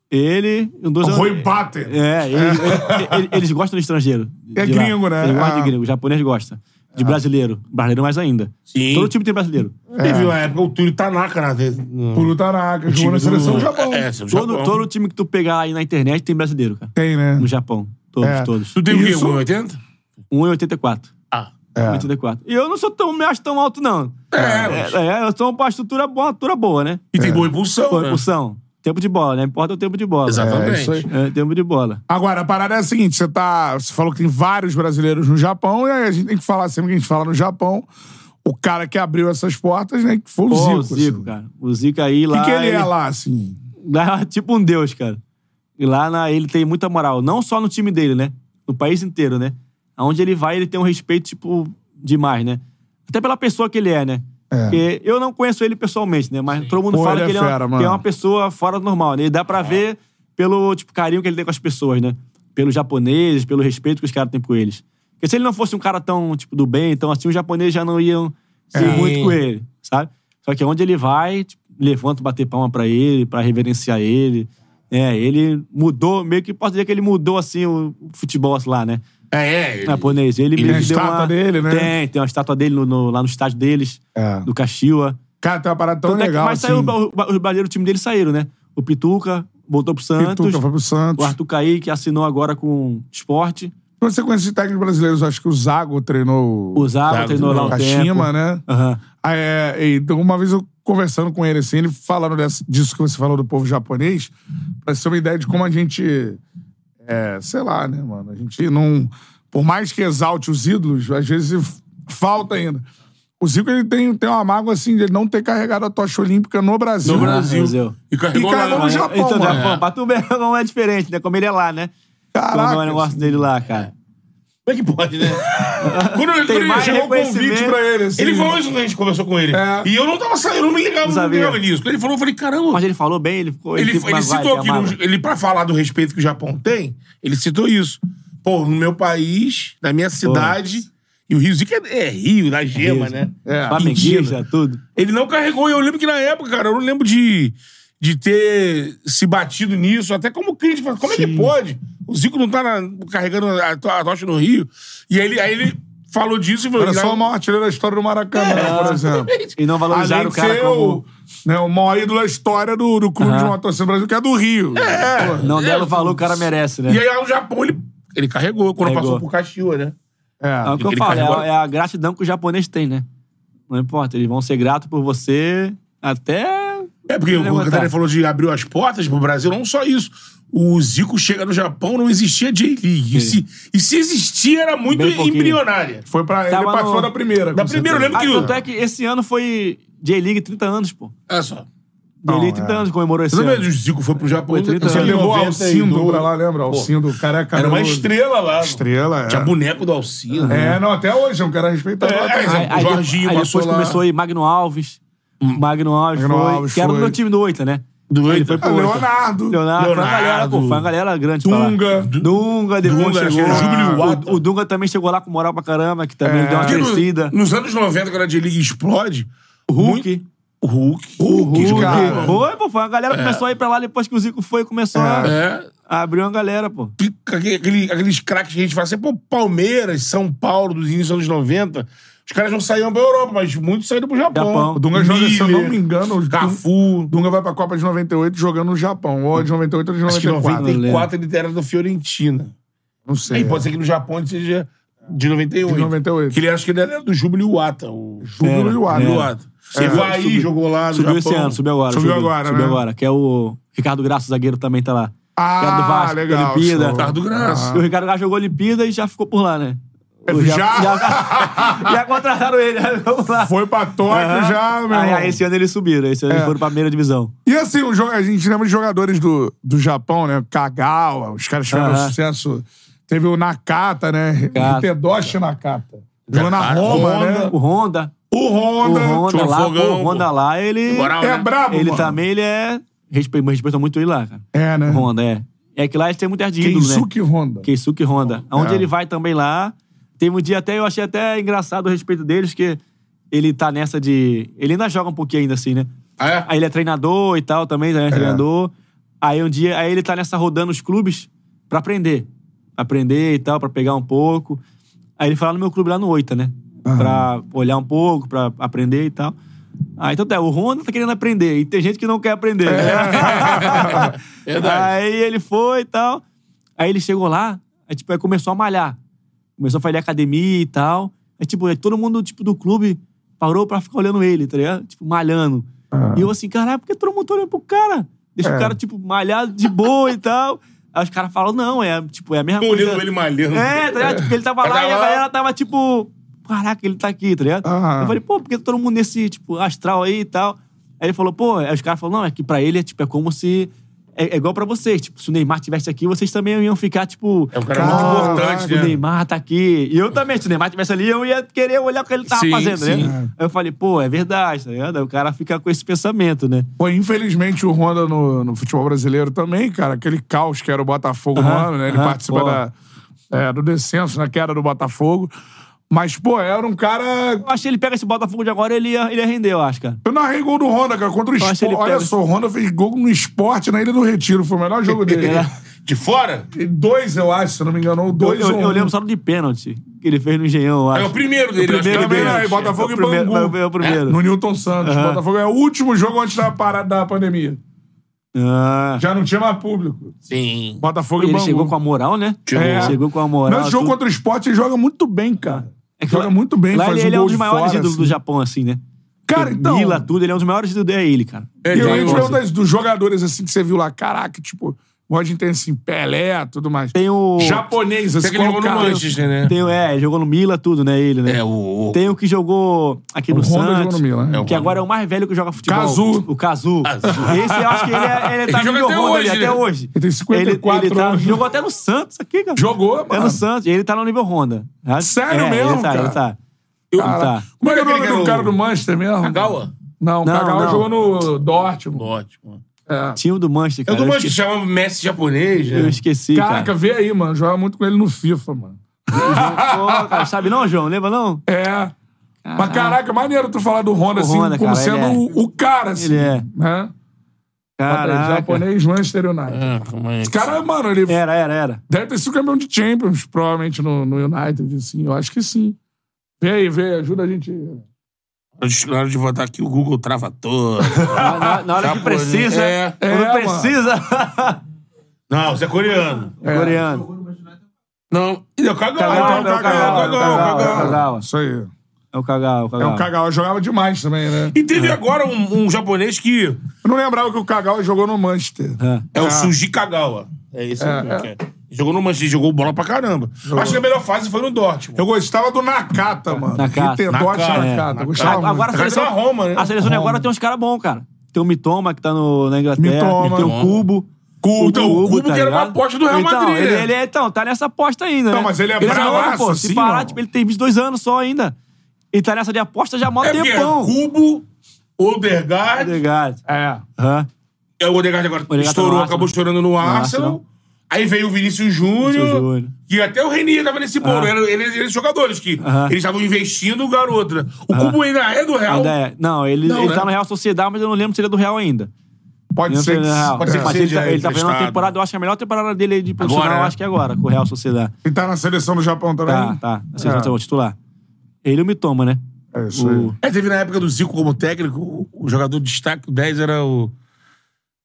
C: Ele... Os dois...
A: O Roy Bater.
C: É, ele- ele- ele- eles gostam do estrangeiro.
A: É
C: de lá.
A: gringo, né?
C: Eles gostam
A: Ah.
C: de gringo, o japonês gosta. De brasileiro. Brasileiro mais ainda.
B: Sim.
C: Todo time tem brasileiro.
B: Teve uma época o Túlio Tanaka, né?
A: Puro Tanaka, jogou na seleção do Japão.
B: É, seleção do
C: Todo,
B: Japão.
C: todo time que tu pegar aí na internet tem brasileiro, cara.
A: Tem, né?
C: No Japão. Todos,
A: É.
C: todos.
B: Tu tem o quê?
A: Isso-
B: 1,80?
C: 1,84.
B: Ah.
A: É.
C: 1,84. E eu não sou tão... Me acho tão alto, não.
B: É,
C: É, é, eu sou uma estrutura boa, uma altura boa, né?
B: e tem boa impulsão.
C: Pô,
A: Ah.
B: né?
C: Impulsão. Tempo de bola, né? Importa o tempo de bola.
A: É, isso aí.
B: Exatamente.
C: É, tempo de bola.
A: Agora, a parada é a seguinte: você, tá, você falou que tem vários brasileiros no Japão, e aí a gente tem que falar sempre que a gente fala no Japão, o cara que abriu essas portas, né? Que foi o
C: Pô,
A: Zico.
C: o Zico,
A: assim.
C: cara. O Zico aí
A: O
C: lá.
A: que, que ele é lá, assim?
C: lá é tipo um deus, cara. E lá na, ele tem muita moral. Não só no time dele, né? No país inteiro, né? Aonde ele vai, ele tem um respeito, tipo, demais, né? Até pela pessoa que ele é, né?
A: É.
C: Porque eu não conheço ele pessoalmente, né? Mas todo mundo
A: Pô,
C: fala
A: ele é
C: que, ele é uma,
A: fera,
C: que
A: mano.
C: é uma pessoa fora do normal, né? E dá pra ver pelo tipo, carinho que ele tem com as pessoas, né? Pelos japoneses, pelo respeito que os caras têm por eles. Porque se ele não fosse um cara tão, tipo, do bem, então assim, os japoneses já não iam ser
B: Sim.
C: muito com ele, sabe? Só que onde ele vai, tipo, levanta bater palma pra ele, pra reverenciar ele. É, ele mudou, meio que posso dizer que ele mudou, assim, o o futebol assim, lá, né?
B: É, é. ele-
C: japonês. Ele meio
A: tem
C: que deu
A: a estátua
C: uma...
A: dele, né?
C: Tem, tem uma estátua dele no- no- lá no estádio deles,
A: É.
C: do Caxiwa.
A: Cara, tem uma parada tão
C: Tanto é que-
A: legal.
C: mas
A: assim.
C: saiu, o- o- os brasileiros, o time dele saíram, né? O Pituca voltou pro Santos.
A: Pituca foi pro
C: O
A: Santos.
C: Arthur Kaique assinou agora com o esporte.
A: Quando você conhece técnicos brasileiros, acho que o Zago treinou
C: O Zago
B: Zago
C: treinou lá um
A: o
C: tempo.
A: Kashima, né?
C: Aham.
A: Ah, é, e então, uma vez eu conversando com ele, assim, ele falando dessa- disso que você falou do povo japonês, pra você ter uma ideia de como a gente. É, sei lá, né, mano? A gente não. Por mais que exalte os ídolos, às vezes f- falta ainda. O Zico ele tem, tem uma mágoa, assim, de ele não ter carregado a tocha olímpica no Brasil.
B: No
C: Ah,
B: Brasil.
C: Brasil.
B: E carregou
A: E carregou
B: lá. né?
A: no Japão,
C: então,
A: mano.
C: Japão, pra tu ver como é diferente, né? Como ele é lá, né? Como é o
A: Caraca.
C: negócio dele lá, cara.
B: Como é que pode, né? quando ele-
C: Tem
B: quando ele
C: mais
B: chegou o
A: Um
B: convite
C: reconhecimento.
B: pra ele, assim. Ele
A: né?
B: falou isso quando a gente conversou com ele.
A: É.
B: E eu não tava saindo, eu não me ligava,
C: Não
B: não me
C: sabia.
B: ligava nisso. Quando ele falou, eu falei, caramba.
C: Mas ele falou bem, ele ficou...
B: Ele,
C: teve uma
B: ele
C: vibe,
B: citou aqui,
C: amava.
B: no- ele, pra falar do respeito que o Japão tem, ele citou isso. Pô, no meu país, na minha cidade, e o Rio Zico é, é Rio, na gema,
C: Rio.
B: né?
A: É.
C: Flamenguista,
B: Mentira.
C: tudo.
B: Ele não carregou, e eu lembro que na época, cara, eu não lembro de, de ter se batido nisso, até como crítico. Como é que pode? O Zico não tá na- carregando a, to- a tocha no Rio. E aí ele, aí ele falou disso e falou.
A: Era só o maior artilheiro da história do Maracanã, né, por exemplo.
C: E não valorizaram
A: Além
C: o
A: de
C: cara
A: ser
C: como...
A: o, né, o maior ídolo da história do, do clube
C: Aham.
A: de uma torcida do Brasil, que é do Rio. É.
C: Não deram o valor que o cara merece, né?
B: E aí lá no Japão ele, ele carregou quando
C: Carregou.
B: passou por Caxiua, né?
C: É o que eu
B: Ele
C: falo, é
B: carregou-
C: a, é a gratidão que o japonês tem, né? Não importa, eles vão ser gratos por você até.
B: É, porque o
C: Levantar.
B: Cantarelli falou de abriu as portas pro Brasil, não só isso. O Zico chega no Japão, não existia J-League. E se, e se existia, era muito
C: Bem pouquinho.
B: embrionária.
A: Foi pra, ele
C: Tava
A: participou
C: no-
A: da primeira.
B: Da
A: com
B: primeira, eu
A: certeza.
B: lembro
C: Ah,
B: que.
C: tanto
B: o-
C: é que esse ano foi J-League 30 anos, pô.
B: Olha só.
C: J-League
A: Não,
C: 30
A: é.
C: anos comemorou esse
B: Você lembra
C: ano.
B: que o Zico foi pro Japão?
C: Foi 30
B: Você
A: Você
C: anos.
A: Ah, levou o
B: 92.
A: Alcindo pra lá, lembra? Alcindo, o cara é
B: Era uma
A: cabeludo.
B: né? estrela lá.
A: Estrela, é.
B: Tinha boneco do Alcino.
A: É, não, até hoje é um cara respeitado.
B: É,
A: lá atrás.
B: é,
C: Aí, aí,
B: O
C: de-
B: Jorginho
C: aí
B: passou
C: depois
B: lá.
C: começou aí Magno Alves. Magno Alves
A: Hum. Magno
C: foi.
A: Alves
C: que era do
A: foi.
C: meu time do Oita, né?
B: Do
C: Ele
B: Oita.
C: foi pro
A: Ah,
C: Oita.
A: Leonardo.
C: Leonardo, Foi, uma galera, pô, foi uma galera grande. pra lá.
A: Dunga.
C: Dunga, depois
B: Dunga,
C: chegou.
B: chegou. Júbilo Iwata.
C: o, o Dunga também chegou lá com moral pra caramba, que também
A: É.
C: deu uma
B: Porque no-
C: crescida.
B: nos anos 90, quando a J-League explode,
C: O Hulk.
B: o Hulk.
A: Hulk,
B: Hulk,
A: cara.
B: cara.
C: Foi, pô, foi uma galera
A: É.
C: que começou a ir pra lá depois que o Zico foi, começou a.
B: É.
C: Abriu uma galera, pô.
B: que- aquele- aquele- aqueles craques que a gente fala assim, pô, Palmeiras, São Paulo, dos inícios dos anos 90, os caras não saíam pra Europa, mas muitos saíram pro Japão.
C: Japão.
A: O Dunga joga, se eu não
B: Miller,
A: me engano, o
B: Cafu.
A: Dunga vai pra Copa de 98 jogando no Japão. Ou de 98 ou de
B: Acho que
A: 94.
B: 94 ele era da Fiorentina.
A: Não sei. é,
B: Aí pode ser que no Japão ele seja de 98.
A: De 98.
B: Que ele acho que ele era do Júbilo Iwata. O
A: Júbilo
C: Era,
A: Iwata.
B: Júbilo Iwata.
C: É.
B: Ele vai aí,
C: Subiu-
B: jogou lá no
C: Subiu
B: Japão.
C: esse ano, subiu agora.
A: Subiu agora,
C: Subiu
A: né?
C: agora, que é o Ricardo Graça, o zagueiro, também tá lá.
B: é
C: Ricardo
A: Ah,
C: Vasco,
A: legal.
C: Olimpíada.
A: show.
B: Tá do
A: Ah.
B: graça.
C: E o Ricardo Graça jogou Olimpíada e já ficou por lá, né? O
A: É, já?
C: já, já contrataram ele, aí vamos lá.
A: Foi pra Tóquio
C: Aham.
A: já, meu irmão.
C: Aí,
A: É.
C: aí esse ano eles subiram, esse ano eles foram pra primeira divisão.
A: E assim, o jogo- a gente lembra de jogadores do, do Japão, né? Kagawa, os caras tiveram
C: Aham.
A: sucesso. Teve o Nakata, né?
C: Nakata.
A: Hitedoshi Nakata. Jogou na
B: Nakata.
A: Roma, né?
C: O Honda,
A: O
C: o
A: Honda.
C: Honda
B: Tio
C: lá, pô,
B: um Fogão,
C: o Honda
B: pô.
C: lá, ele...
B: Moral,
A: É
B: né?
A: brabo,
C: Ele
A: mano.
C: também, ele é... Respeita, respeita muito ele lá, cara.
A: É, né?
C: O Honda, é. É que lá eles têm muito ar de ídolo, né?
A: Kensuke Honda.
C: Keisuke Honda. Onde
A: É.
C: ele vai também lá. Teve um dia até, eu achei até engraçado a respeito deles, que ele tá nessa de. Ele ainda joga um pouquinho ainda assim, né?
B: Ah, é?
C: Aí ele é treinador e tal também, né? Treinador. Aí um dia, aí ele tá nessa rodando os clubes pra aprender. Pra aprender e tal, pra pegar um pouco. Aí ele foi lá no meu clube lá no Oita, né? Pra olhar um pouco, pra aprender e tal. Aí então tá, o Honda tá querendo aprender. E tem gente que não quer aprender.
B: É
C: Né?
B: Verdade.
C: Aí ele foi e tal. Aí ele chegou lá, aí, tipo, aí começou a malhar. Começou a fazer academia e tal. Aí, tipo, aí todo mundo tipo, do clube parou pra ficar olhando ele, tá ligado? Tipo, malhando. E eu assim, caralho, por que todo mundo tá olhando pro cara? Deixa
A: É.
C: o cara, tipo, malhar de boa e tal. Aí os caras falam, não, é, tipo, é a mesma
B: Tô
C: coisa.
B: olhando ele malhando.
C: É, tá ligado? Tipo, ele tava
B: Ela
C: lá e a
B: tava lá.
C: galera tava, tipo, caraca, ele tá aqui, tá ligado?
A: Aham.
C: Eu falei, pô, por que todo mundo nesse, tipo, astral aí e tal? Aí ele falou, pô, aí os caras falaram, não, é que pra ele é, tipo, é como se é, é igual pra vocês. Tipo, se o Neymar estivesse aqui, vocês também iam ficar, tipo.
B: É um cara
A: Caraca,
B: muito importante,
C: O
B: né?
C: Neymar tá aqui. E eu também, se o Neymar estivesse ali, eu ia querer olhar o que ele tava
B: Sim,
C: fazendo,
B: sim.
C: né? Aí eu falei, pô, é verdade, tá ligado? Aí o cara fica com esse pensamento, né?
A: Pô, infelizmente o Honda no, no futebol brasileiro também, cara, aquele caos que era o Botafogo no
C: Aham,
A: ano, né? Ele
C: aham,
A: participa
C: pô.
A: da, é, do descenso na queda do Botafogo. Mas, pô, era um cara.
C: Eu acho que ele pega esse Botafogo de agora, ele ia, ele ia render, eu acho, cara.
A: Eu narrei gol do Honda, cara, contra o
C: acho que
A: esporte.
C: ele
A: Olha
C: pega-
A: só, o Honda fez gol no esporte na Ilha do Retiro. Foi o melhor jogo dele.
C: É.
B: De fora?
A: E Dois, eu acho, se não me engano. ou
C: Eu,
A: Dois
C: eu-
A: ou
C: eu
A: um.
C: lembro só do de pênalti que ele fez no Engenhão, eu
B: É
C: acho.
B: o primeiro dele, eu acho que
C: primeiro
B: é
A: Também,
B: o
C: dele.
A: né?
B: primeiro.
A: Botafogo
C: É
A: e
C: o primeiro,
A: Bangu.
C: é o primeiro.
A: No Nilton Santos. Botafogo é o último jogo antes da parada da pandemia.
C: Ah.
A: Já não tinha mais público.
B: Sim.
A: Botafogo e
C: Ele
A: Bangu.
C: chegou com a moral, né?
B: Chegou.
C: É. Chegou com a moral.
A: Nesse jogo
C: tudo.
A: contra o esporte, ele joga muito bem, cara.
C: É que
A: joga
C: lá-
A: muito bem,
C: lá
A: faz
C: ele,
A: um
C: ele é
A: gol
C: um dos
A: de
C: maiores
A: fora,
C: ídolos do
A: assim.
C: Japão, assim, né?
A: Cara,
C: Porque
A: então-
C: Mila, tudo, ele é um dos maiores ídolos, é ele, cara.
A: E eu ia te
C: Nossa.
A: perguntar isso, dos jogadores assim que você viu lá, caraca, tipo, pode ter assim, Pelé, tudo mais.
C: Tem o...
A: Japonês, assim,
B: Você que ele
A: qual
B: jogou no
A: cara?
B: Manchester, né?
C: Tem, o- é, ele jogou no Mila, tudo, né? Ele, né?
B: É, o... o-
C: é um Tem o que jogou aqui no
A: O Honda jogou
C: Santos.
A: no Milan, né?
B: É o
C: Que agora é o mais velho que joga futebol.
A: Cazu.
C: O Cazu. Esse eu acho que ele, é, ele tá
B: Ele joga
C: nível
B: até
C: Honda ali,
B: hoje, né?
C: até hoje.
A: Ele tem 54
C: ele, ele tá,
A: anos.
C: Jogou até no Santos aqui, cara.
A: Jogou,
C: É
B: Ah.
A: mano.
C: no Santos. Ele tá no nível Honda. né?
A: Sério
C: é,
A: mesmo,
C: Ele tá,
A: cara?
C: ele tá.
A: Eu-
C: Tá.
A: Como é que é o nome
B: Aquele
A: do
B: que
A: cara
B: era o-
A: do Manchester mesmo?
B: Kagawa?
A: Não, o
C: Não,
A: Kagawa
C: não.
A: jogou no Dortmund.
B: Ótimo.
A: É.
C: Tinha o do Manchester,
B: É o
C: cara.
B: do
C: Eu
B: Manchester, chamava Messi japonês,
C: esque- Eu
B: né?
C: esqueci,
A: Caraca,
C: cara.
A: vê aí, mano. Joga muito com ele no FIFA, mano.
C: Pô, cara, Sabe não, João? Lembra não?
A: É. Mas caraca, maneiro tu falar do Honda,
C: O
A: assim,
C: Honda,
A: como
C: cara,
A: sendo
C: ele é.
A: o, o cara, assim.
C: Ele é.
A: Né?
C: Caraca. É.
A: Japonês, Manchester United.
B: Ah, como é
A: Esse cara, mano, ele
C: Era, era, era.
A: deve ter sido campeão de Champions, provavelmente, no, no United, assim. Eu acho que sim. Vê aí, vê, ajuda a gente.
B: que... Na hora de votar aqui, o Google trava todo.
C: Na, na- na hora que
B: Japonês.
C: precisa.
B: É.
C: Quando
A: É,
C: precisa.
B: Não, você é coreano.
C: Coreano.
B: Não. E deu cagão.
C: Kagawa,
B: então,
C: é o Kagawa,
B: cagão,
C: Kagawa,
B: cagão.
C: Kagawa.
A: Isso aí.
C: É o Kagawa, o
A: É, o
C: Kagawa.
A: Kagawa jogava demais também, né?
B: E teve agora um, um japonês que
A: Eu não lembrava que o Kagawa jogou no Manchester.
C: É.
B: é o Suji Kagawa. É esse
A: É,
B: mesmo que é. Jogou no Manchester, jogou bola pra caramba. Acho que a melhor fase foi no Dortmund.
A: Eu gostava do Nakata, mano.
C: Nakata.
A: Que tentou
B: Nakata,
A: achar
B: é.
A: Nakata. Eu
B: Nakata.
A: Gostava
C: Agora
A: muito.
C: a seleção-
B: Agora é Roma, né?
C: A seleção de agora tem uns caras bons, cara. Tem o Mitoma, que tá no, na Inglaterra.
A: Mitoma.
C: Tem o Cubo.
B: Cubo, então, o Cubo que era uma
C: ligado?
B: aposta do Real
C: então,
B: Madrid,
C: Ele,
B: né? Então,
C: ele é- então, tá nessa aposta ainda,
A: Não,
C: né?
A: mas ele é
C: novo,
A: bravaço,
C: pô.
A: assim,
C: Se parar,
A: ó.
C: tipo, ele tem 22 anos só ainda. E tá nessa de aposta já há mó
B: É porque é
C: tempão. Tá
B: Cubo, Odegaard.
C: Obrigado.
A: É.
C: Aham.
B: É, O Odegaard agora
C: Odegaard tá no
B: estourou,
C: Arsenal.
B: acabou estourando no Arsenal.
C: Arsenal.
B: Aí veio o Vinícius
C: Vinícius
B: Júnior. Ah.
C: Júnior.
B: E até o Renier tava nesse bolo. Eram eles, eles jogadores que
C: Aham.
B: eles estavam investindo o garoto. né? O Cubo ainda é do Real.
C: Ainda é. Não, ele,
B: Não,
C: ele
B: né?
C: tá no Real Sociedade, mas eu não lembro se ele é do Real ainda.
A: Pode
C: Não
A: ser
C: sei,
A: que...
C: na um real.
A: Pode ser que
C: Mas
B: seja
C: ele tá, ele tá fazendo uma
B: emprestado.
C: temporada, eu acho que a melhor temporada dele aí de profissional,
B: Agora, né?
C: eu acho que é agora, com o Real Sociedade.
A: Ele tá na seleção do Japão também?
C: Tá, tá. Assim,
A: É.
C: é. o titular. Ele e o Mitoma, né?
A: É isso aí.
C: O-
B: É, teve na época do Zico como técnico, o- o jogador de destaque, o 10 era o.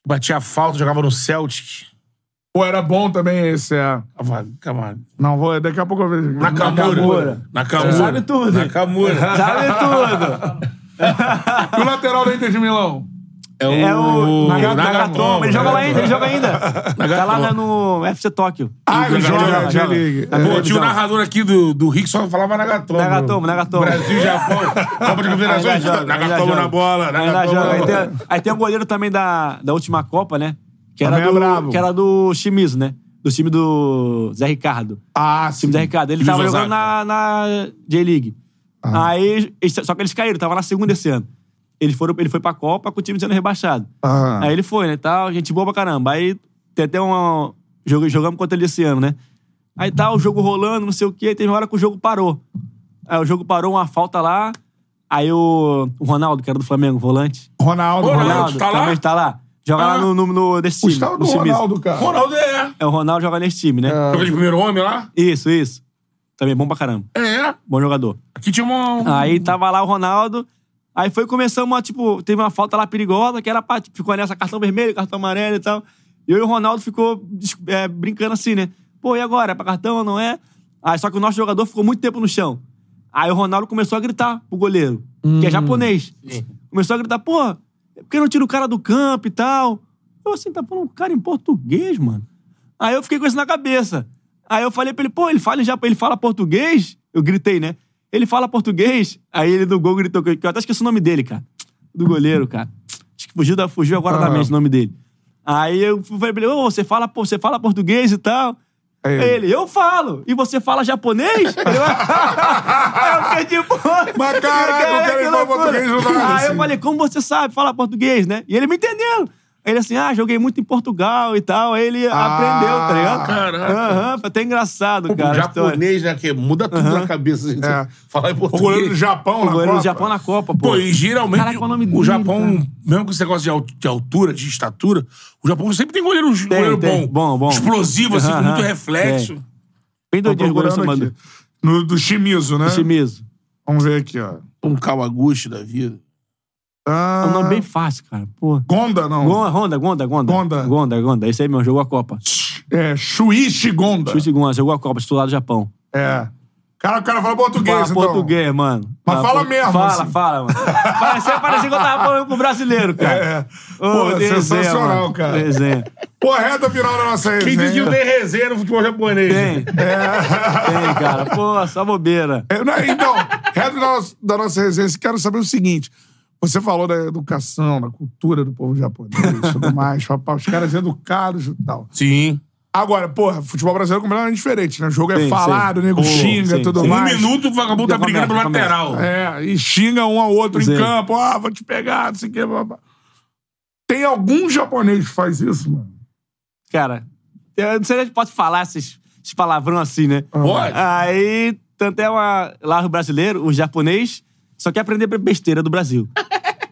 B: Batia a falta, jogava no Celtic.
A: Pô, era bom também esse, é.
B: Cava- cava-
A: Não, vou... Daqui a pouco eu vejo.
B: Nakamura.
C: Nakamura.
B: Nakamura.
C: Sabe tudo.
B: Nakamura.
C: Sabe tudo!
A: E o lateral do Inter de Milão?
B: É
C: É o
B: Nagatomo.
C: Nagatomo. Ele joga lá ainda, ele joga ainda. Tá lá
B: Nagatomo.
C: né, no FC Tóquio.
A: Ah, ele
B: joga,
A: joga,
C: joga.
A: J-League.
C: Tá
A: É.
B: Pô, tinha
C: televisão.
B: o narrador aqui do, do Rick só falava Nagatomo.
C: Nagatomo, Nagatomo.
B: Brasil, Japão, Copa de
C: Ainda
B: Confederações,
C: joga, ainda
B: Nagatomo
C: joga.
B: na bola,
C: Ainda
B: Nagatomo
C: joga.
B: na
C: Aí
B: bola.
C: tem, aí tem um goleiro também da, da última Copa, né? Que era,
A: Também é brabo.
C: do, que era do Chimizo, né? Do time do Zé Ricardo.
A: Ah,
C: O
A: sim.
C: time do Zé Ricardo. Ele
B: Time
C: tava
B: do
C: jogando na, na J-League.
B: Ah.
C: Aí, eles- só que eles caíram, tava na segunda esse ano. Eles foram, ele foi pra Copa com o time sendo rebaixado.
A: Ah.
C: Aí ele foi, né? Tal, gente boa pra caramba. Aí tem até um. Jogo, jogamos contra ele esse ano, né? Aí tá o jogo rolando, não sei o quê. Aí teve uma hora que o jogo parou. Aí o jogo parou, uma falta lá. Aí o, o Ronaldo, que era do Flamengo, volante.
A: Ronaldo,
B: Ronaldo.
A: Ronaldo.
C: Ronaldo,
B: tá lá?
C: também tá lá. Joga
B: Ah.
C: lá no, no, no desse time.
A: Gustavo do
C: no time.
A: Ronaldo, cara.
B: Ronaldo é.
C: É, o Ronaldo joga nesse time, né?
A: Ah.
B: Joga de primeiro homem lá?
C: Isso, isso. Também bom pra caramba.
B: É.
C: Bom jogador.
B: Aqui tinha uma.
C: Aí tava lá o Ronaldo. Aí foi começando uma, tipo, teve uma falta lá perigosa, que era pra, tipo, ficou nessa cartão vermelho, cartão amarelo e tal. E eu e o Ronaldo ficou des- é, brincando assim, né? Pô, e agora? É pra cartão ou não é? Aí, só que o nosso jogador ficou muito tempo no chão. Aí o Ronaldo começou a gritar pro goleiro, que é japonês. Começou a gritar, pô, por que não tira o cara do campo e tal? Eu assim, tá falando um cara em português, mano. Aí eu fiquei com isso na cabeça. Aí eu falei pra ele, pô, ele fala, já, ele fala português? Eu gritei, né? Ele fala português? Aí ele do gol gritou, que eu que eu até esqueci o nome dele, cara. Do goleiro, cara. Acho que fugiu, da, fugiu agora da
A: Aham.
C: mente o nome dele. Aí eu falei pra ele, ô, você, fala, pô, você fala português e tal?
A: Aí ele.
C: Ele, eu falo. E você fala japonês? Aí eu fiquei de boa.
A: Mas caraca, o cara
C: que
A: ele fala
C: loucura.
A: português não dá,
C: Aí
A: assim.
C: eu falei, tipo, como você sabe falar português, né? E ele me entendeu. Ele assim, ah, joguei muito em Portugal e tal. Aí ele
A: Ah.
C: aprendeu, tá ligado?
B: caraca.
C: Aham, foi até engraçado,
B: Pô,
C: cara. a história.
B: japonês, né? Que muda tudo na cabeça. Gente,
A: É.
B: Falar em
A: O
B: português.
A: goleiro do Japão,
C: O
A: na
C: goleiro do
A: Copa.
C: Japão na Copa, pô.
B: Pô, e geralmente
C: Caraca, qual é o nome dele,
B: Japão,
C: cara?
B: mesmo com esse negócio de al- de altura, de estatura, o Japão sempre tem goleiro, goleiro
C: tem.
B: bom,
C: Bom, bom.
B: Explosivo, assim, com
C: Aham,
B: muito reflexo.
C: tem. Bem
A: Tô
C: doidinho o goleiro
A: tá procurando
C: Samadu.
A: aqui. No, do Shimizu, né?
C: Shimizu.
A: Vamos ver aqui, ó.
B: Um Kawaguchi da vida.
A: Ah,
C: É um nome bem fácil, cara. Pô.
A: Gonda, não.
C: Gonda, Honda, Gonda, Gonda.
A: Gonda.
C: Gonda, Gonda. Esse aí mesmo, jogou a Copa.
A: É, Shuichi Gonda.
C: Chute Gonda, jogou a Copa, estou lá do Japão.
A: É. Cara, o cara fala português,
C: Ah. Fala
A: então.
C: português, mano.
A: Mas fala mesmo,
C: Fala,
A: assim.
C: fala, mano. Parecia, parecia que eu tava falando com o brasileiro, cara.
A: É, é.
C: Ô, É.
A: Pô,
C: desenha,
A: sensacional,
C: mano.
A: cara.
C: Desenha.
A: Pô, reta final da nossa
B: Quem diz que não
A: resenha.
B: tem resenha no futebol japonês?
C: Tem. Tem, cara. Pô, só bobeira.
A: É, não, então, reta da nossa, da nossa resenha, eu quero saber o seguinte. Você falou da educação, da cultura do povo japonês, tudo mais, papá, os caras educados e tal.
B: Sim.
A: Agora, porra, futebol brasileiro é completamente diferente, né? O jogo é
C: Sim,
A: falado,
C: sim.
A: nego
C: Pô,
A: xinga,
C: sim,
A: tudo
C: sim.
B: Um
A: mais.
B: minuto o vagabundo tá
C: Já
B: brigando
C: começa,
B: pro
C: começa.
B: lateral.
A: É, e xinga um ao outro
C: Sim.
A: em campo. Ah, vou te pegar, não sei o que. blá, blá. Tem algum japonês que faz isso, mano?
C: Cara, eu não sei se a gente pode falar esses, esses palavrão assim, né?
B: Pode.
C: Aí, tanto é uma, lá o brasileiro, o japonês, só quer aprender besteira do Brasil.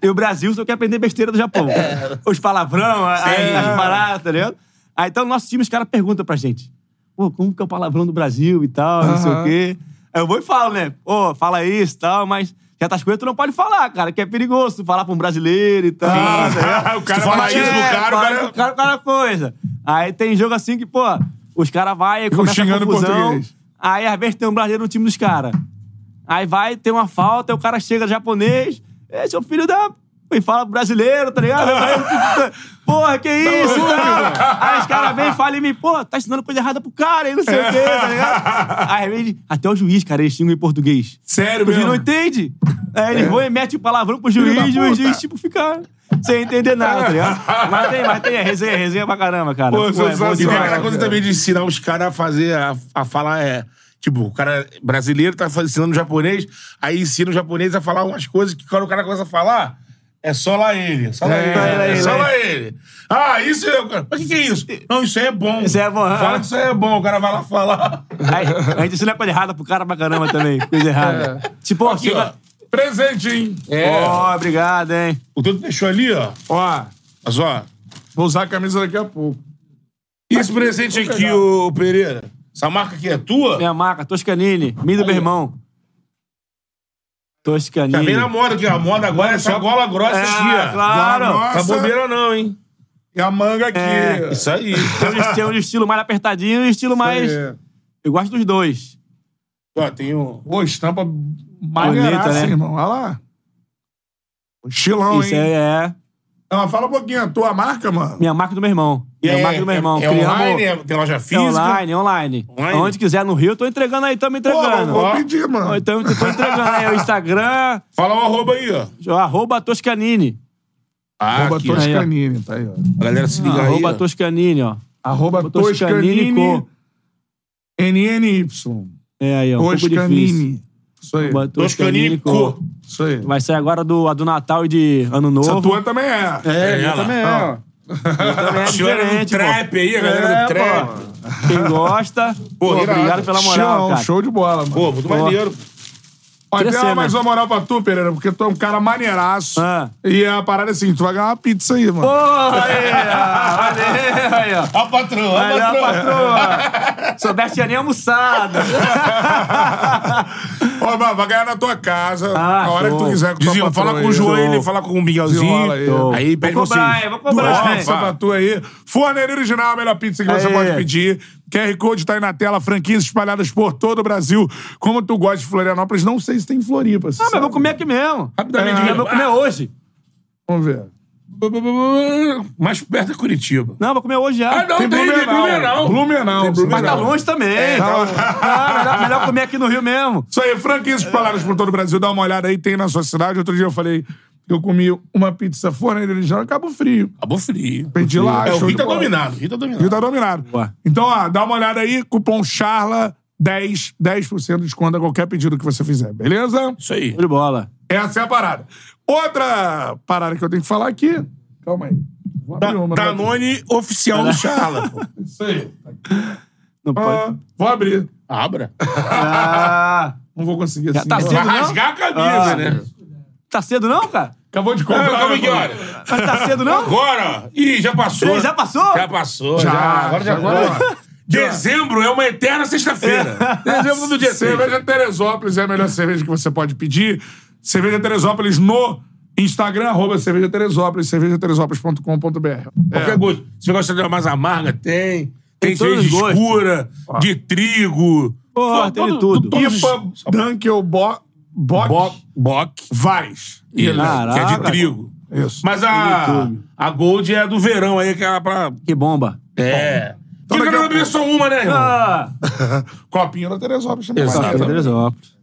C: E o Brasil só quer aprender besteira do Japão.
A: É.
C: Os palavrão, a-
B: Sim.
C: as paradas, tá ligado? Aí, então, nosso time, os caras perguntam pra gente. Pô, como que é o palavrão do Brasil e tal, não sei
A: Aham.
C: o quê. Aí eu vou e falo, né? Pô, fala isso e tal, mas certas coisas tu não pode falar, cara, que é perigoso tu falar pra um brasileiro e tal.
A: Sim.
C: tá ligado?
A: O cara
C: Tu fala
A: fala isso pro cara, o
C: fala
A: cara-
C: pro cara, o cara coisa. Aí tem jogo assim que, pô, os caras vai e começa a
A: xingando em
C: confusão.
A: português.
C: Aí às vezes tem um brasileiro no time dos caras. Aí vai, tem uma falta, aí o cara chega japonês, é seu filho da. E fala pro brasileiro, tá ligado? Aí, porra, que isso? e tal. Aí os caras vêm e falam em mim, pô, tá ensinando coisa errada pro cara, e não sei o quê, tá ligado? Aí às vezes, até o juiz, cara, eles xingam em português.
A: Sério
C: O juiz não
A: mesmo?
C: entende. Aí
B: É.
C: eles vão e metem o palavrão pro
A: da
C: juiz e o
A: puta.
C: juiz, tipo, fica sem entender nada, tá ligado? Mas tem, mas tem, é resenha, resenha pra caramba, cara.
A: Pô,
C: é bom
A: sensacional.
B: E tem
C: demais.
B: Tipo assim, aquela coisa também de ensinar os caras a fazer, a, a falar, é. Tipo, o cara brasileiro tá fa- ensinando japonês, aí ensina o japonês a falar umas coisas que quando o cara começa a falar, é só lá ele, só lá
C: É,
B: ele,
C: lá ele,
B: é
C: lá
B: só
C: ele.
B: lá ele. Ah, isso é. Mas o que, que é isso? Não, isso aí é bom.
C: Isso aí é bom, ah.
B: Fala que isso aí é bom, o cara vai lá falar.
C: Aí, a gente ensina coisa errada pro cara pra caramba também. Coisa errada. Tipo, ó,
B: É. Aqui, ó.
C: chega.
A: Presente, hein?
C: Ó, obrigado, hein?
B: O teu deixou ali, ó.
A: Ó,
B: Mas, ó.
A: vou usar a camisa daqui a pouco.
B: E esse presente aqui, ô Pereira? Essa marca aqui é tua?
C: Minha marca, Toscanini. Mim do meu irmão. Toscanini.
B: Tá bem na moda aqui, ó. A moda agora é essa gola grossa aqui, ó.
C: é, claro.
A: Nossa.
B: Tá bobeira não, hein?
A: E a manga aqui.
C: É.
B: Isso aí.
C: Tem um estilo mais apertadinho e um estilo mais.
A: É.
C: Eu gosto dos dois.
B: Ó, tem um.
A: Pô, estampa maneiraça,
C: Bonita, né?
A: irmão. Olha lá. Estilão,
C: Isso
A: hein?
C: aí é.
A: Ah, fala um pouquinho, a tua marca, mano?
C: Minha marca do meu irmão. Minha marca do meu irmão.
B: É, é
C: Criamos-
B: online, é, tem loja
C: É
B: física.
C: online, online,
B: Online?
C: Onde quiser no Rio, eu tô entregando aí, tamo
A: Pô,
C: entregando.
A: vou
C: Ó,
A: pedir, mano.
C: Então, tô entregando aí o Instagram,
B: Fala o arroba aí, ó.
C: arroba Toscanini.
B: Ah,
A: Arroba
B: aqui,
A: Toscanini, tá aí, ó.
B: ó. A galera se liga aí.
C: Arroba
B: ó.
C: Toscanini, ó.
A: Arroba
C: Toscanini
A: Toscanini,
C: com-
A: NNY.
C: É aí, ó. Um pouco difícil.
A: Toscanini. Isso aí,
C: Arroba
B: Toscanini Co.
A: isso aí.
C: Vai sair agora do, a do Natal e de Ano Novo.
A: Essa tua também é.
B: É, ela.
A: ó.
C: Também é
B: Senhora do
C: diferente, pô.
B: um trap aí, a galera
C: É,
B: do trap.
C: pô. Quem gosta, pô,
B: irado.
C: obrigado pela moral,
A: Chilão,
C: cara.
A: show de bola, mano.
B: Pô, muito
C: Boa.
B: maneiro.
A: Olha, tem
C: Crescer,
A: uma mais
C: né?
A: uma moral pra tu, Pereira, porque tu é um cara maneiraço.
C: Ah.
A: E a parada é assim, tu vai ganhar uma pizza aí, mano.
C: Porra, aí, ó. Olha aí, aí, ó.
B: Ó, patrão, ó,
C: Olha a
B: patrão.
C: patroa. Ah, Soubesse, tinha nem almoçado.
A: Ó, mano, vai ganhar na tua casa,
C: Ah,
A: a hora que tu
C: show.
A: quiser. Com tua
B: Dizia,
A: patroa
B: fala com
A: aí.
B: o João,
C: Show.
B: ele fala com o Miguelzinho.
A: Desenrola
B: Aí,
A: aí, ó.
B: pede
C: Vou cobrar,
B: vocês.
C: hein, vou
A: Duas
C: cobrar, hein.
A: pizzas pra tu aí. Forneira Original, a melhor pizza que você
C: Aê.
A: pode pedir. QR Code tá aí na tela, franquias espalhadas por todo o Brasil. Como tu gosta de Florianópolis, não sei se tem em Floripa. Ah,
C: Ah, mas eu vou comer aqui mesmo. É,
B: Rapidamente,
C: Eu vou
B: ah.
C: comer hoje.
A: Vamos ver.
B: Mais perto é Curitiba.
C: Não, vou comer hoje já.
B: Ah, não, tem, tem Blumenau.
A: Blumenau.
B: Tem
C: Mas tá
B: Blumenau.
C: longe também.
B: Então.
C: Ah, melhor, melhor comer aqui no Rio mesmo.
A: Isso aí, franquias espalhadas por todo o Brasil. Dá uma olhada aí, tem na sua cidade. Outro dia eu falei Eu comi uma pizza fornelha de Cabo Frio.
B: Acabou frio.
A: Pedi lá,
B: É, o
A: show de
B: Rita
A: bola.
B: dominado. Rita dominado.
A: Rio tá dominado.
C: Ué.
A: Então, ó, dá uma olhada aí, cupom CHARLA, 10, 10% de desconto a qualquer pedido que você fizer, beleza?
B: Isso aí.
C: Show de bola.
A: Essa é a parada. Outra parada que eu tenho que falar aqui. Calma aí. Vou abrir uma,
B: Da,
A: né?
B: Danone oficial do Tá Charla. pô.
A: Isso aí.
C: Não pode.
A: Ah, vou abrir.
B: Abra.
C: Ah,
A: Não vou conseguir assim.
C: tá
A: não.
C: cedo,
B: Vai
C: não?
B: rasgar a camisa,
C: Ah.
B: né?
C: tá cedo não, cara?
A: Acabou de
B: Ah,
A: comprar.
B: calma aí, que
A: agora.
B: hora?
C: Mas tá cedo não?
B: Agora, ó. Ih, já passou.
C: Ih, já passou?
B: Já passou.
A: Já,
B: Já, agora já
A: já, É.
B: agora. Dezembro é uma eterna sexta-feira. Dezembro do dia seis.
A: Cerveja Teresópolis é a melhor cerveja que você pode pedir. Cerveja Teresópolis no Instagram, arroba cerveja Teresópolis, cervejateresópolis.com.br.
B: Qualquer gosto. Se você gosta de uma mais amarga, tem. Tem
C: Tem todos
B: cerveja
C: os gostos.
B: escura, de trigo.
C: Porra,
B: Pô,
C: teve
B: todo-
C: tudo.
B: todos os-
A: IPA, Dunkel, Bo, Bock,
B: Bo- Bock.
A: Vários.
B: Isso, que é de
C: Caraca.
B: trigo.
A: Isso.
B: Mas a,
C: YouTube.
B: a Gold é a do verão aí, que é pra.
C: Que bomba.
B: É.
A: Então
B: Fica
A: daqui a
B: na beber
A: pouco.
B: só uma, né, irmão?
C: Ah,
A: Copinho da Teresópolis também.
B: Exato.
A: Vai
C: Café
A: lá, né?
C: Teresópolis.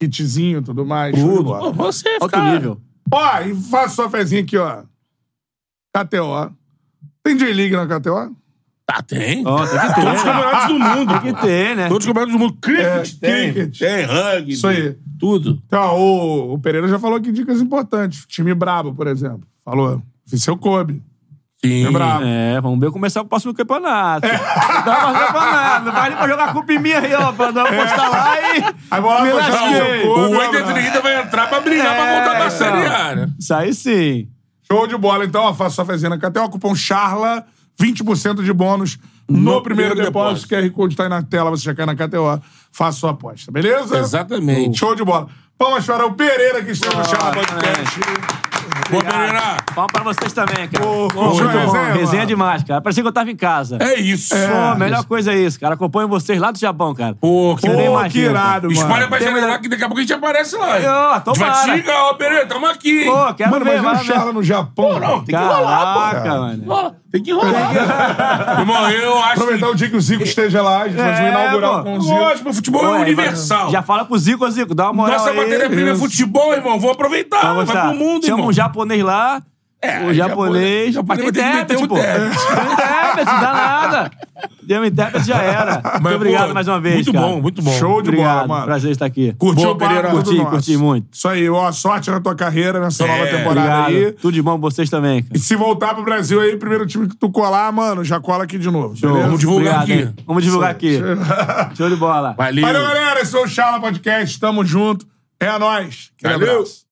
A: Kitzinho e tudo mais. show de bola.
B: Pô, Você é
C: Alto
B: fica-
C: nível.
A: Ó, e faça sua fezinha aqui, ó. KTO. Tem J-League na KTO?
B: Tá, tem.
C: Ó, tem que ter.
B: Todos
C: né?
B: os campeonatos do mundo.
C: Tem que ter, né?
B: Todos os campeonatos do mundo. Cricket,
A: É,
B: tem,
A: cricket.
B: Tem, rugby.
A: Isso aí.
B: Tudo.
A: Então, o, o Pereira já falou aqui dicas importantes. Time brabo, por exemplo. Falou. Fiz seu Kobe.
B: Sim.
A: É brabo.
C: É, vamos ver começar o próximo campeonato.
B: É.
C: Dá mais campeonato. Não vai nem pra jogar culpa em mim aí, ó. Pra
B: É.
C: não apostar lá e.
A: Aí vou lá
C: Me
A: mostrar
B: Não,
A: pro seu
C: lasquei.
A: Kobe,
B: o
A: um abraço.
B: 830 vai entrar pra brigar pra voltar pra
C: É,
B: série
C: então.
B: A, né?
C: Isso aí sim.
A: Show de bola. Então, ó, faça sua fezinha na KTO. Cupom CHARLA, 20% de bônus no, primeiro,
B: primeiro
A: depósito. QR Code tá aí na tela, você já cai na KTO. Faça sua aposta, beleza?
B: Exatamente.
A: Show de bola. Palmas para o Pereira, que está no CHARLA Podcast.
B: Pô, Pereira,
C: Palma pra vocês também, cara.
A: Ô,
C: Pô,
A: curtiu
C: muito
A: a
C: bom.
A: resenha, mano?
C: Resenha demais, cara. Parecia que eu tava em casa.
B: é isso.
C: Pô, a melhor coisa é isso, cara. Acompanho vocês lá do Japão, cara.
B: Pô, que
C: Eu nem
A: Pô, que
C: imagino, cara.
A: irado, mano.
B: Espalha pra
C: Tem
B: gente lá
C: melhor-
B: que daqui a pouco a gente aparece lá. hein?
C: Ó,
B: A gente vai
C: tomara.
B: te ligar, ó, Pereira, tamo aqui.
C: Pô, quero
A: Mano,
C: ver, né?
A: imagina
C: vai
A: o CHARLA
C: ver.
A: no Japão.
B: não, tem que rolar, pô.
C: Caraca, mano.
B: Rola, Tem que rolar. Irmão, eu acho
A: Aproveitar o
B: que...
A: dia que o Zico esteja lá, a gente faz um
C: É,
A: inaugural
C: pô.
A: com o Zico.
B: Lógico, o futebol
C: Pô,
B: é
C: é,
B: universal.
C: Já fala pro Zico, ô, Zico, dá uma moral
B: Nossa
C: aí.
B: matéria-prima é
A: isso.
B: futebol, irmão. Vou aproveitar,
C: Vamos
B: vai
C: lá.
B: pro mundo,
C: Chama
B: irmão.
C: um japonês lá.
B: É,
C: o japonês.
B: japonês
C: Mas tem
B: vai ter que meter
C: intérprete,
B: um
C: pô. Tem
B: intérprete.
C: intérprete, dá nada. Deu um intérprete, já era.
B: Mas,
C: muito obrigado
B: pô,
C: mais uma vez,
B: Muito
C: cara.
B: bom, muito bom.
A: Show de bola,
C: Obrigado,
A: mano.
C: prazer estar aqui.
A: Curtiu
B: Boa,
A: o papo?
B: Pereira.
A: tudo
C: Curti,
A: nosso.
C: curti muito.
A: Isso aí, ó, sorte na tua carreira nessa
B: É,
A: nova temporada
C: Obrigado.
A: aí.
C: Tudo de bom pra vocês também, cara.
A: E se voltar pro Brasil aí, primeiro time que tu colar, mano, já cola aqui de novo.
B: Vamos
A: Beleza?
B: divulgar
C: Obrigado,
B: aqui.
C: hein? Vamos divulgar aqui. Show de bola.
B: Valeu.
A: Valeu, galera. Esse foi o Chala Podcast. Tamo junto. É nóis. Aquele
B: Valeu.
A: abraço.